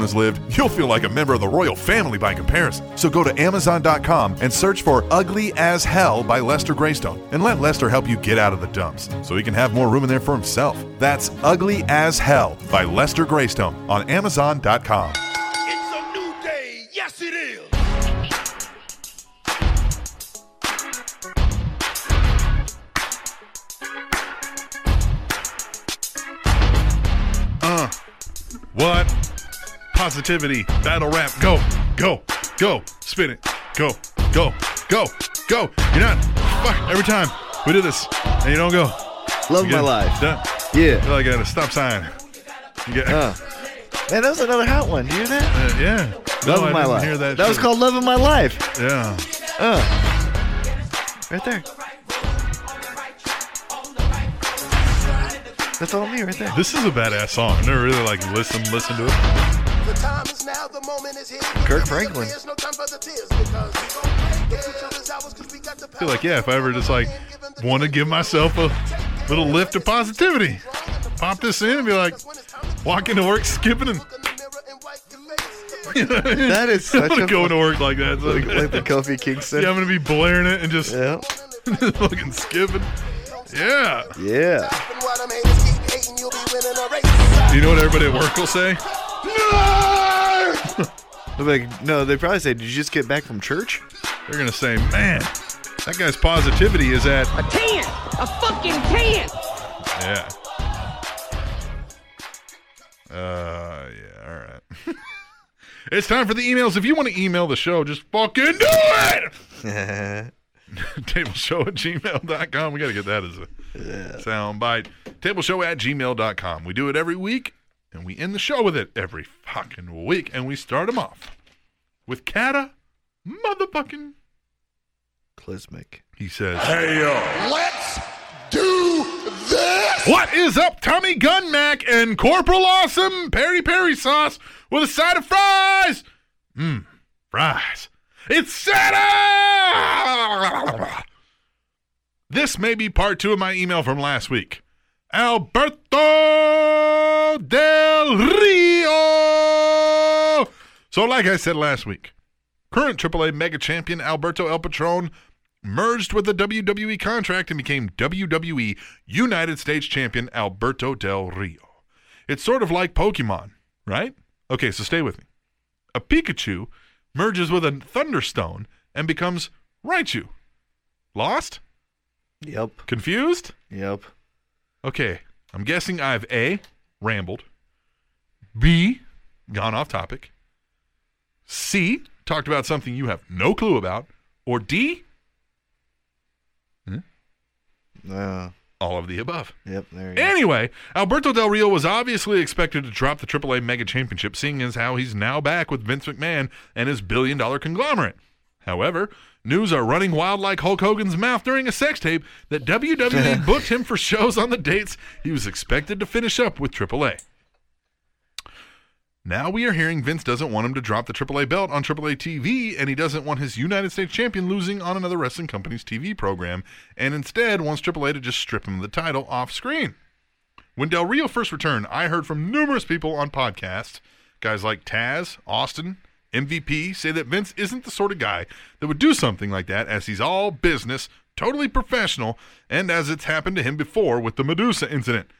Speaker 9: has lived, you'll feel like a member of the royal family by comparison. So go to Amazon.com and search for Ugly as Hell by Lester Greystone and let Lester help you get out of the dumps so he can have more room in there for himself. That's Ugly as Hell by Lester Greystone on Amazon.com.
Speaker 8: It's a new day, yes it is.
Speaker 1: What? Positivity. Battle rap. Go. Go. Go. Spin it. Go. Go. Go. Go. You're not. Fuck. Every time we do this, and you don't go.
Speaker 2: Love
Speaker 1: You
Speaker 2: my
Speaker 1: get-
Speaker 2: life.
Speaker 1: Done.
Speaker 2: Yeah.
Speaker 1: You're like at a stop sign. You get,
Speaker 2: Uh, man, that was another hot one. Did you hear that?
Speaker 1: uh, yeah. No,
Speaker 2: Love
Speaker 1: I
Speaker 2: of my
Speaker 1: didn't
Speaker 2: life.
Speaker 1: hear that.
Speaker 2: was
Speaker 1: shit.
Speaker 2: called Love of My Life.
Speaker 1: Yeah.
Speaker 2: Right there. That's all me right there.
Speaker 1: This is a badass song. I never really like listen listen to it.
Speaker 10: The time is now, the moment is here.
Speaker 2: Kirk Franklin.
Speaker 10: There's no time for the tears because we gon' break each ours cause we got the
Speaker 1: I feel like yeah, if I ever just like want to give myself a little lift of positivity, pop this in and be like walking to work, skipping and
Speaker 2: That is
Speaker 1: I'm
Speaker 2: such
Speaker 1: gonna
Speaker 2: a
Speaker 1: go to work like that. It's like-
Speaker 2: like the Kofi Kingston.
Speaker 1: yeah, I'm gonna be blaring it and just
Speaker 2: Yeah.
Speaker 1: fucking skipping. Yeah.
Speaker 2: Yeah.
Speaker 1: Do you know what everybody at work will say?
Speaker 2: They're Like, no, they probably say, "Did you just get back from church?"
Speaker 1: They're gonna say, "Man, that guy's positivity is at
Speaker 11: A tan! A fucking tan!
Speaker 1: yeah." Uh, yeah. All right. it's time for the emails. If you want to email the show, just fucking do it. tableshow at gmail.com. We got to get that as a sound bite. Tableshow at gmail.com. We do it every week, and we end the show with it every fucking week. And we start them off with Kata motherfucking.
Speaker 2: Clismic.
Speaker 1: He says,
Speaker 10: Let's do this!
Speaker 1: What is up, Tommy Gun Mac and Corporal Awesome Perry Perry sauce with a side of fries? Mmm, fries. It's Santa! This may be part two of my email from last week. Alberto Del Rio! So, like I said last week, current AAA mega champion Alberto El Patron merged with the WWE contract and became WWE United States Champion Alberto Del Rio. It's sort of like Pokemon, right? Okay, so stay with me. A Pikachu merges with a Thunderstone and becomes Raichu. Lost?
Speaker 2: Yep.
Speaker 1: Confused?
Speaker 2: Yep.
Speaker 1: Okay, I'm guessing I've A, rambled, B, gone off topic, C, talked about something you have no clue about, or D,
Speaker 2: Uh,
Speaker 1: all of the above.
Speaker 2: yep. There you go.
Speaker 1: Anyway, Alberto Del Rio was obviously expected to drop the AAA Mega Championship, seeing as how he's now back with Vince McMahon and his billion dollar conglomerate. However, news are running wild like Hulk Hogan's mouth during a sex tape that WWE booked him for shows on the dates he was expected to finish up with AAA. Now we are hearing Vince doesn't want him to drop the AAA belt on AAA TV, and he doesn't want his United States champion losing on another wrestling company's TV program, and instead wants AAA to just strip him of the title off screen. When Del Rio first returned, I heard from numerous people on podcasts, guys like Taz, Austin, MVP, say that Vince isn't the sort of guy that would do something like that, as he's all business, totally professional, and as it's happened to him before with the Medusa incident.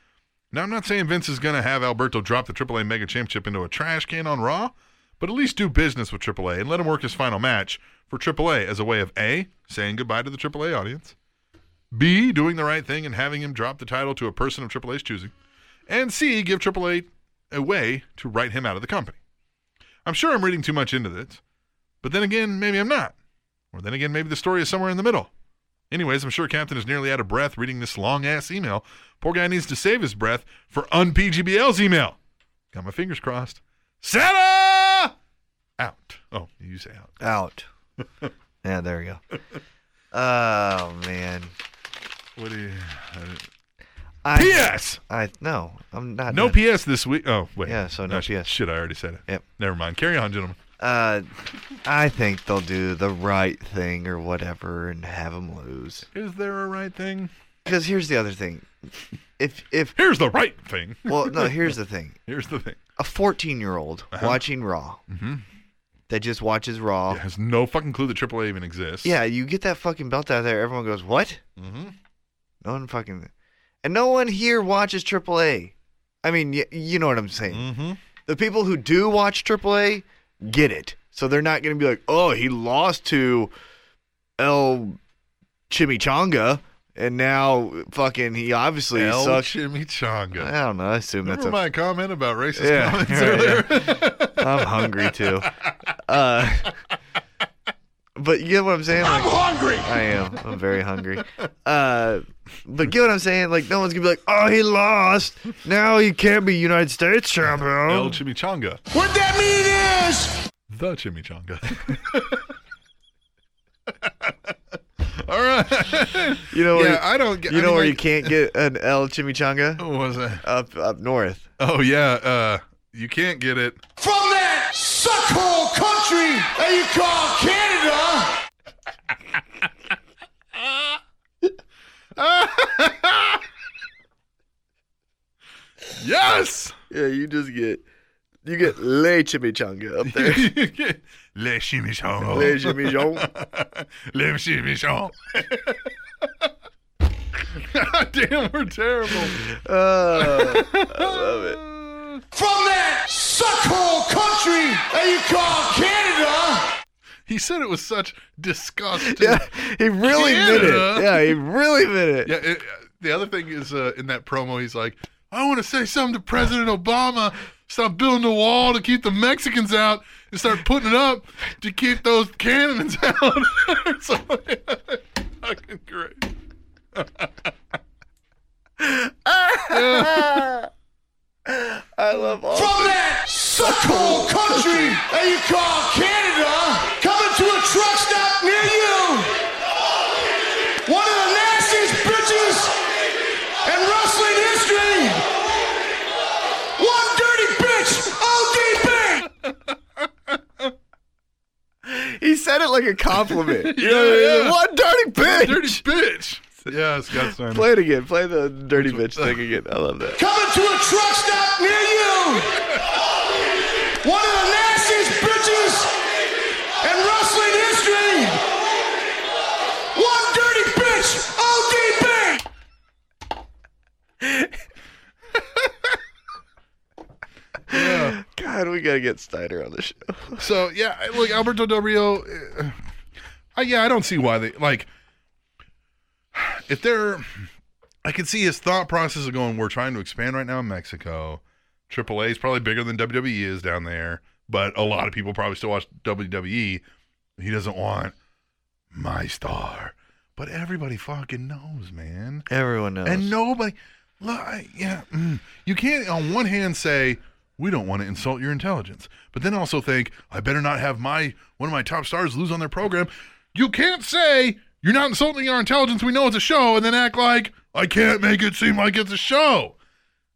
Speaker 1: Now, I'm not saying Vince is going to have Alberto drop the AAA Mega Championship into a trash can on Raw, but at least do business with AAA and let him work his final match for AAA as a way of A, saying goodbye to the AAA audience, B, doing the right thing and having him drop the title to a person of AAA's choosing, and C, give AAA a way to write him out of the company. I'm sure I'm reading too much into this, but then again, maybe I'm not. Or then again, maybe the story is somewhere in the middle. Anyways, I'm sure Captain is nearly out of breath reading this long ass email. Poor guy needs to save his breath for unPGBL's email. Got my fingers crossed. Santa! Out. Oh, you say out.
Speaker 2: Out. yeah. There we go. Oh man.
Speaker 1: What do you.
Speaker 2: I.
Speaker 1: P.S.
Speaker 2: I no. I'm not.
Speaker 1: No
Speaker 2: done.
Speaker 1: P.S. this week. Oh, wait.
Speaker 2: Yeah, so no
Speaker 1: sh-
Speaker 2: PS.
Speaker 1: Shit, I already said it.
Speaker 2: Yep.
Speaker 1: Never mind. Carry on, gentlemen.
Speaker 2: Uh, I think they'll do the right thing or whatever and have him lose.
Speaker 1: Is there a right thing?
Speaker 2: Because here's the other thing. If if
Speaker 1: Here's the right thing.
Speaker 2: well no here's the thing.
Speaker 1: Here's the thing.
Speaker 2: A 14 year old watching Raw that just watches Raw.
Speaker 1: It has no fucking clue that AAA even exists.
Speaker 2: Yeah, you get that fucking belt out there, everyone goes, What? Mm-hmm. No one fucking. And no one here watches AAA. I mean, y- you know what I'm saying. Mm-hmm. The people who do watch AAA get it. So they're not going to be like, Oh, he lost to El Chimichanga, and now fucking he obvioly
Speaker 1: El
Speaker 2: sucks. I
Speaker 1: Chimichanga.
Speaker 2: don't know. I assume that's
Speaker 1: Remember
Speaker 2: a.
Speaker 1: my comment about racist
Speaker 2: Yeah,
Speaker 1: comments
Speaker 2: yeah,
Speaker 1: earlier?
Speaker 2: I'm hungry too. Uh, but you get what I'm saying? Like,
Speaker 10: Hungry!
Speaker 2: I am. I'm very hungry. Uh, but get what I'm saying? Like, no one's gonna be like, "Oh, he lost. Now he can't be United States
Speaker 1: El
Speaker 2: champion."
Speaker 1: Chimichanga.
Speaker 10: What that mean is...
Speaker 1: The chimichanga. All right.
Speaker 2: You know,
Speaker 1: yeah,
Speaker 2: where,
Speaker 1: I don't get.
Speaker 2: you
Speaker 1: I
Speaker 2: know
Speaker 1: mean,
Speaker 2: where you
Speaker 1: like,
Speaker 2: can't get an El Chimichanga
Speaker 1: What was it?
Speaker 2: up up north.
Speaker 1: Oh yeah. Uh, you can't get it.
Speaker 8: From that suckhole country that you call Canada.
Speaker 1: Yes.
Speaker 2: Yeah, you just get you get Le Chimichanga up there.
Speaker 1: Les chimichons.
Speaker 2: Le Chimichanga.
Speaker 1: Les chimichons. God damn, we're terrible.
Speaker 2: Uh,
Speaker 8: From that suckhole country that you call Canada.
Speaker 1: He said it was such disgust.
Speaker 2: yeah, he really did
Speaker 1: Canada.
Speaker 2: it. Yeah, he really did it.
Speaker 1: Yeah. It, uh, the other thing is uh, in that promo, he's like, I want to say something to President Obama. Stop building a wall to keep the Mexicans out and start putting it up to keep those cannons out. It's like- fucking great.
Speaker 2: I love all.
Speaker 8: From that suckhole country that you call Canada. Coming to a truck stop near you. One of the nastiest bitches in wrestling history. One dirty bitch, ODB.
Speaker 2: He said it like a compliment.
Speaker 1: Yeah,
Speaker 2: You know what I mean?
Speaker 1: yeah.
Speaker 2: What dirty bitch?
Speaker 1: Dirty bitch. Yeah, it's got some.
Speaker 2: Play it again. Play the dirty bitch thing again. I love that.
Speaker 8: coming to a truck stop near you. One of the nastiest bitches in wrestling history. One dirty bitch, ODB.
Speaker 2: God, we gotta get Steiner on the show.
Speaker 1: So yeah, I- like Alberto Del Rio, uh, I, yeah, I don't see why they like. If they're, I can see his thought process of going. We're trying to expand right now in Mexico. AAA is probably bigger than WWE is down there, but a lot of people probably still watch WWE. He doesn't want my star, but everybody fucking knows, man.
Speaker 2: Everyone knows.
Speaker 1: And nobody, look, I- yeah, mm. you can't on one hand say we don't want to insult your intelligence, but then also think I better not have my one of my top stars lose on their program. You can't say you're not insulting our intelligence. We know it's a show, and then act like I can't make it seem like it's a show.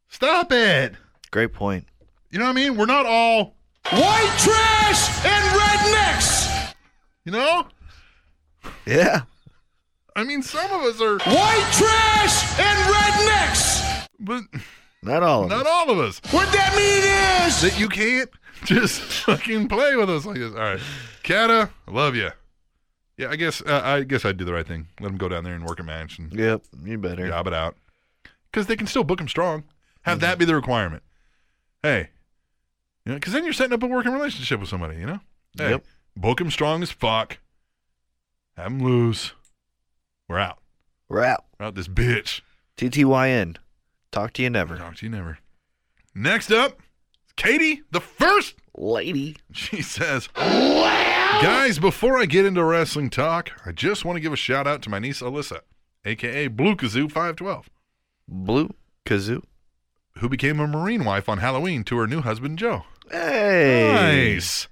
Speaker 1: Stop it.
Speaker 2: Great point.
Speaker 1: You know what I mean? We're not all,
Speaker 8: White trash and rednecks.
Speaker 1: you know.
Speaker 2: Yeah.
Speaker 1: I mean, some of us are,
Speaker 8: White trash and rednecks.
Speaker 1: but
Speaker 2: Not all of
Speaker 1: not
Speaker 2: us.
Speaker 1: all of us.
Speaker 8: What that mean is
Speaker 1: that you can't just fucking play with us like this. All right, Kata, I love you. Yeah, I guess uh, I guess I'd do the right thing. Let him go down there and work a match and
Speaker 2: Yep. You better.
Speaker 1: job it out because they can still book him strong. Have that be the requirement. Hey, you know, because then you're setting up a working relationship with somebody. You know, hey,
Speaker 2: Yep.
Speaker 1: book him strong as fuck. Have him lose. We're out.
Speaker 2: We're out.
Speaker 1: We're out this bitch.
Speaker 2: TTYN. Talk to you never.
Speaker 1: Talk to you never. Next up, Katie, the first
Speaker 2: Lady.
Speaker 1: She says, Guys, before I get into wrestling talk, I just want to give a shout out to my niece Alyssa, aka Blue Kazoo 512,
Speaker 2: Blue. Kazoo.
Speaker 1: who became a Marine wife on Halloween to her new husband Joe.
Speaker 2: Hey.
Speaker 1: Nice.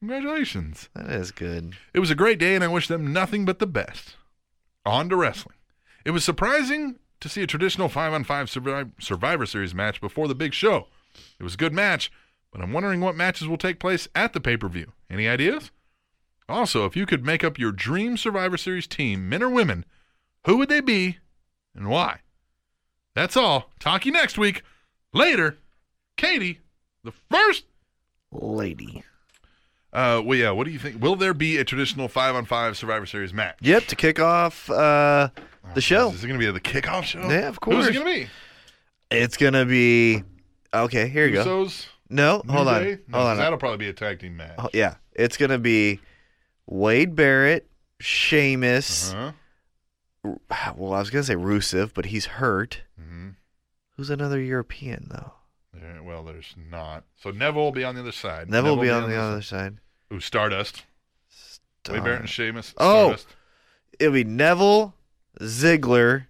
Speaker 1: Congratulations.
Speaker 2: That is good.
Speaker 1: It was a great day and I wish them nothing but the best. On to wrestling. It was surprising to see a traditional 5 on 5 Survivor Series match before the big show. It was a good match, but I'm wondering what matches will take place at the pay per view. Any ideas? Also, if you could make up your dream Survivor Series team, men or women, who would they be and why? That's all. Talk you next week. Later, Katie, the first
Speaker 2: Lady.
Speaker 1: uh, well, yeah. What do you think? Will there be a traditional five on five Survivor Series match?
Speaker 2: Yep. To kick off uh, the show.
Speaker 1: Is it going to be the kickoff show?
Speaker 2: Yeah, of
Speaker 1: Who's it
Speaker 2: course.
Speaker 1: going to be?
Speaker 2: It's gonna be. Okay. Here you go.
Speaker 1: Usos.
Speaker 2: No.
Speaker 1: New
Speaker 2: Hold on.
Speaker 1: Day?
Speaker 2: Hold
Speaker 1: No, 'cause
Speaker 2: on.
Speaker 1: That'll probably be a tag team match.
Speaker 2: Oh, yeah, it's gonna be Wade Barrett, Sheamus.
Speaker 1: Uh-huh.
Speaker 2: Well, I was gonna say Rusev, but he's hurt.
Speaker 1: Mhm.
Speaker 2: Who's another European though?
Speaker 1: Yeah, well, there's not. So Neville will be on the other side.
Speaker 2: Neville will be on the
Speaker 1: this-
Speaker 2: other side.
Speaker 1: Ooh, Stardust. Wade Barrett and
Speaker 2: Darn.
Speaker 1: Sheamus.
Speaker 2: Oh!
Speaker 1: Stardust.
Speaker 2: It'll be Neville, Ziggler.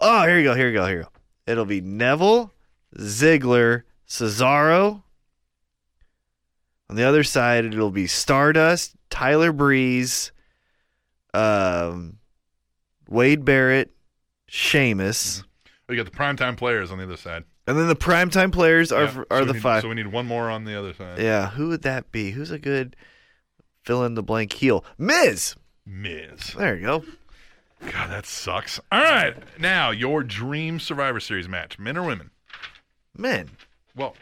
Speaker 2: Oh, here you go. Here you go. Here you go. It'll be Neville, Ziggler, Cesaro. On the other side, it'll be Stardust, Tyler Breeze, um, Wade Barrett, Sheamus,
Speaker 1: We Oh, got the primetime players on the other side.
Speaker 2: and then the primetime players are
Speaker 1: Yeah, so
Speaker 2: are
Speaker 1: we
Speaker 2: the
Speaker 1: need-
Speaker 2: five.
Speaker 1: So we need one more on the other side.
Speaker 2: yeah, who would that be? Who's a good fill in the blank heel? Miz.
Speaker 1: Miz.
Speaker 2: There you go.
Speaker 1: God, that sucks. All right. Now, your dream Survivor Series match, men or women?
Speaker 2: Men.
Speaker 1: Well,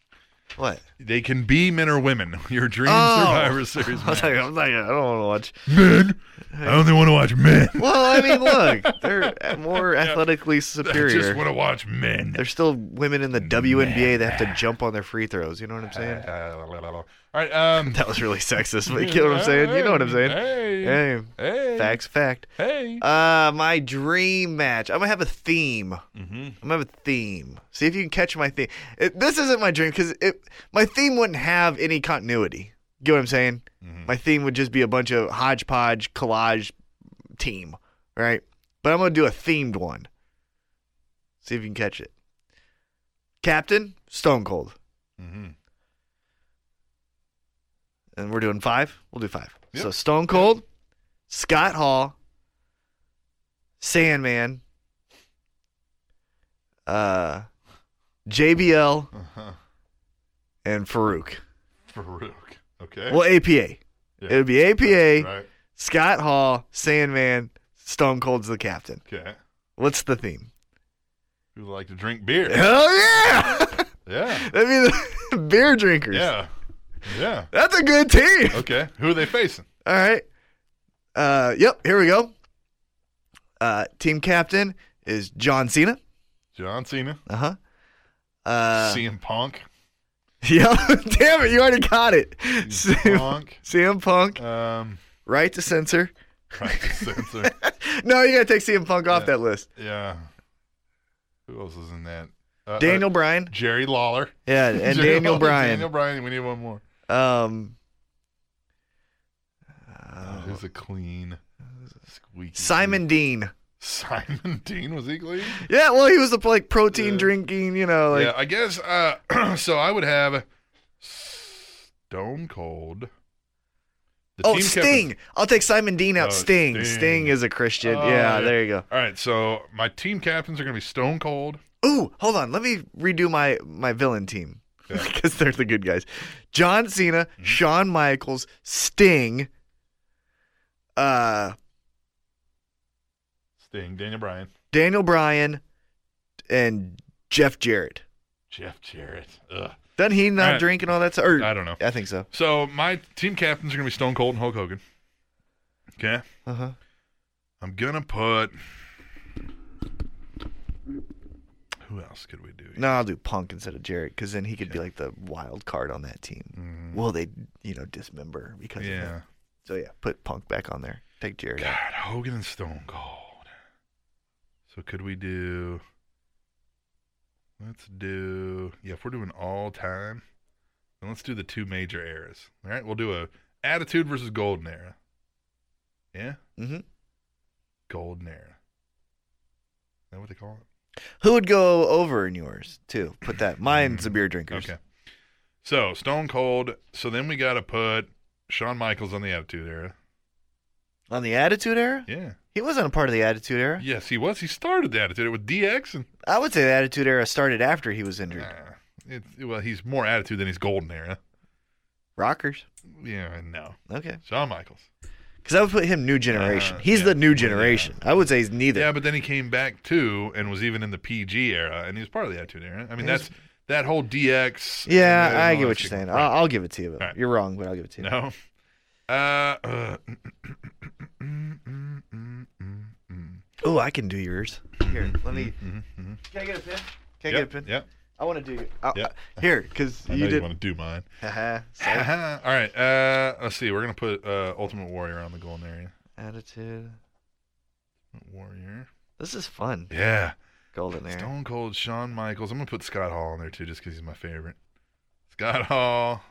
Speaker 2: What?
Speaker 1: they can be men or women. Your dream
Speaker 2: Oh.
Speaker 1: Survivor Series
Speaker 2: I
Speaker 1: match.
Speaker 2: was like, I'm not. I don't want to watch.
Speaker 1: men. I only want to watch men.
Speaker 2: Well, I mean, look, they're more athletically
Speaker 1: I just
Speaker 2: superior.
Speaker 1: want to watch men.
Speaker 2: There's still women in the WNBA that have to jump on their free throws. You know what I'm saying?
Speaker 1: All right. Um,
Speaker 2: That was really sexist, but you know what I'm saying? You know what I'm saying?
Speaker 1: Hey.
Speaker 2: Hey,
Speaker 1: Hey.
Speaker 2: facts, fact.
Speaker 1: Hey.
Speaker 2: Uh, my dream match. I'm gonna have a theme.
Speaker 1: Mm-hmm.
Speaker 2: I'm gonna have a theme. See if you can catch my theme. It, this isn't my dream because it my theme wouldn't have any continuity. Get what I'm saying?
Speaker 1: Mm-hmm.
Speaker 2: My theme would just be a bunch of hodgepodge collage team, right? But I'm gonna do a themed one. See if you can catch it. Captain Stone Cold,
Speaker 1: Mhm.
Speaker 2: and we're doing five. We'll do five.
Speaker 1: Yep.
Speaker 2: So Stone Cold, Scott Hall, Sandman, uh, JBL,
Speaker 1: Uh-huh.
Speaker 2: and Farouk.
Speaker 1: Farouk. Okay.
Speaker 2: Well, APA. It would be APA,
Speaker 1: Right.
Speaker 2: Scott Hall, Sandman, Stone Cold's the captain.
Speaker 1: Okay.
Speaker 2: What's the theme?
Speaker 1: Who like to drink beer?
Speaker 2: Hell yeah!
Speaker 1: Yeah.
Speaker 2: I mean, the beer drinkers.
Speaker 1: Yeah. Yeah.
Speaker 2: That's a good team.
Speaker 1: Okay. Who are they facing?
Speaker 2: All right. Uh, yep, here we go. Uh, team captain is John Cena.
Speaker 1: John Cena,
Speaker 2: Uh-huh. Uh
Speaker 1: CM Punk,
Speaker 2: Yeah, damn it, you already got it. CM,
Speaker 1: Punk,
Speaker 2: CM Punk,
Speaker 1: um,
Speaker 2: right to censor.
Speaker 1: right, censor.
Speaker 2: No, you gotta take CM Punk off
Speaker 1: Yeah.
Speaker 2: that list.
Speaker 1: Yeah. Who else is in that? Uh,
Speaker 2: Daniel
Speaker 1: uh,
Speaker 2: Bryan.
Speaker 1: Jerry Lawler.
Speaker 2: Yeah, and
Speaker 1: Jerry
Speaker 2: Daniel
Speaker 1: Lawler,
Speaker 2: Bryan.
Speaker 1: Daniel Bryan. We need one more.
Speaker 2: Um
Speaker 1: Uh, who's a clean, squeaky.
Speaker 2: Oh. Simon Dean.
Speaker 1: Simon Dean was he clean?
Speaker 2: Yeah, well, he was the like protein
Speaker 1: Yeah.
Speaker 2: drinking, you know, like
Speaker 1: yeah, I guess. Uh, so I would have Stone Cold. The
Speaker 2: Oh,
Speaker 1: team captain-
Speaker 2: Sting. I'll take Simon Dean out.
Speaker 1: Oh,
Speaker 2: Sting. Sting.
Speaker 1: Sting.
Speaker 2: is a Christian.
Speaker 1: Oh,
Speaker 2: yeah,
Speaker 1: yeah.
Speaker 2: there you go.
Speaker 1: All right, so my team captains are going to be Stone Cold.
Speaker 2: Ooh, hold on. Let me redo my my villain team because they're the good guys. John Cena,
Speaker 1: Mm-hmm.
Speaker 2: Shawn Michaels, Sting. Uh,
Speaker 1: Sting, Daniel Bryan,
Speaker 2: Daniel Bryan, and Jeff Jarrett.
Speaker 1: Jeff Jarrett. Ugh.
Speaker 2: Doesn't he not
Speaker 1: All right.
Speaker 2: drink and all that stuff? Or-
Speaker 1: I don't know.
Speaker 2: I think so.
Speaker 1: So my team captains are going to be Stone Cold and Hulk Hogan. Okay.
Speaker 2: Uh huh.
Speaker 1: I'm going to put. Who else could we do? here?
Speaker 2: No, I'll do Punk instead of Jarrett because then he could be like the wild card on that team.
Speaker 1: Hmm.
Speaker 2: Well, they you know dismember because of
Speaker 1: Mm-hmm. Yeah.
Speaker 2: that. So yeah, put Punk back on there. Take Jarrett. out.
Speaker 1: God, Hogan and Stone Cold. So could we do? Let's do. Yeah, if we're doing all time, then let's do the two major eras. All right, we'll do a Attitude versus Golden Era. Yeah,
Speaker 2: Mhm.
Speaker 1: Golden Era. Is that what they call it?
Speaker 2: Who would go over in yours too? Put that. Mine's the beer drinkers.
Speaker 1: Mm-hmm. Okay. So Stone Cold. So then we got to put Shawn Michaels on the Attitude Era.
Speaker 2: On the Attitude Era?
Speaker 1: Yeah.
Speaker 2: He wasn't a part of the Attitude Era.
Speaker 1: Yes, he was. He started the Attitude Era with DX and
Speaker 2: I would say the Attitude Era started after he was injured.
Speaker 1: Nah. It, well, he's more attitude than he's golden era.
Speaker 2: Rockers.
Speaker 1: Yeah, no.
Speaker 2: Okay.
Speaker 1: Shawn Michaels.
Speaker 2: Because I would put him New Generation.
Speaker 1: Uh,
Speaker 2: he's
Speaker 1: yeah.
Speaker 2: the New Generation. I would say he's neither.
Speaker 1: Yeah, but then he came back too and was even in the PG era, and he was part of the attitude era. I mean, that's that whole DX. and
Speaker 2: Yeah,
Speaker 1: then
Speaker 2: I
Speaker 1: all that
Speaker 2: get what you're
Speaker 1: shit-
Speaker 2: saying.
Speaker 1: Right.
Speaker 2: I'll, I'll give it to you.
Speaker 1: All right.
Speaker 2: You're wrong, but I'll give it to you.
Speaker 1: No. Uh, uh,
Speaker 2: Oh, I can do yours. Here, let me. Can I get a pen? Can I get
Speaker 1: Mm-hmm.
Speaker 2: a
Speaker 1: yep,
Speaker 2: pen?
Speaker 1: yep.
Speaker 2: I want to do. I,
Speaker 1: Yep.
Speaker 2: I- here, because
Speaker 1: I know
Speaker 2: you
Speaker 1: you
Speaker 2: did.
Speaker 1: want to do mine.
Speaker 2: Haha,
Speaker 1: All
Speaker 2: sorry.
Speaker 1: right. Uh, let's see. We're gonna put uh, Ultimate Warrior on the golden area.
Speaker 2: Attitude.
Speaker 1: Warrior.
Speaker 2: This is fun.
Speaker 1: Yeah.
Speaker 2: Golden Era.
Speaker 1: Stone Cold Shawn Michaels. I'm gonna put Scott Hall in there too, just because he's my favorite. Scott Hall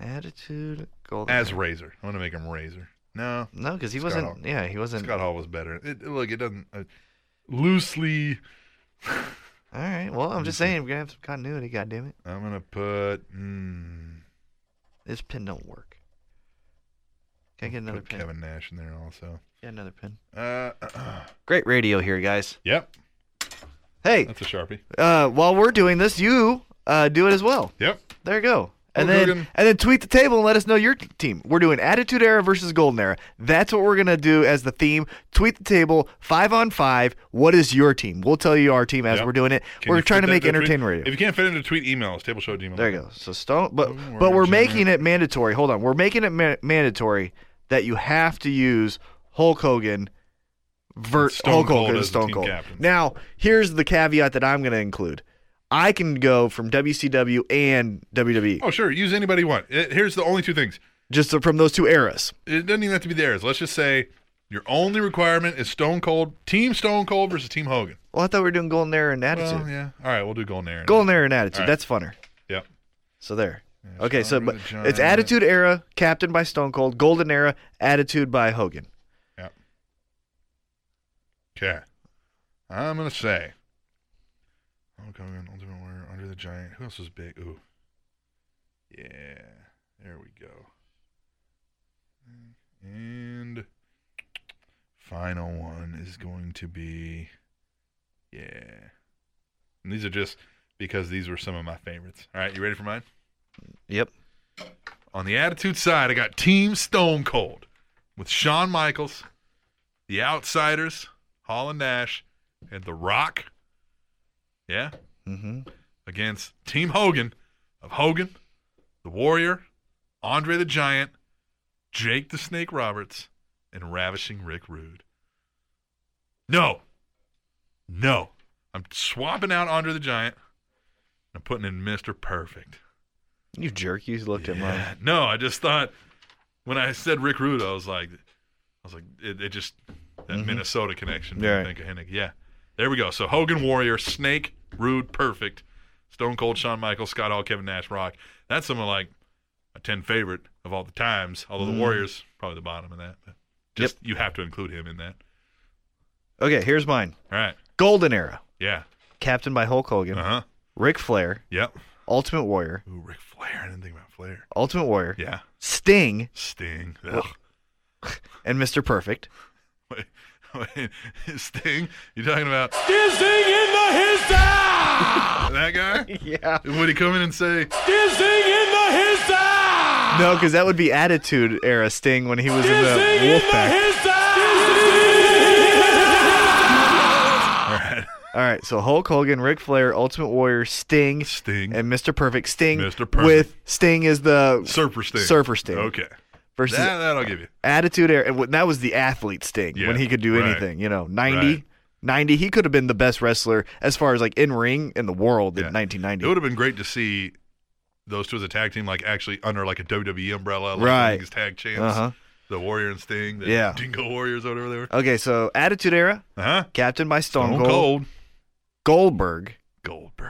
Speaker 2: Attitude. Golden.
Speaker 1: as
Speaker 2: Era.
Speaker 1: Razor. I want to make him Razor. No,
Speaker 2: No, because he
Speaker 1: Scott
Speaker 2: wasn't.
Speaker 1: Hall.
Speaker 2: Yeah, he wasn't.
Speaker 1: Scott Hall was better. It, look, it doesn't uh, loosely.
Speaker 2: All right. Well, I'm
Speaker 1: Mm-hmm.
Speaker 2: just saying we're gonna have some continuity. God damn it,
Speaker 1: I'm gonna put. Mm,
Speaker 2: this pen don't work. Can I get another
Speaker 1: Put
Speaker 2: pen?
Speaker 1: Kevin Nash in there also.
Speaker 2: Get another pen.
Speaker 1: Uh,
Speaker 2: Great radio here, guys.
Speaker 1: yep,
Speaker 2: Hey,
Speaker 1: that's a sharpie.
Speaker 2: uh, while we're doing this, you uh, do it as well.
Speaker 1: Yep.
Speaker 2: There you go. And
Speaker 1: Go
Speaker 2: then
Speaker 1: Guggen.
Speaker 2: and then tweet the table and let us know your t- team. We're doing Attitude Era versus Golden Era. That's what we're gonna do as the theme. Tweet the table five on five. What is your team? We'll tell you our team as
Speaker 1: Yep.
Speaker 2: we're doing it.
Speaker 1: Can
Speaker 2: we're
Speaker 1: you
Speaker 2: trying
Speaker 1: fit
Speaker 2: to
Speaker 1: that
Speaker 2: make
Speaker 1: into a tweet?
Speaker 2: entertainment radio.
Speaker 1: If you can't fit into a tweet, email us table show at gmail.
Speaker 2: There you go. So stone, but
Speaker 1: Don't
Speaker 2: but
Speaker 1: worry,
Speaker 2: we're
Speaker 1: Jimmy.
Speaker 2: making it mandatory. Hold on, we're making it ma- mandatory that you have to use Hulk Hogan, ver-
Speaker 1: Stone
Speaker 2: Hulk
Speaker 1: Cold
Speaker 2: Hogan,
Speaker 1: as the
Speaker 2: Stone
Speaker 1: team
Speaker 2: Cold.
Speaker 1: captain.
Speaker 2: Now, here's the caveat that I'm going to include. I can go from WCW and E. WWE,
Speaker 1: Oh sure, use anybody you want. It- here's the only two things.
Speaker 2: just from those two eras.
Speaker 1: It doesn't even have to be theirs. Let's just say your only requirement is Stone Cold, Team Stone Cold versus Team Hogan.
Speaker 2: Well, I thought we were doing Golden Era and Attitude.
Speaker 1: Well, yeah. All right, we'll do Golden Era.
Speaker 2: Golden Era and Attitude.
Speaker 1: All right.
Speaker 2: That's funner.
Speaker 1: Yep.
Speaker 2: So there. okay, so
Speaker 1: Stone
Speaker 2: but
Speaker 1: Cold, John
Speaker 2: it's
Speaker 1: Arnett.
Speaker 2: Attitude Era, Captain by Stone Cold, Golden Era, Attitude by Hogan.
Speaker 1: Okay. I'm gonna say. Hulk Hogan, Ultimate Warrior, Under the Giant. Who else was big? Ooh. Yeah. There we go. And final one is going to be. Yeah. And these are just because these were some of my favorites. All right, you ready for mine?
Speaker 2: Yep.
Speaker 1: On the attitude side, I got Team Stone Cold with Shawn Michaels, The Outsiders, Hall and Nash, and The Rock. Yeah.
Speaker 2: Mm-hmm.
Speaker 1: Against Team Hogan of Hogan, The Warrior, Andre the Giant, Jake the Snake Roberts, and Ravishing Rick Rude. No. No. I'm swapping out Andre the Giant. I'm putting in Mr. Perfect.
Speaker 2: You jerk. You looked at mine.
Speaker 1: Yeah. No, I just thought when I said Rick Rude, I was like, I was like, it, it just that Minnesota connection. made me
Speaker 2: Mm-hmm. Right.
Speaker 1: Think of Hennig. Yeah, there we go. So Hogan, Warrior, Snake, Rude, Perfect, Stone Cold, Shawn Michaels, Scott Hall, Kevin Nash, Rock. That's some of like a ten favorite of all the times. Although
Speaker 2: Mm-hmm.
Speaker 1: the Warriors probably the bottom of that. But just you have to include him in that.
Speaker 2: Okay, here's mine.
Speaker 1: All right.
Speaker 2: Golden Era,
Speaker 1: Yeah.
Speaker 2: captained by Hulk Hogan,
Speaker 1: Uh huh.
Speaker 2: Ric Flair,
Speaker 1: Yep.
Speaker 2: Ultimate Warrior,
Speaker 1: Ooh, Ric Flair. I didn't think about Flair.
Speaker 2: Ultimate Warrior,
Speaker 1: Yeah.
Speaker 2: Sting,
Speaker 1: Sting. Ugh.
Speaker 2: and Mr. Perfect.
Speaker 1: Wait, wait, Sting? You talking about
Speaker 8: Dizzy in the his
Speaker 1: that guy?
Speaker 2: Yeah.
Speaker 1: Would he come in and say,
Speaker 8: Dizzy in the his
Speaker 2: No, because that would be Attitude Era Sting when he was in
Speaker 8: Dizzy
Speaker 2: the
Speaker 8: in the
Speaker 2: Wolfpack.
Speaker 8: his
Speaker 2: All right, so Hulk Hogan, Ric Flair, Ultimate Warrior, Sting,
Speaker 1: Sting.
Speaker 2: and Mr. Perfect. Sting
Speaker 1: Mr. Perfect.
Speaker 2: with Sting is the
Speaker 1: Surfer Sting?
Speaker 2: Surfer Sting
Speaker 1: Okay.
Speaker 2: versus
Speaker 1: That, that I'll give you.
Speaker 2: Attitude Era. And wh- that was the athlete Sting
Speaker 1: Yeah,
Speaker 2: when he could do
Speaker 1: right.
Speaker 2: anything. You know, 90,
Speaker 1: Right.
Speaker 2: 90. He could have been the best wrestler as far as like in ring in the world
Speaker 1: Yeah.
Speaker 2: in 1990.
Speaker 1: It would have been great to see those two as a tag team, like actually under like a WWE umbrella, like
Speaker 2: Right.
Speaker 1: winning his tag champs,
Speaker 2: Uh-huh.
Speaker 1: the Warrior and Sting, the
Speaker 2: Yeah.
Speaker 1: Dingo Warriors, or whatever they were.
Speaker 2: Okay, so Attitude Era,
Speaker 1: Uh huh.
Speaker 2: Captain by Stone,
Speaker 1: Stone
Speaker 2: Cold,
Speaker 1: Cold.
Speaker 2: Goldberg,
Speaker 1: Goldberg.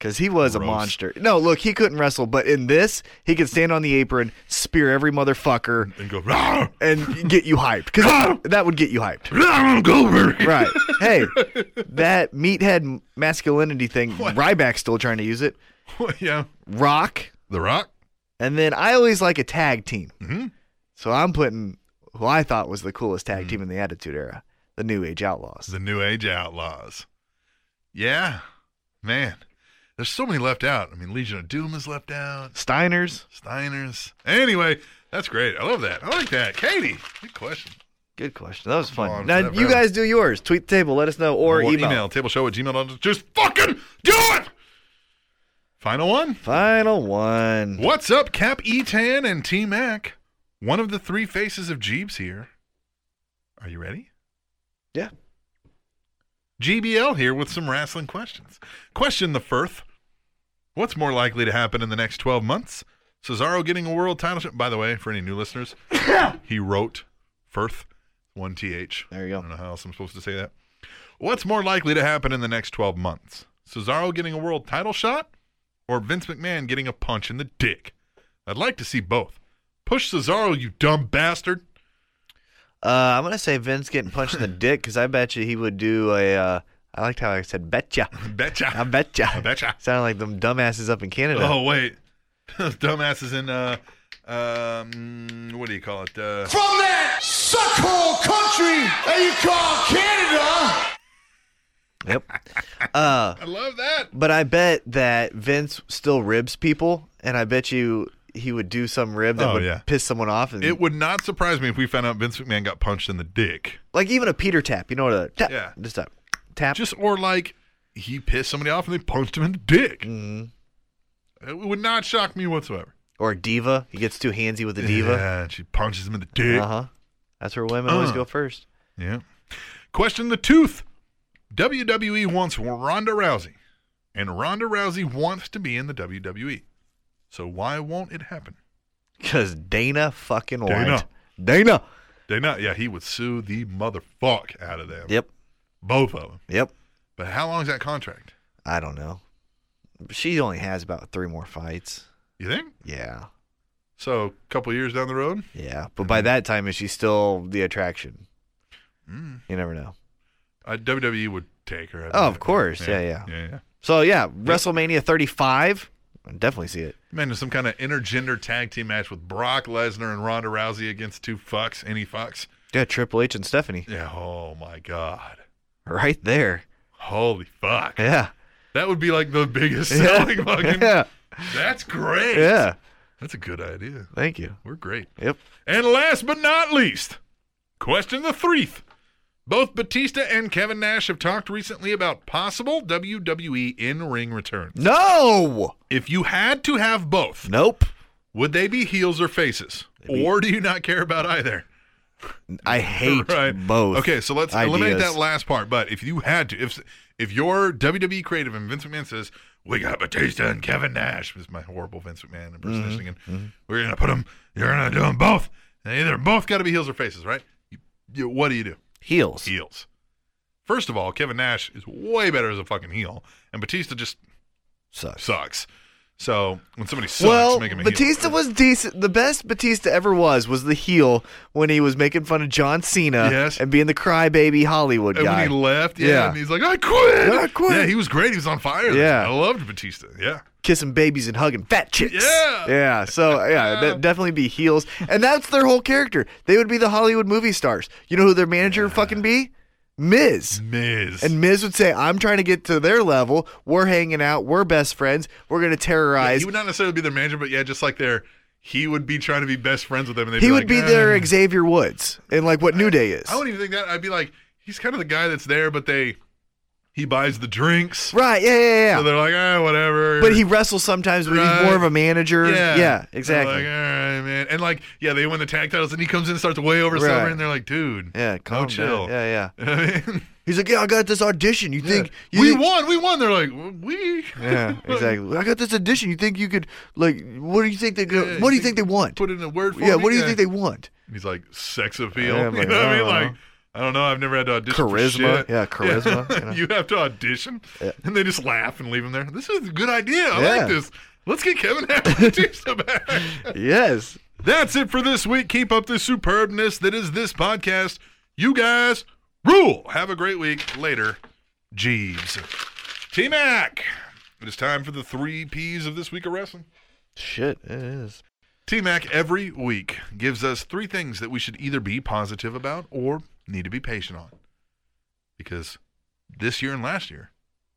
Speaker 2: because he was a
Speaker 1: Gross.
Speaker 2: monster. No, look, he couldn't wrestle, but in this, he could stand on the apron, spear every motherfucker,
Speaker 1: And go, "Rawr!
Speaker 2: and get you hyped. Because that would get you hyped.
Speaker 1: Rawr, Goldberg.
Speaker 2: Right. Hey, that meathead masculinity thing, Ryback's still trying to use it.
Speaker 1: yeah.
Speaker 2: Rock,
Speaker 1: The Rock.
Speaker 2: and then I always like a tag team. So I'm putting who I thought was the coolest tag team in the Attitude Era, Mm. the New Age Outlaws.
Speaker 1: The New Age Outlaws. Yeah. Man. There's so many left out. I mean, Legion of Doom is left out.
Speaker 2: Steiners,
Speaker 1: Steiners. Anyway, that's great. I love that. I like that. Katie, good question.
Speaker 2: Good question. That was fun.
Speaker 1: on
Speaker 2: now
Speaker 1: to that
Speaker 2: you
Speaker 1: round.
Speaker 2: guys do yours. Tweet the table. Let us know or, email.
Speaker 1: tableshow at gmail.com. Just fucking do it! Final one.
Speaker 2: Final one.
Speaker 1: What's up, Cap E10 and T Mac? One of the three faces of Jeebs here. Are you ready?
Speaker 2: Yeah.
Speaker 1: GBL here with some wrestling questions. Question the Firth. What's more likely to happen in the next 12 months? Cesaro getting a world title shot. By the way, for any new listeners, he wrote Firth, one TH.
Speaker 2: There you
Speaker 1: I don't
Speaker 2: go.
Speaker 1: know how else I'm supposed to say that. What's more likely to happen in the next 12 months? Cesaro getting a world title shot or Vince McMahon getting a punch in the dick? I'd like to see both. Push Cesaro, you dumb bastard.
Speaker 2: Uh, I'm gonna say Vince getting punched in the dick because I bet you he would do a. Uh, I liked how I said betcha.
Speaker 1: Betcha.
Speaker 2: I betcha.
Speaker 1: I Oh, betcha.
Speaker 2: Sounded like them dumbasses up in Canada.
Speaker 1: Oh, wait. Those dumbasses in uh, um, what do you call it? Uh,
Speaker 8: From that suckhole country that you call Canada.
Speaker 2: Yep.
Speaker 1: I love that.
Speaker 2: But I bet that Vince still ribs people, and I bet you he would do some rib that
Speaker 1: Oh,
Speaker 2: would
Speaker 1: yeah.
Speaker 2: piss someone off. And,
Speaker 1: It would not surprise me if we found out Vince McMahon got punched in the dick.
Speaker 2: like even a Peter tap, you know what? A tap,
Speaker 1: Yeah.
Speaker 2: just a tap.
Speaker 1: Just or like he pissed somebody off and they punched him in the dick. It would not shock me whatsoever.
Speaker 2: mm-hmm, or a diva. He gets too handsy with a diva.
Speaker 1: Yeah, and she punches him in the dick.
Speaker 2: Uh huh. That's where women always
Speaker 1: Uh.
Speaker 2: go first.
Speaker 1: Yeah. Question the tooth. WWE wants Ronda Rousey, and Ronda Rousey wants to be in the WWE. So why won't it happen?
Speaker 2: Because Dana fucking White.
Speaker 1: Dana.
Speaker 2: Dana.
Speaker 1: They not. Yeah, he would sue the motherfuck out of them.
Speaker 2: Yep.
Speaker 1: Both of them.
Speaker 2: Yep.
Speaker 1: But how long is that contract?
Speaker 2: I don't know. She only has about three more fights.
Speaker 1: You think?
Speaker 2: Yeah.
Speaker 1: So a couple years down the road.
Speaker 2: Yeah. But by that time, is she still the attraction?
Speaker 1: Mm.
Speaker 2: You never know.
Speaker 1: Uh, WWE would take her. I
Speaker 2: Oh, of
Speaker 1: bet.
Speaker 2: course. Yeah, yeah.
Speaker 1: E. yeah, yeah.
Speaker 2: So yeah, WrestleMania 35. I definitely see it.
Speaker 1: Imagine some kind of intergender tag team match with Brock Lesnar and Ronda Rousey against two fucks, any fucks.
Speaker 2: Yeah, Triple H and Stephanie
Speaker 1: Yeah. Oh my god.
Speaker 2: right there.
Speaker 1: Holy fuck.
Speaker 2: Yeah.
Speaker 1: That would be like the biggest
Speaker 2: Yeah.
Speaker 1: selling fucking.
Speaker 2: Yeah.
Speaker 1: That's great.
Speaker 2: Yeah.
Speaker 1: That's a good idea.
Speaker 2: Thank you.
Speaker 1: We're great.
Speaker 2: Yep.
Speaker 1: And last but not least, question the threeth. Both Batista and Kevin Nash have talked recently about possible WWE in ring returns.
Speaker 2: No.
Speaker 1: If you had to have both,
Speaker 2: Nope.
Speaker 1: would they be heels or faces? Or do you not care about either?
Speaker 2: I hate both.
Speaker 1: Okay, so let's eliminate
Speaker 2: ideas.
Speaker 1: that last part. But if you had to, if if your WWE creative and Vince McMahon says we got Batista and Kevin Nash, this is my horrible Vince McMahon impersonation again.
Speaker 2: Mm-hmm.
Speaker 1: We're gonna put them. You're gonna do them both. They either both got to be heels or faces, right? You, you, what do you do?
Speaker 2: Heels.
Speaker 1: Heels. First of all, Kevin Nash is way better as a fucking heel, and Batista just
Speaker 2: Sucks.
Speaker 1: sucks. So when somebody sucks,
Speaker 2: well,
Speaker 1: make him a
Speaker 2: Batista
Speaker 1: heel.
Speaker 2: was decent. The best Batista ever was was the heel when he was making fun of John Cena
Speaker 1: Yes.
Speaker 2: and being the crybaby Hollywood
Speaker 1: And
Speaker 2: guy.
Speaker 1: when he left, yeah,
Speaker 2: Yeah.
Speaker 1: and he's like, I quit.
Speaker 2: I quit.
Speaker 1: Yeah, he was great. He was on fire.
Speaker 2: Yeah.
Speaker 1: I loved Batista. Yeah.
Speaker 2: kissing babies and hugging fat chicks.
Speaker 1: Yeah.
Speaker 2: Yeah. So yeah, that definitely be heels. And that's their whole character. They would be the Hollywood movie stars. You know who their manager would fucking be? Miz.
Speaker 1: Miz.
Speaker 2: And Miz would say, I'm trying to get to their level. We're hanging out. We're best friends. We're gonna
Speaker 1: yeah,
Speaker 2: terrorize.
Speaker 1: he would not necessarily be their manager, but yeah, just like their he would be trying to be best friends with them and they'd
Speaker 2: he
Speaker 1: be
Speaker 2: would
Speaker 1: like,
Speaker 2: be
Speaker 1: "Ah."
Speaker 2: their Xavier Woods and like what New Day is.
Speaker 1: I wouldn't even think that. I'd be like, he's kind of the guy that's there, but they he buys the drinks.
Speaker 2: right, yeah, yeah, yeah.
Speaker 1: So they're like, ah, whatever.
Speaker 2: but he wrestles sometimes, but
Speaker 1: Right.
Speaker 2: he's more of a manager.
Speaker 1: yeah,
Speaker 2: Yeah,
Speaker 1: They're
Speaker 2: exactly.
Speaker 1: Like, uh, All right, man. And like, yeah, they win the tag titles, and he comes in and starts way over
Speaker 2: Right.
Speaker 1: celebrating. And they're like, dude,
Speaker 2: yeah, calm
Speaker 1: no chill.
Speaker 2: down. Yeah, yeah.
Speaker 1: I mean,
Speaker 2: He's like, yeah, I got this audition. You think you
Speaker 1: we
Speaker 2: think-
Speaker 1: won, we won. They're like, we.
Speaker 2: Yeah, exactly. I got this edition. You think you could like? What do you think they? go
Speaker 1: Yeah,
Speaker 2: what do you think they want?
Speaker 1: Put in a word for
Speaker 2: yeah.
Speaker 1: me,
Speaker 2: What do you think they want?
Speaker 1: And he's like, sex appeal.
Speaker 2: Yeah,
Speaker 1: you
Speaker 2: I'm
Speaker 1: know
Speaker 2: like,
Speaker 1: what I
Speaker 2: I
Speaker 1: mean?
Speaker 2: don't
Speaker 1: Like,
Speaker 2: know.
Speaker 1: I don't know. I've never had to audition. for
Speaker 2: Charisma.
Speaker 1: shit.
Speaker 2: Yeah, charisma, you know.
Speaker 1: you have to audition, and they just laugh and leave him there. This is a good idea. I
Speaker 2: Yeah.
Speaker 1: like this. Let's get Kevin Batista back.
Speaker 2: Yes.
Speaker 1: That's it for this week. Keep up the superbness that is this podcast. You guys rule. Have a great week. Later, Jeeves. T Mac. It is time for the three P's of this week of wrestling.
Speaker 2: Shit, it is.
Speaker 1: T Mac every week gives us three things that we should either be positive about or need to be patient on. Because this year and last year,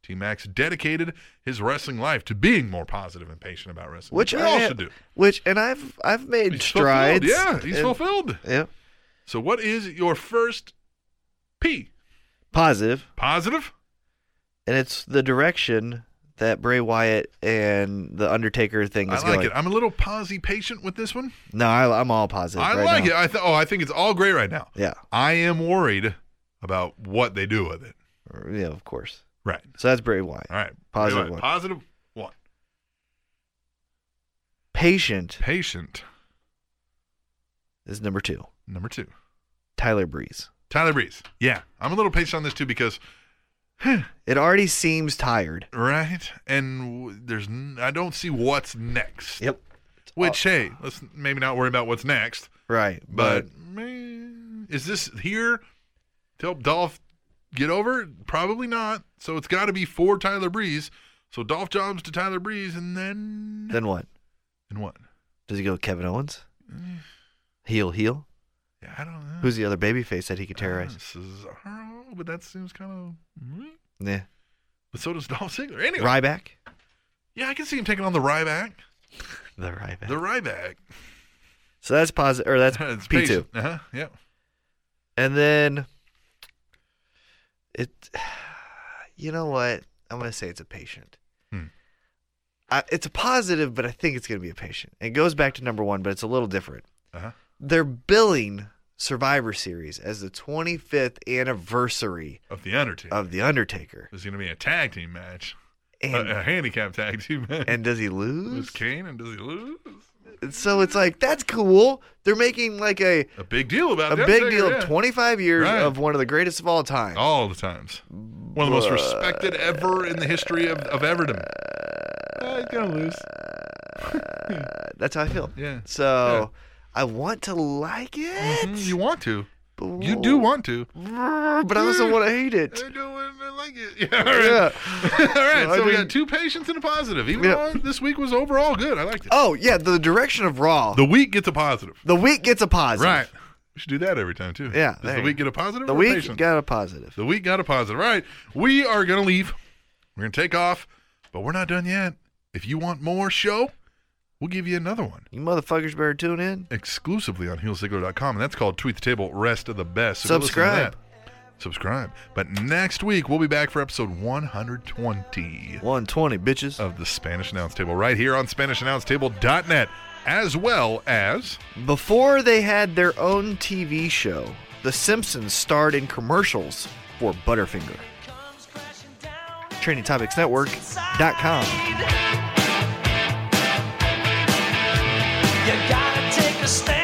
Speaker 1: T Mac's dedicated his wrestling life to being more positive and patient about wrestling.
Speaker 2: Which
Speaker 1: we
Speaker 2: I
Speaker 1: all
Speaker 2: have-
Speaker 1: should do.
Speaker 2: Which and I've I've made
Speaker 1: He's
Speaker 2: strides.
Speaker 1: Fulfilled. Yeah, he's
Speaker 2: and-
Speaker 1: fulfilled.
Speaker 2: Yeah.
Speaker 1: So, what is your first P?
Speaker 2: Positive,
Speaker 1: Positive?
Speaker 2: and it's the direction that Bray Wyatt and the Undertaker thing
Speaker 1: I
Speaker 2: is
Speaker 1: like
Speaker 2: going.
Speaker 1: it. I'm a little posy patient with this one.
Speaker 2: No, I, I'm all positive.
Speaker 1: I
Speaker 2: right
Speaker 1: like
Speaker 2: now.
Speaker 1: it. I th- oh, I think it's all great right now.
Speaker 2: Yeah.
Speaker 1: I am worried about what they do with it.
Speaker 2: Yeah, of course.
Speaker 1: Right.
Speaker 2: So that's Bray Wyatt.
Speaker 1: All right.
Speaker 2: Positive
Speaker 1: Anyway,
Speaker 2: one.
Speaker 1: Positive one.
Speaker 2: Patient
Speaker 1: Patient.
Speaker 2: is number two.
Speaker 1: Number two.
Speaker 2: Tyler Breeze.
Speaker 1: Tyler Breeze. Yeah. I'm a little patient on this too because,
Speaker 2: It already seems tired.
Speaker 1: right? And w- there's, n- I don't see what's next.
Speaker 2: Yep. Uh,
Speaker 1: Which, hey, let's maybe not worry about what's next,
Speaker 2: Right,
Speaker 1: but, man, is this here to help Dolph get over? it? Probably not. So it's got to be for Tyler Breeze. So Dolph jobs to Tyler Breeze and then.
Speaker 2: then what?
Speaker 1: And what?
Speaker 2: Does he go with Kevin Owens? Heel, heel.
Speaker 1: Yeah, I don't know.
Speaker 2: Who's the other babyface that he could terrorize?
Speaker 1: Cesaro, but that seems mm. kind of.
Speaker 2: Yeah.
Speaker 1: But so does Dolph Ziggler. Anyway,
Speaker 2: Ryback.
Speaker 1: yeah, I can see him taking on the Ryback.
Speaker 2: The Ryback.
Speaker 1: The Ryback.
Speaker 2: so that's positive, or that's
Speaker 1: It's
Speaker 2: P two.
Speaker 1: patient. Uh-huh. Yeah.
Speaker 2: And then it, you know what? I'm gonna say it's a patient.
Speaker 1: Hmm.
Speaker 2: I, it's a positive, but I think it's gonna be a patient. It goes back to number one, but it's a little different.
Speaker 1: Uh-huh.
Speaker 2: They're billing Survivor Series as the 25th anniversary
Speaker 1: Of the Undertaker.
Speaker 2: of the Undertaker.
Speaker 1: There's going to be a tag team match,
Speaker 2: And,
Speaker 1: a, a handicap tag team match.
Speaker 2: and does he
Speaker 1: Does
Speaker 2: lose?
Speaker 1: Kane and does he lose?
Speaker 2: So it's like that's cool. They're making like a
Speaker 1: A big deal about
Speaker 2: a
Speaker 1: the
Speaker 2: big
Speaker 1: Undertaker,
Speaker 2: deal
Speaker 1: yeah.
Speaker 2: of 25 years
Speaker 1: Right. Oh.
Speaker 2: of one of the greatest of all time.
Speaker 1: all the times. One of the most respected ever in the history of of Everdom. Uh, he's gonna lose.
Speaker 2: That's how I feel.
Speaker 1: Yeah.
Speaker 2: So I want to like it.
Speaker 1: Mhm, You want to.
Speaker 2: but-
Speaker 1: You do want to. Mm-hmm.
Speaker 2: but I also want to hate it.
Speaker 1: I don't want to like it. Yeah. All right. all right. So we got two patients and a positive. Even
Speaker 2: Yeah.
Speaker 1: though this week was overall good, I liked it.
Speaker 2: Oh yeah, the direction of Raw. The,
Speaker 1: The week gets a positive.
Speaker 2: week gets a positive.
Speaker 1: Right. We should do that every time too.
Speaker 2: Yeah,
Speaker 1: Does
Speaker 2: there
Speaker 1: the
Speaker 2: you
Speaker 1: week
Speaker 2: go.
Speaker 1: get a positive?
Speaker 2: The
Speaker 1: or a
Speaker 2: week
Speaker 1: patient?
Speaker 2: got a positive.
Speaker 1: The week got a positive. All right. We are going to leave. We're going to take off, but we're not done yet. If you want more show, we'll give you another one
Speaker 2: You motherfuckers better tune in.
Speaker 1: exclusively on heelzigler.com. And that's called Tweet the Table Rest of the Best. go listen to
Speaker 2: Subscribe.
Speaker 1: that. Subscribe. But next week, we'll be back for episode 120
Speaker 2: 120 bitches.
Speaker 1: of the Spanish Announce Table right here on SpanishAnnounceTable.net, as well as.
Speaker 2: Before they had their own TV show, The Simpsons starred in commercials for Butterfinger. TrainingTopicsNetwork.com.
Speaker 12: You gotta take a stand.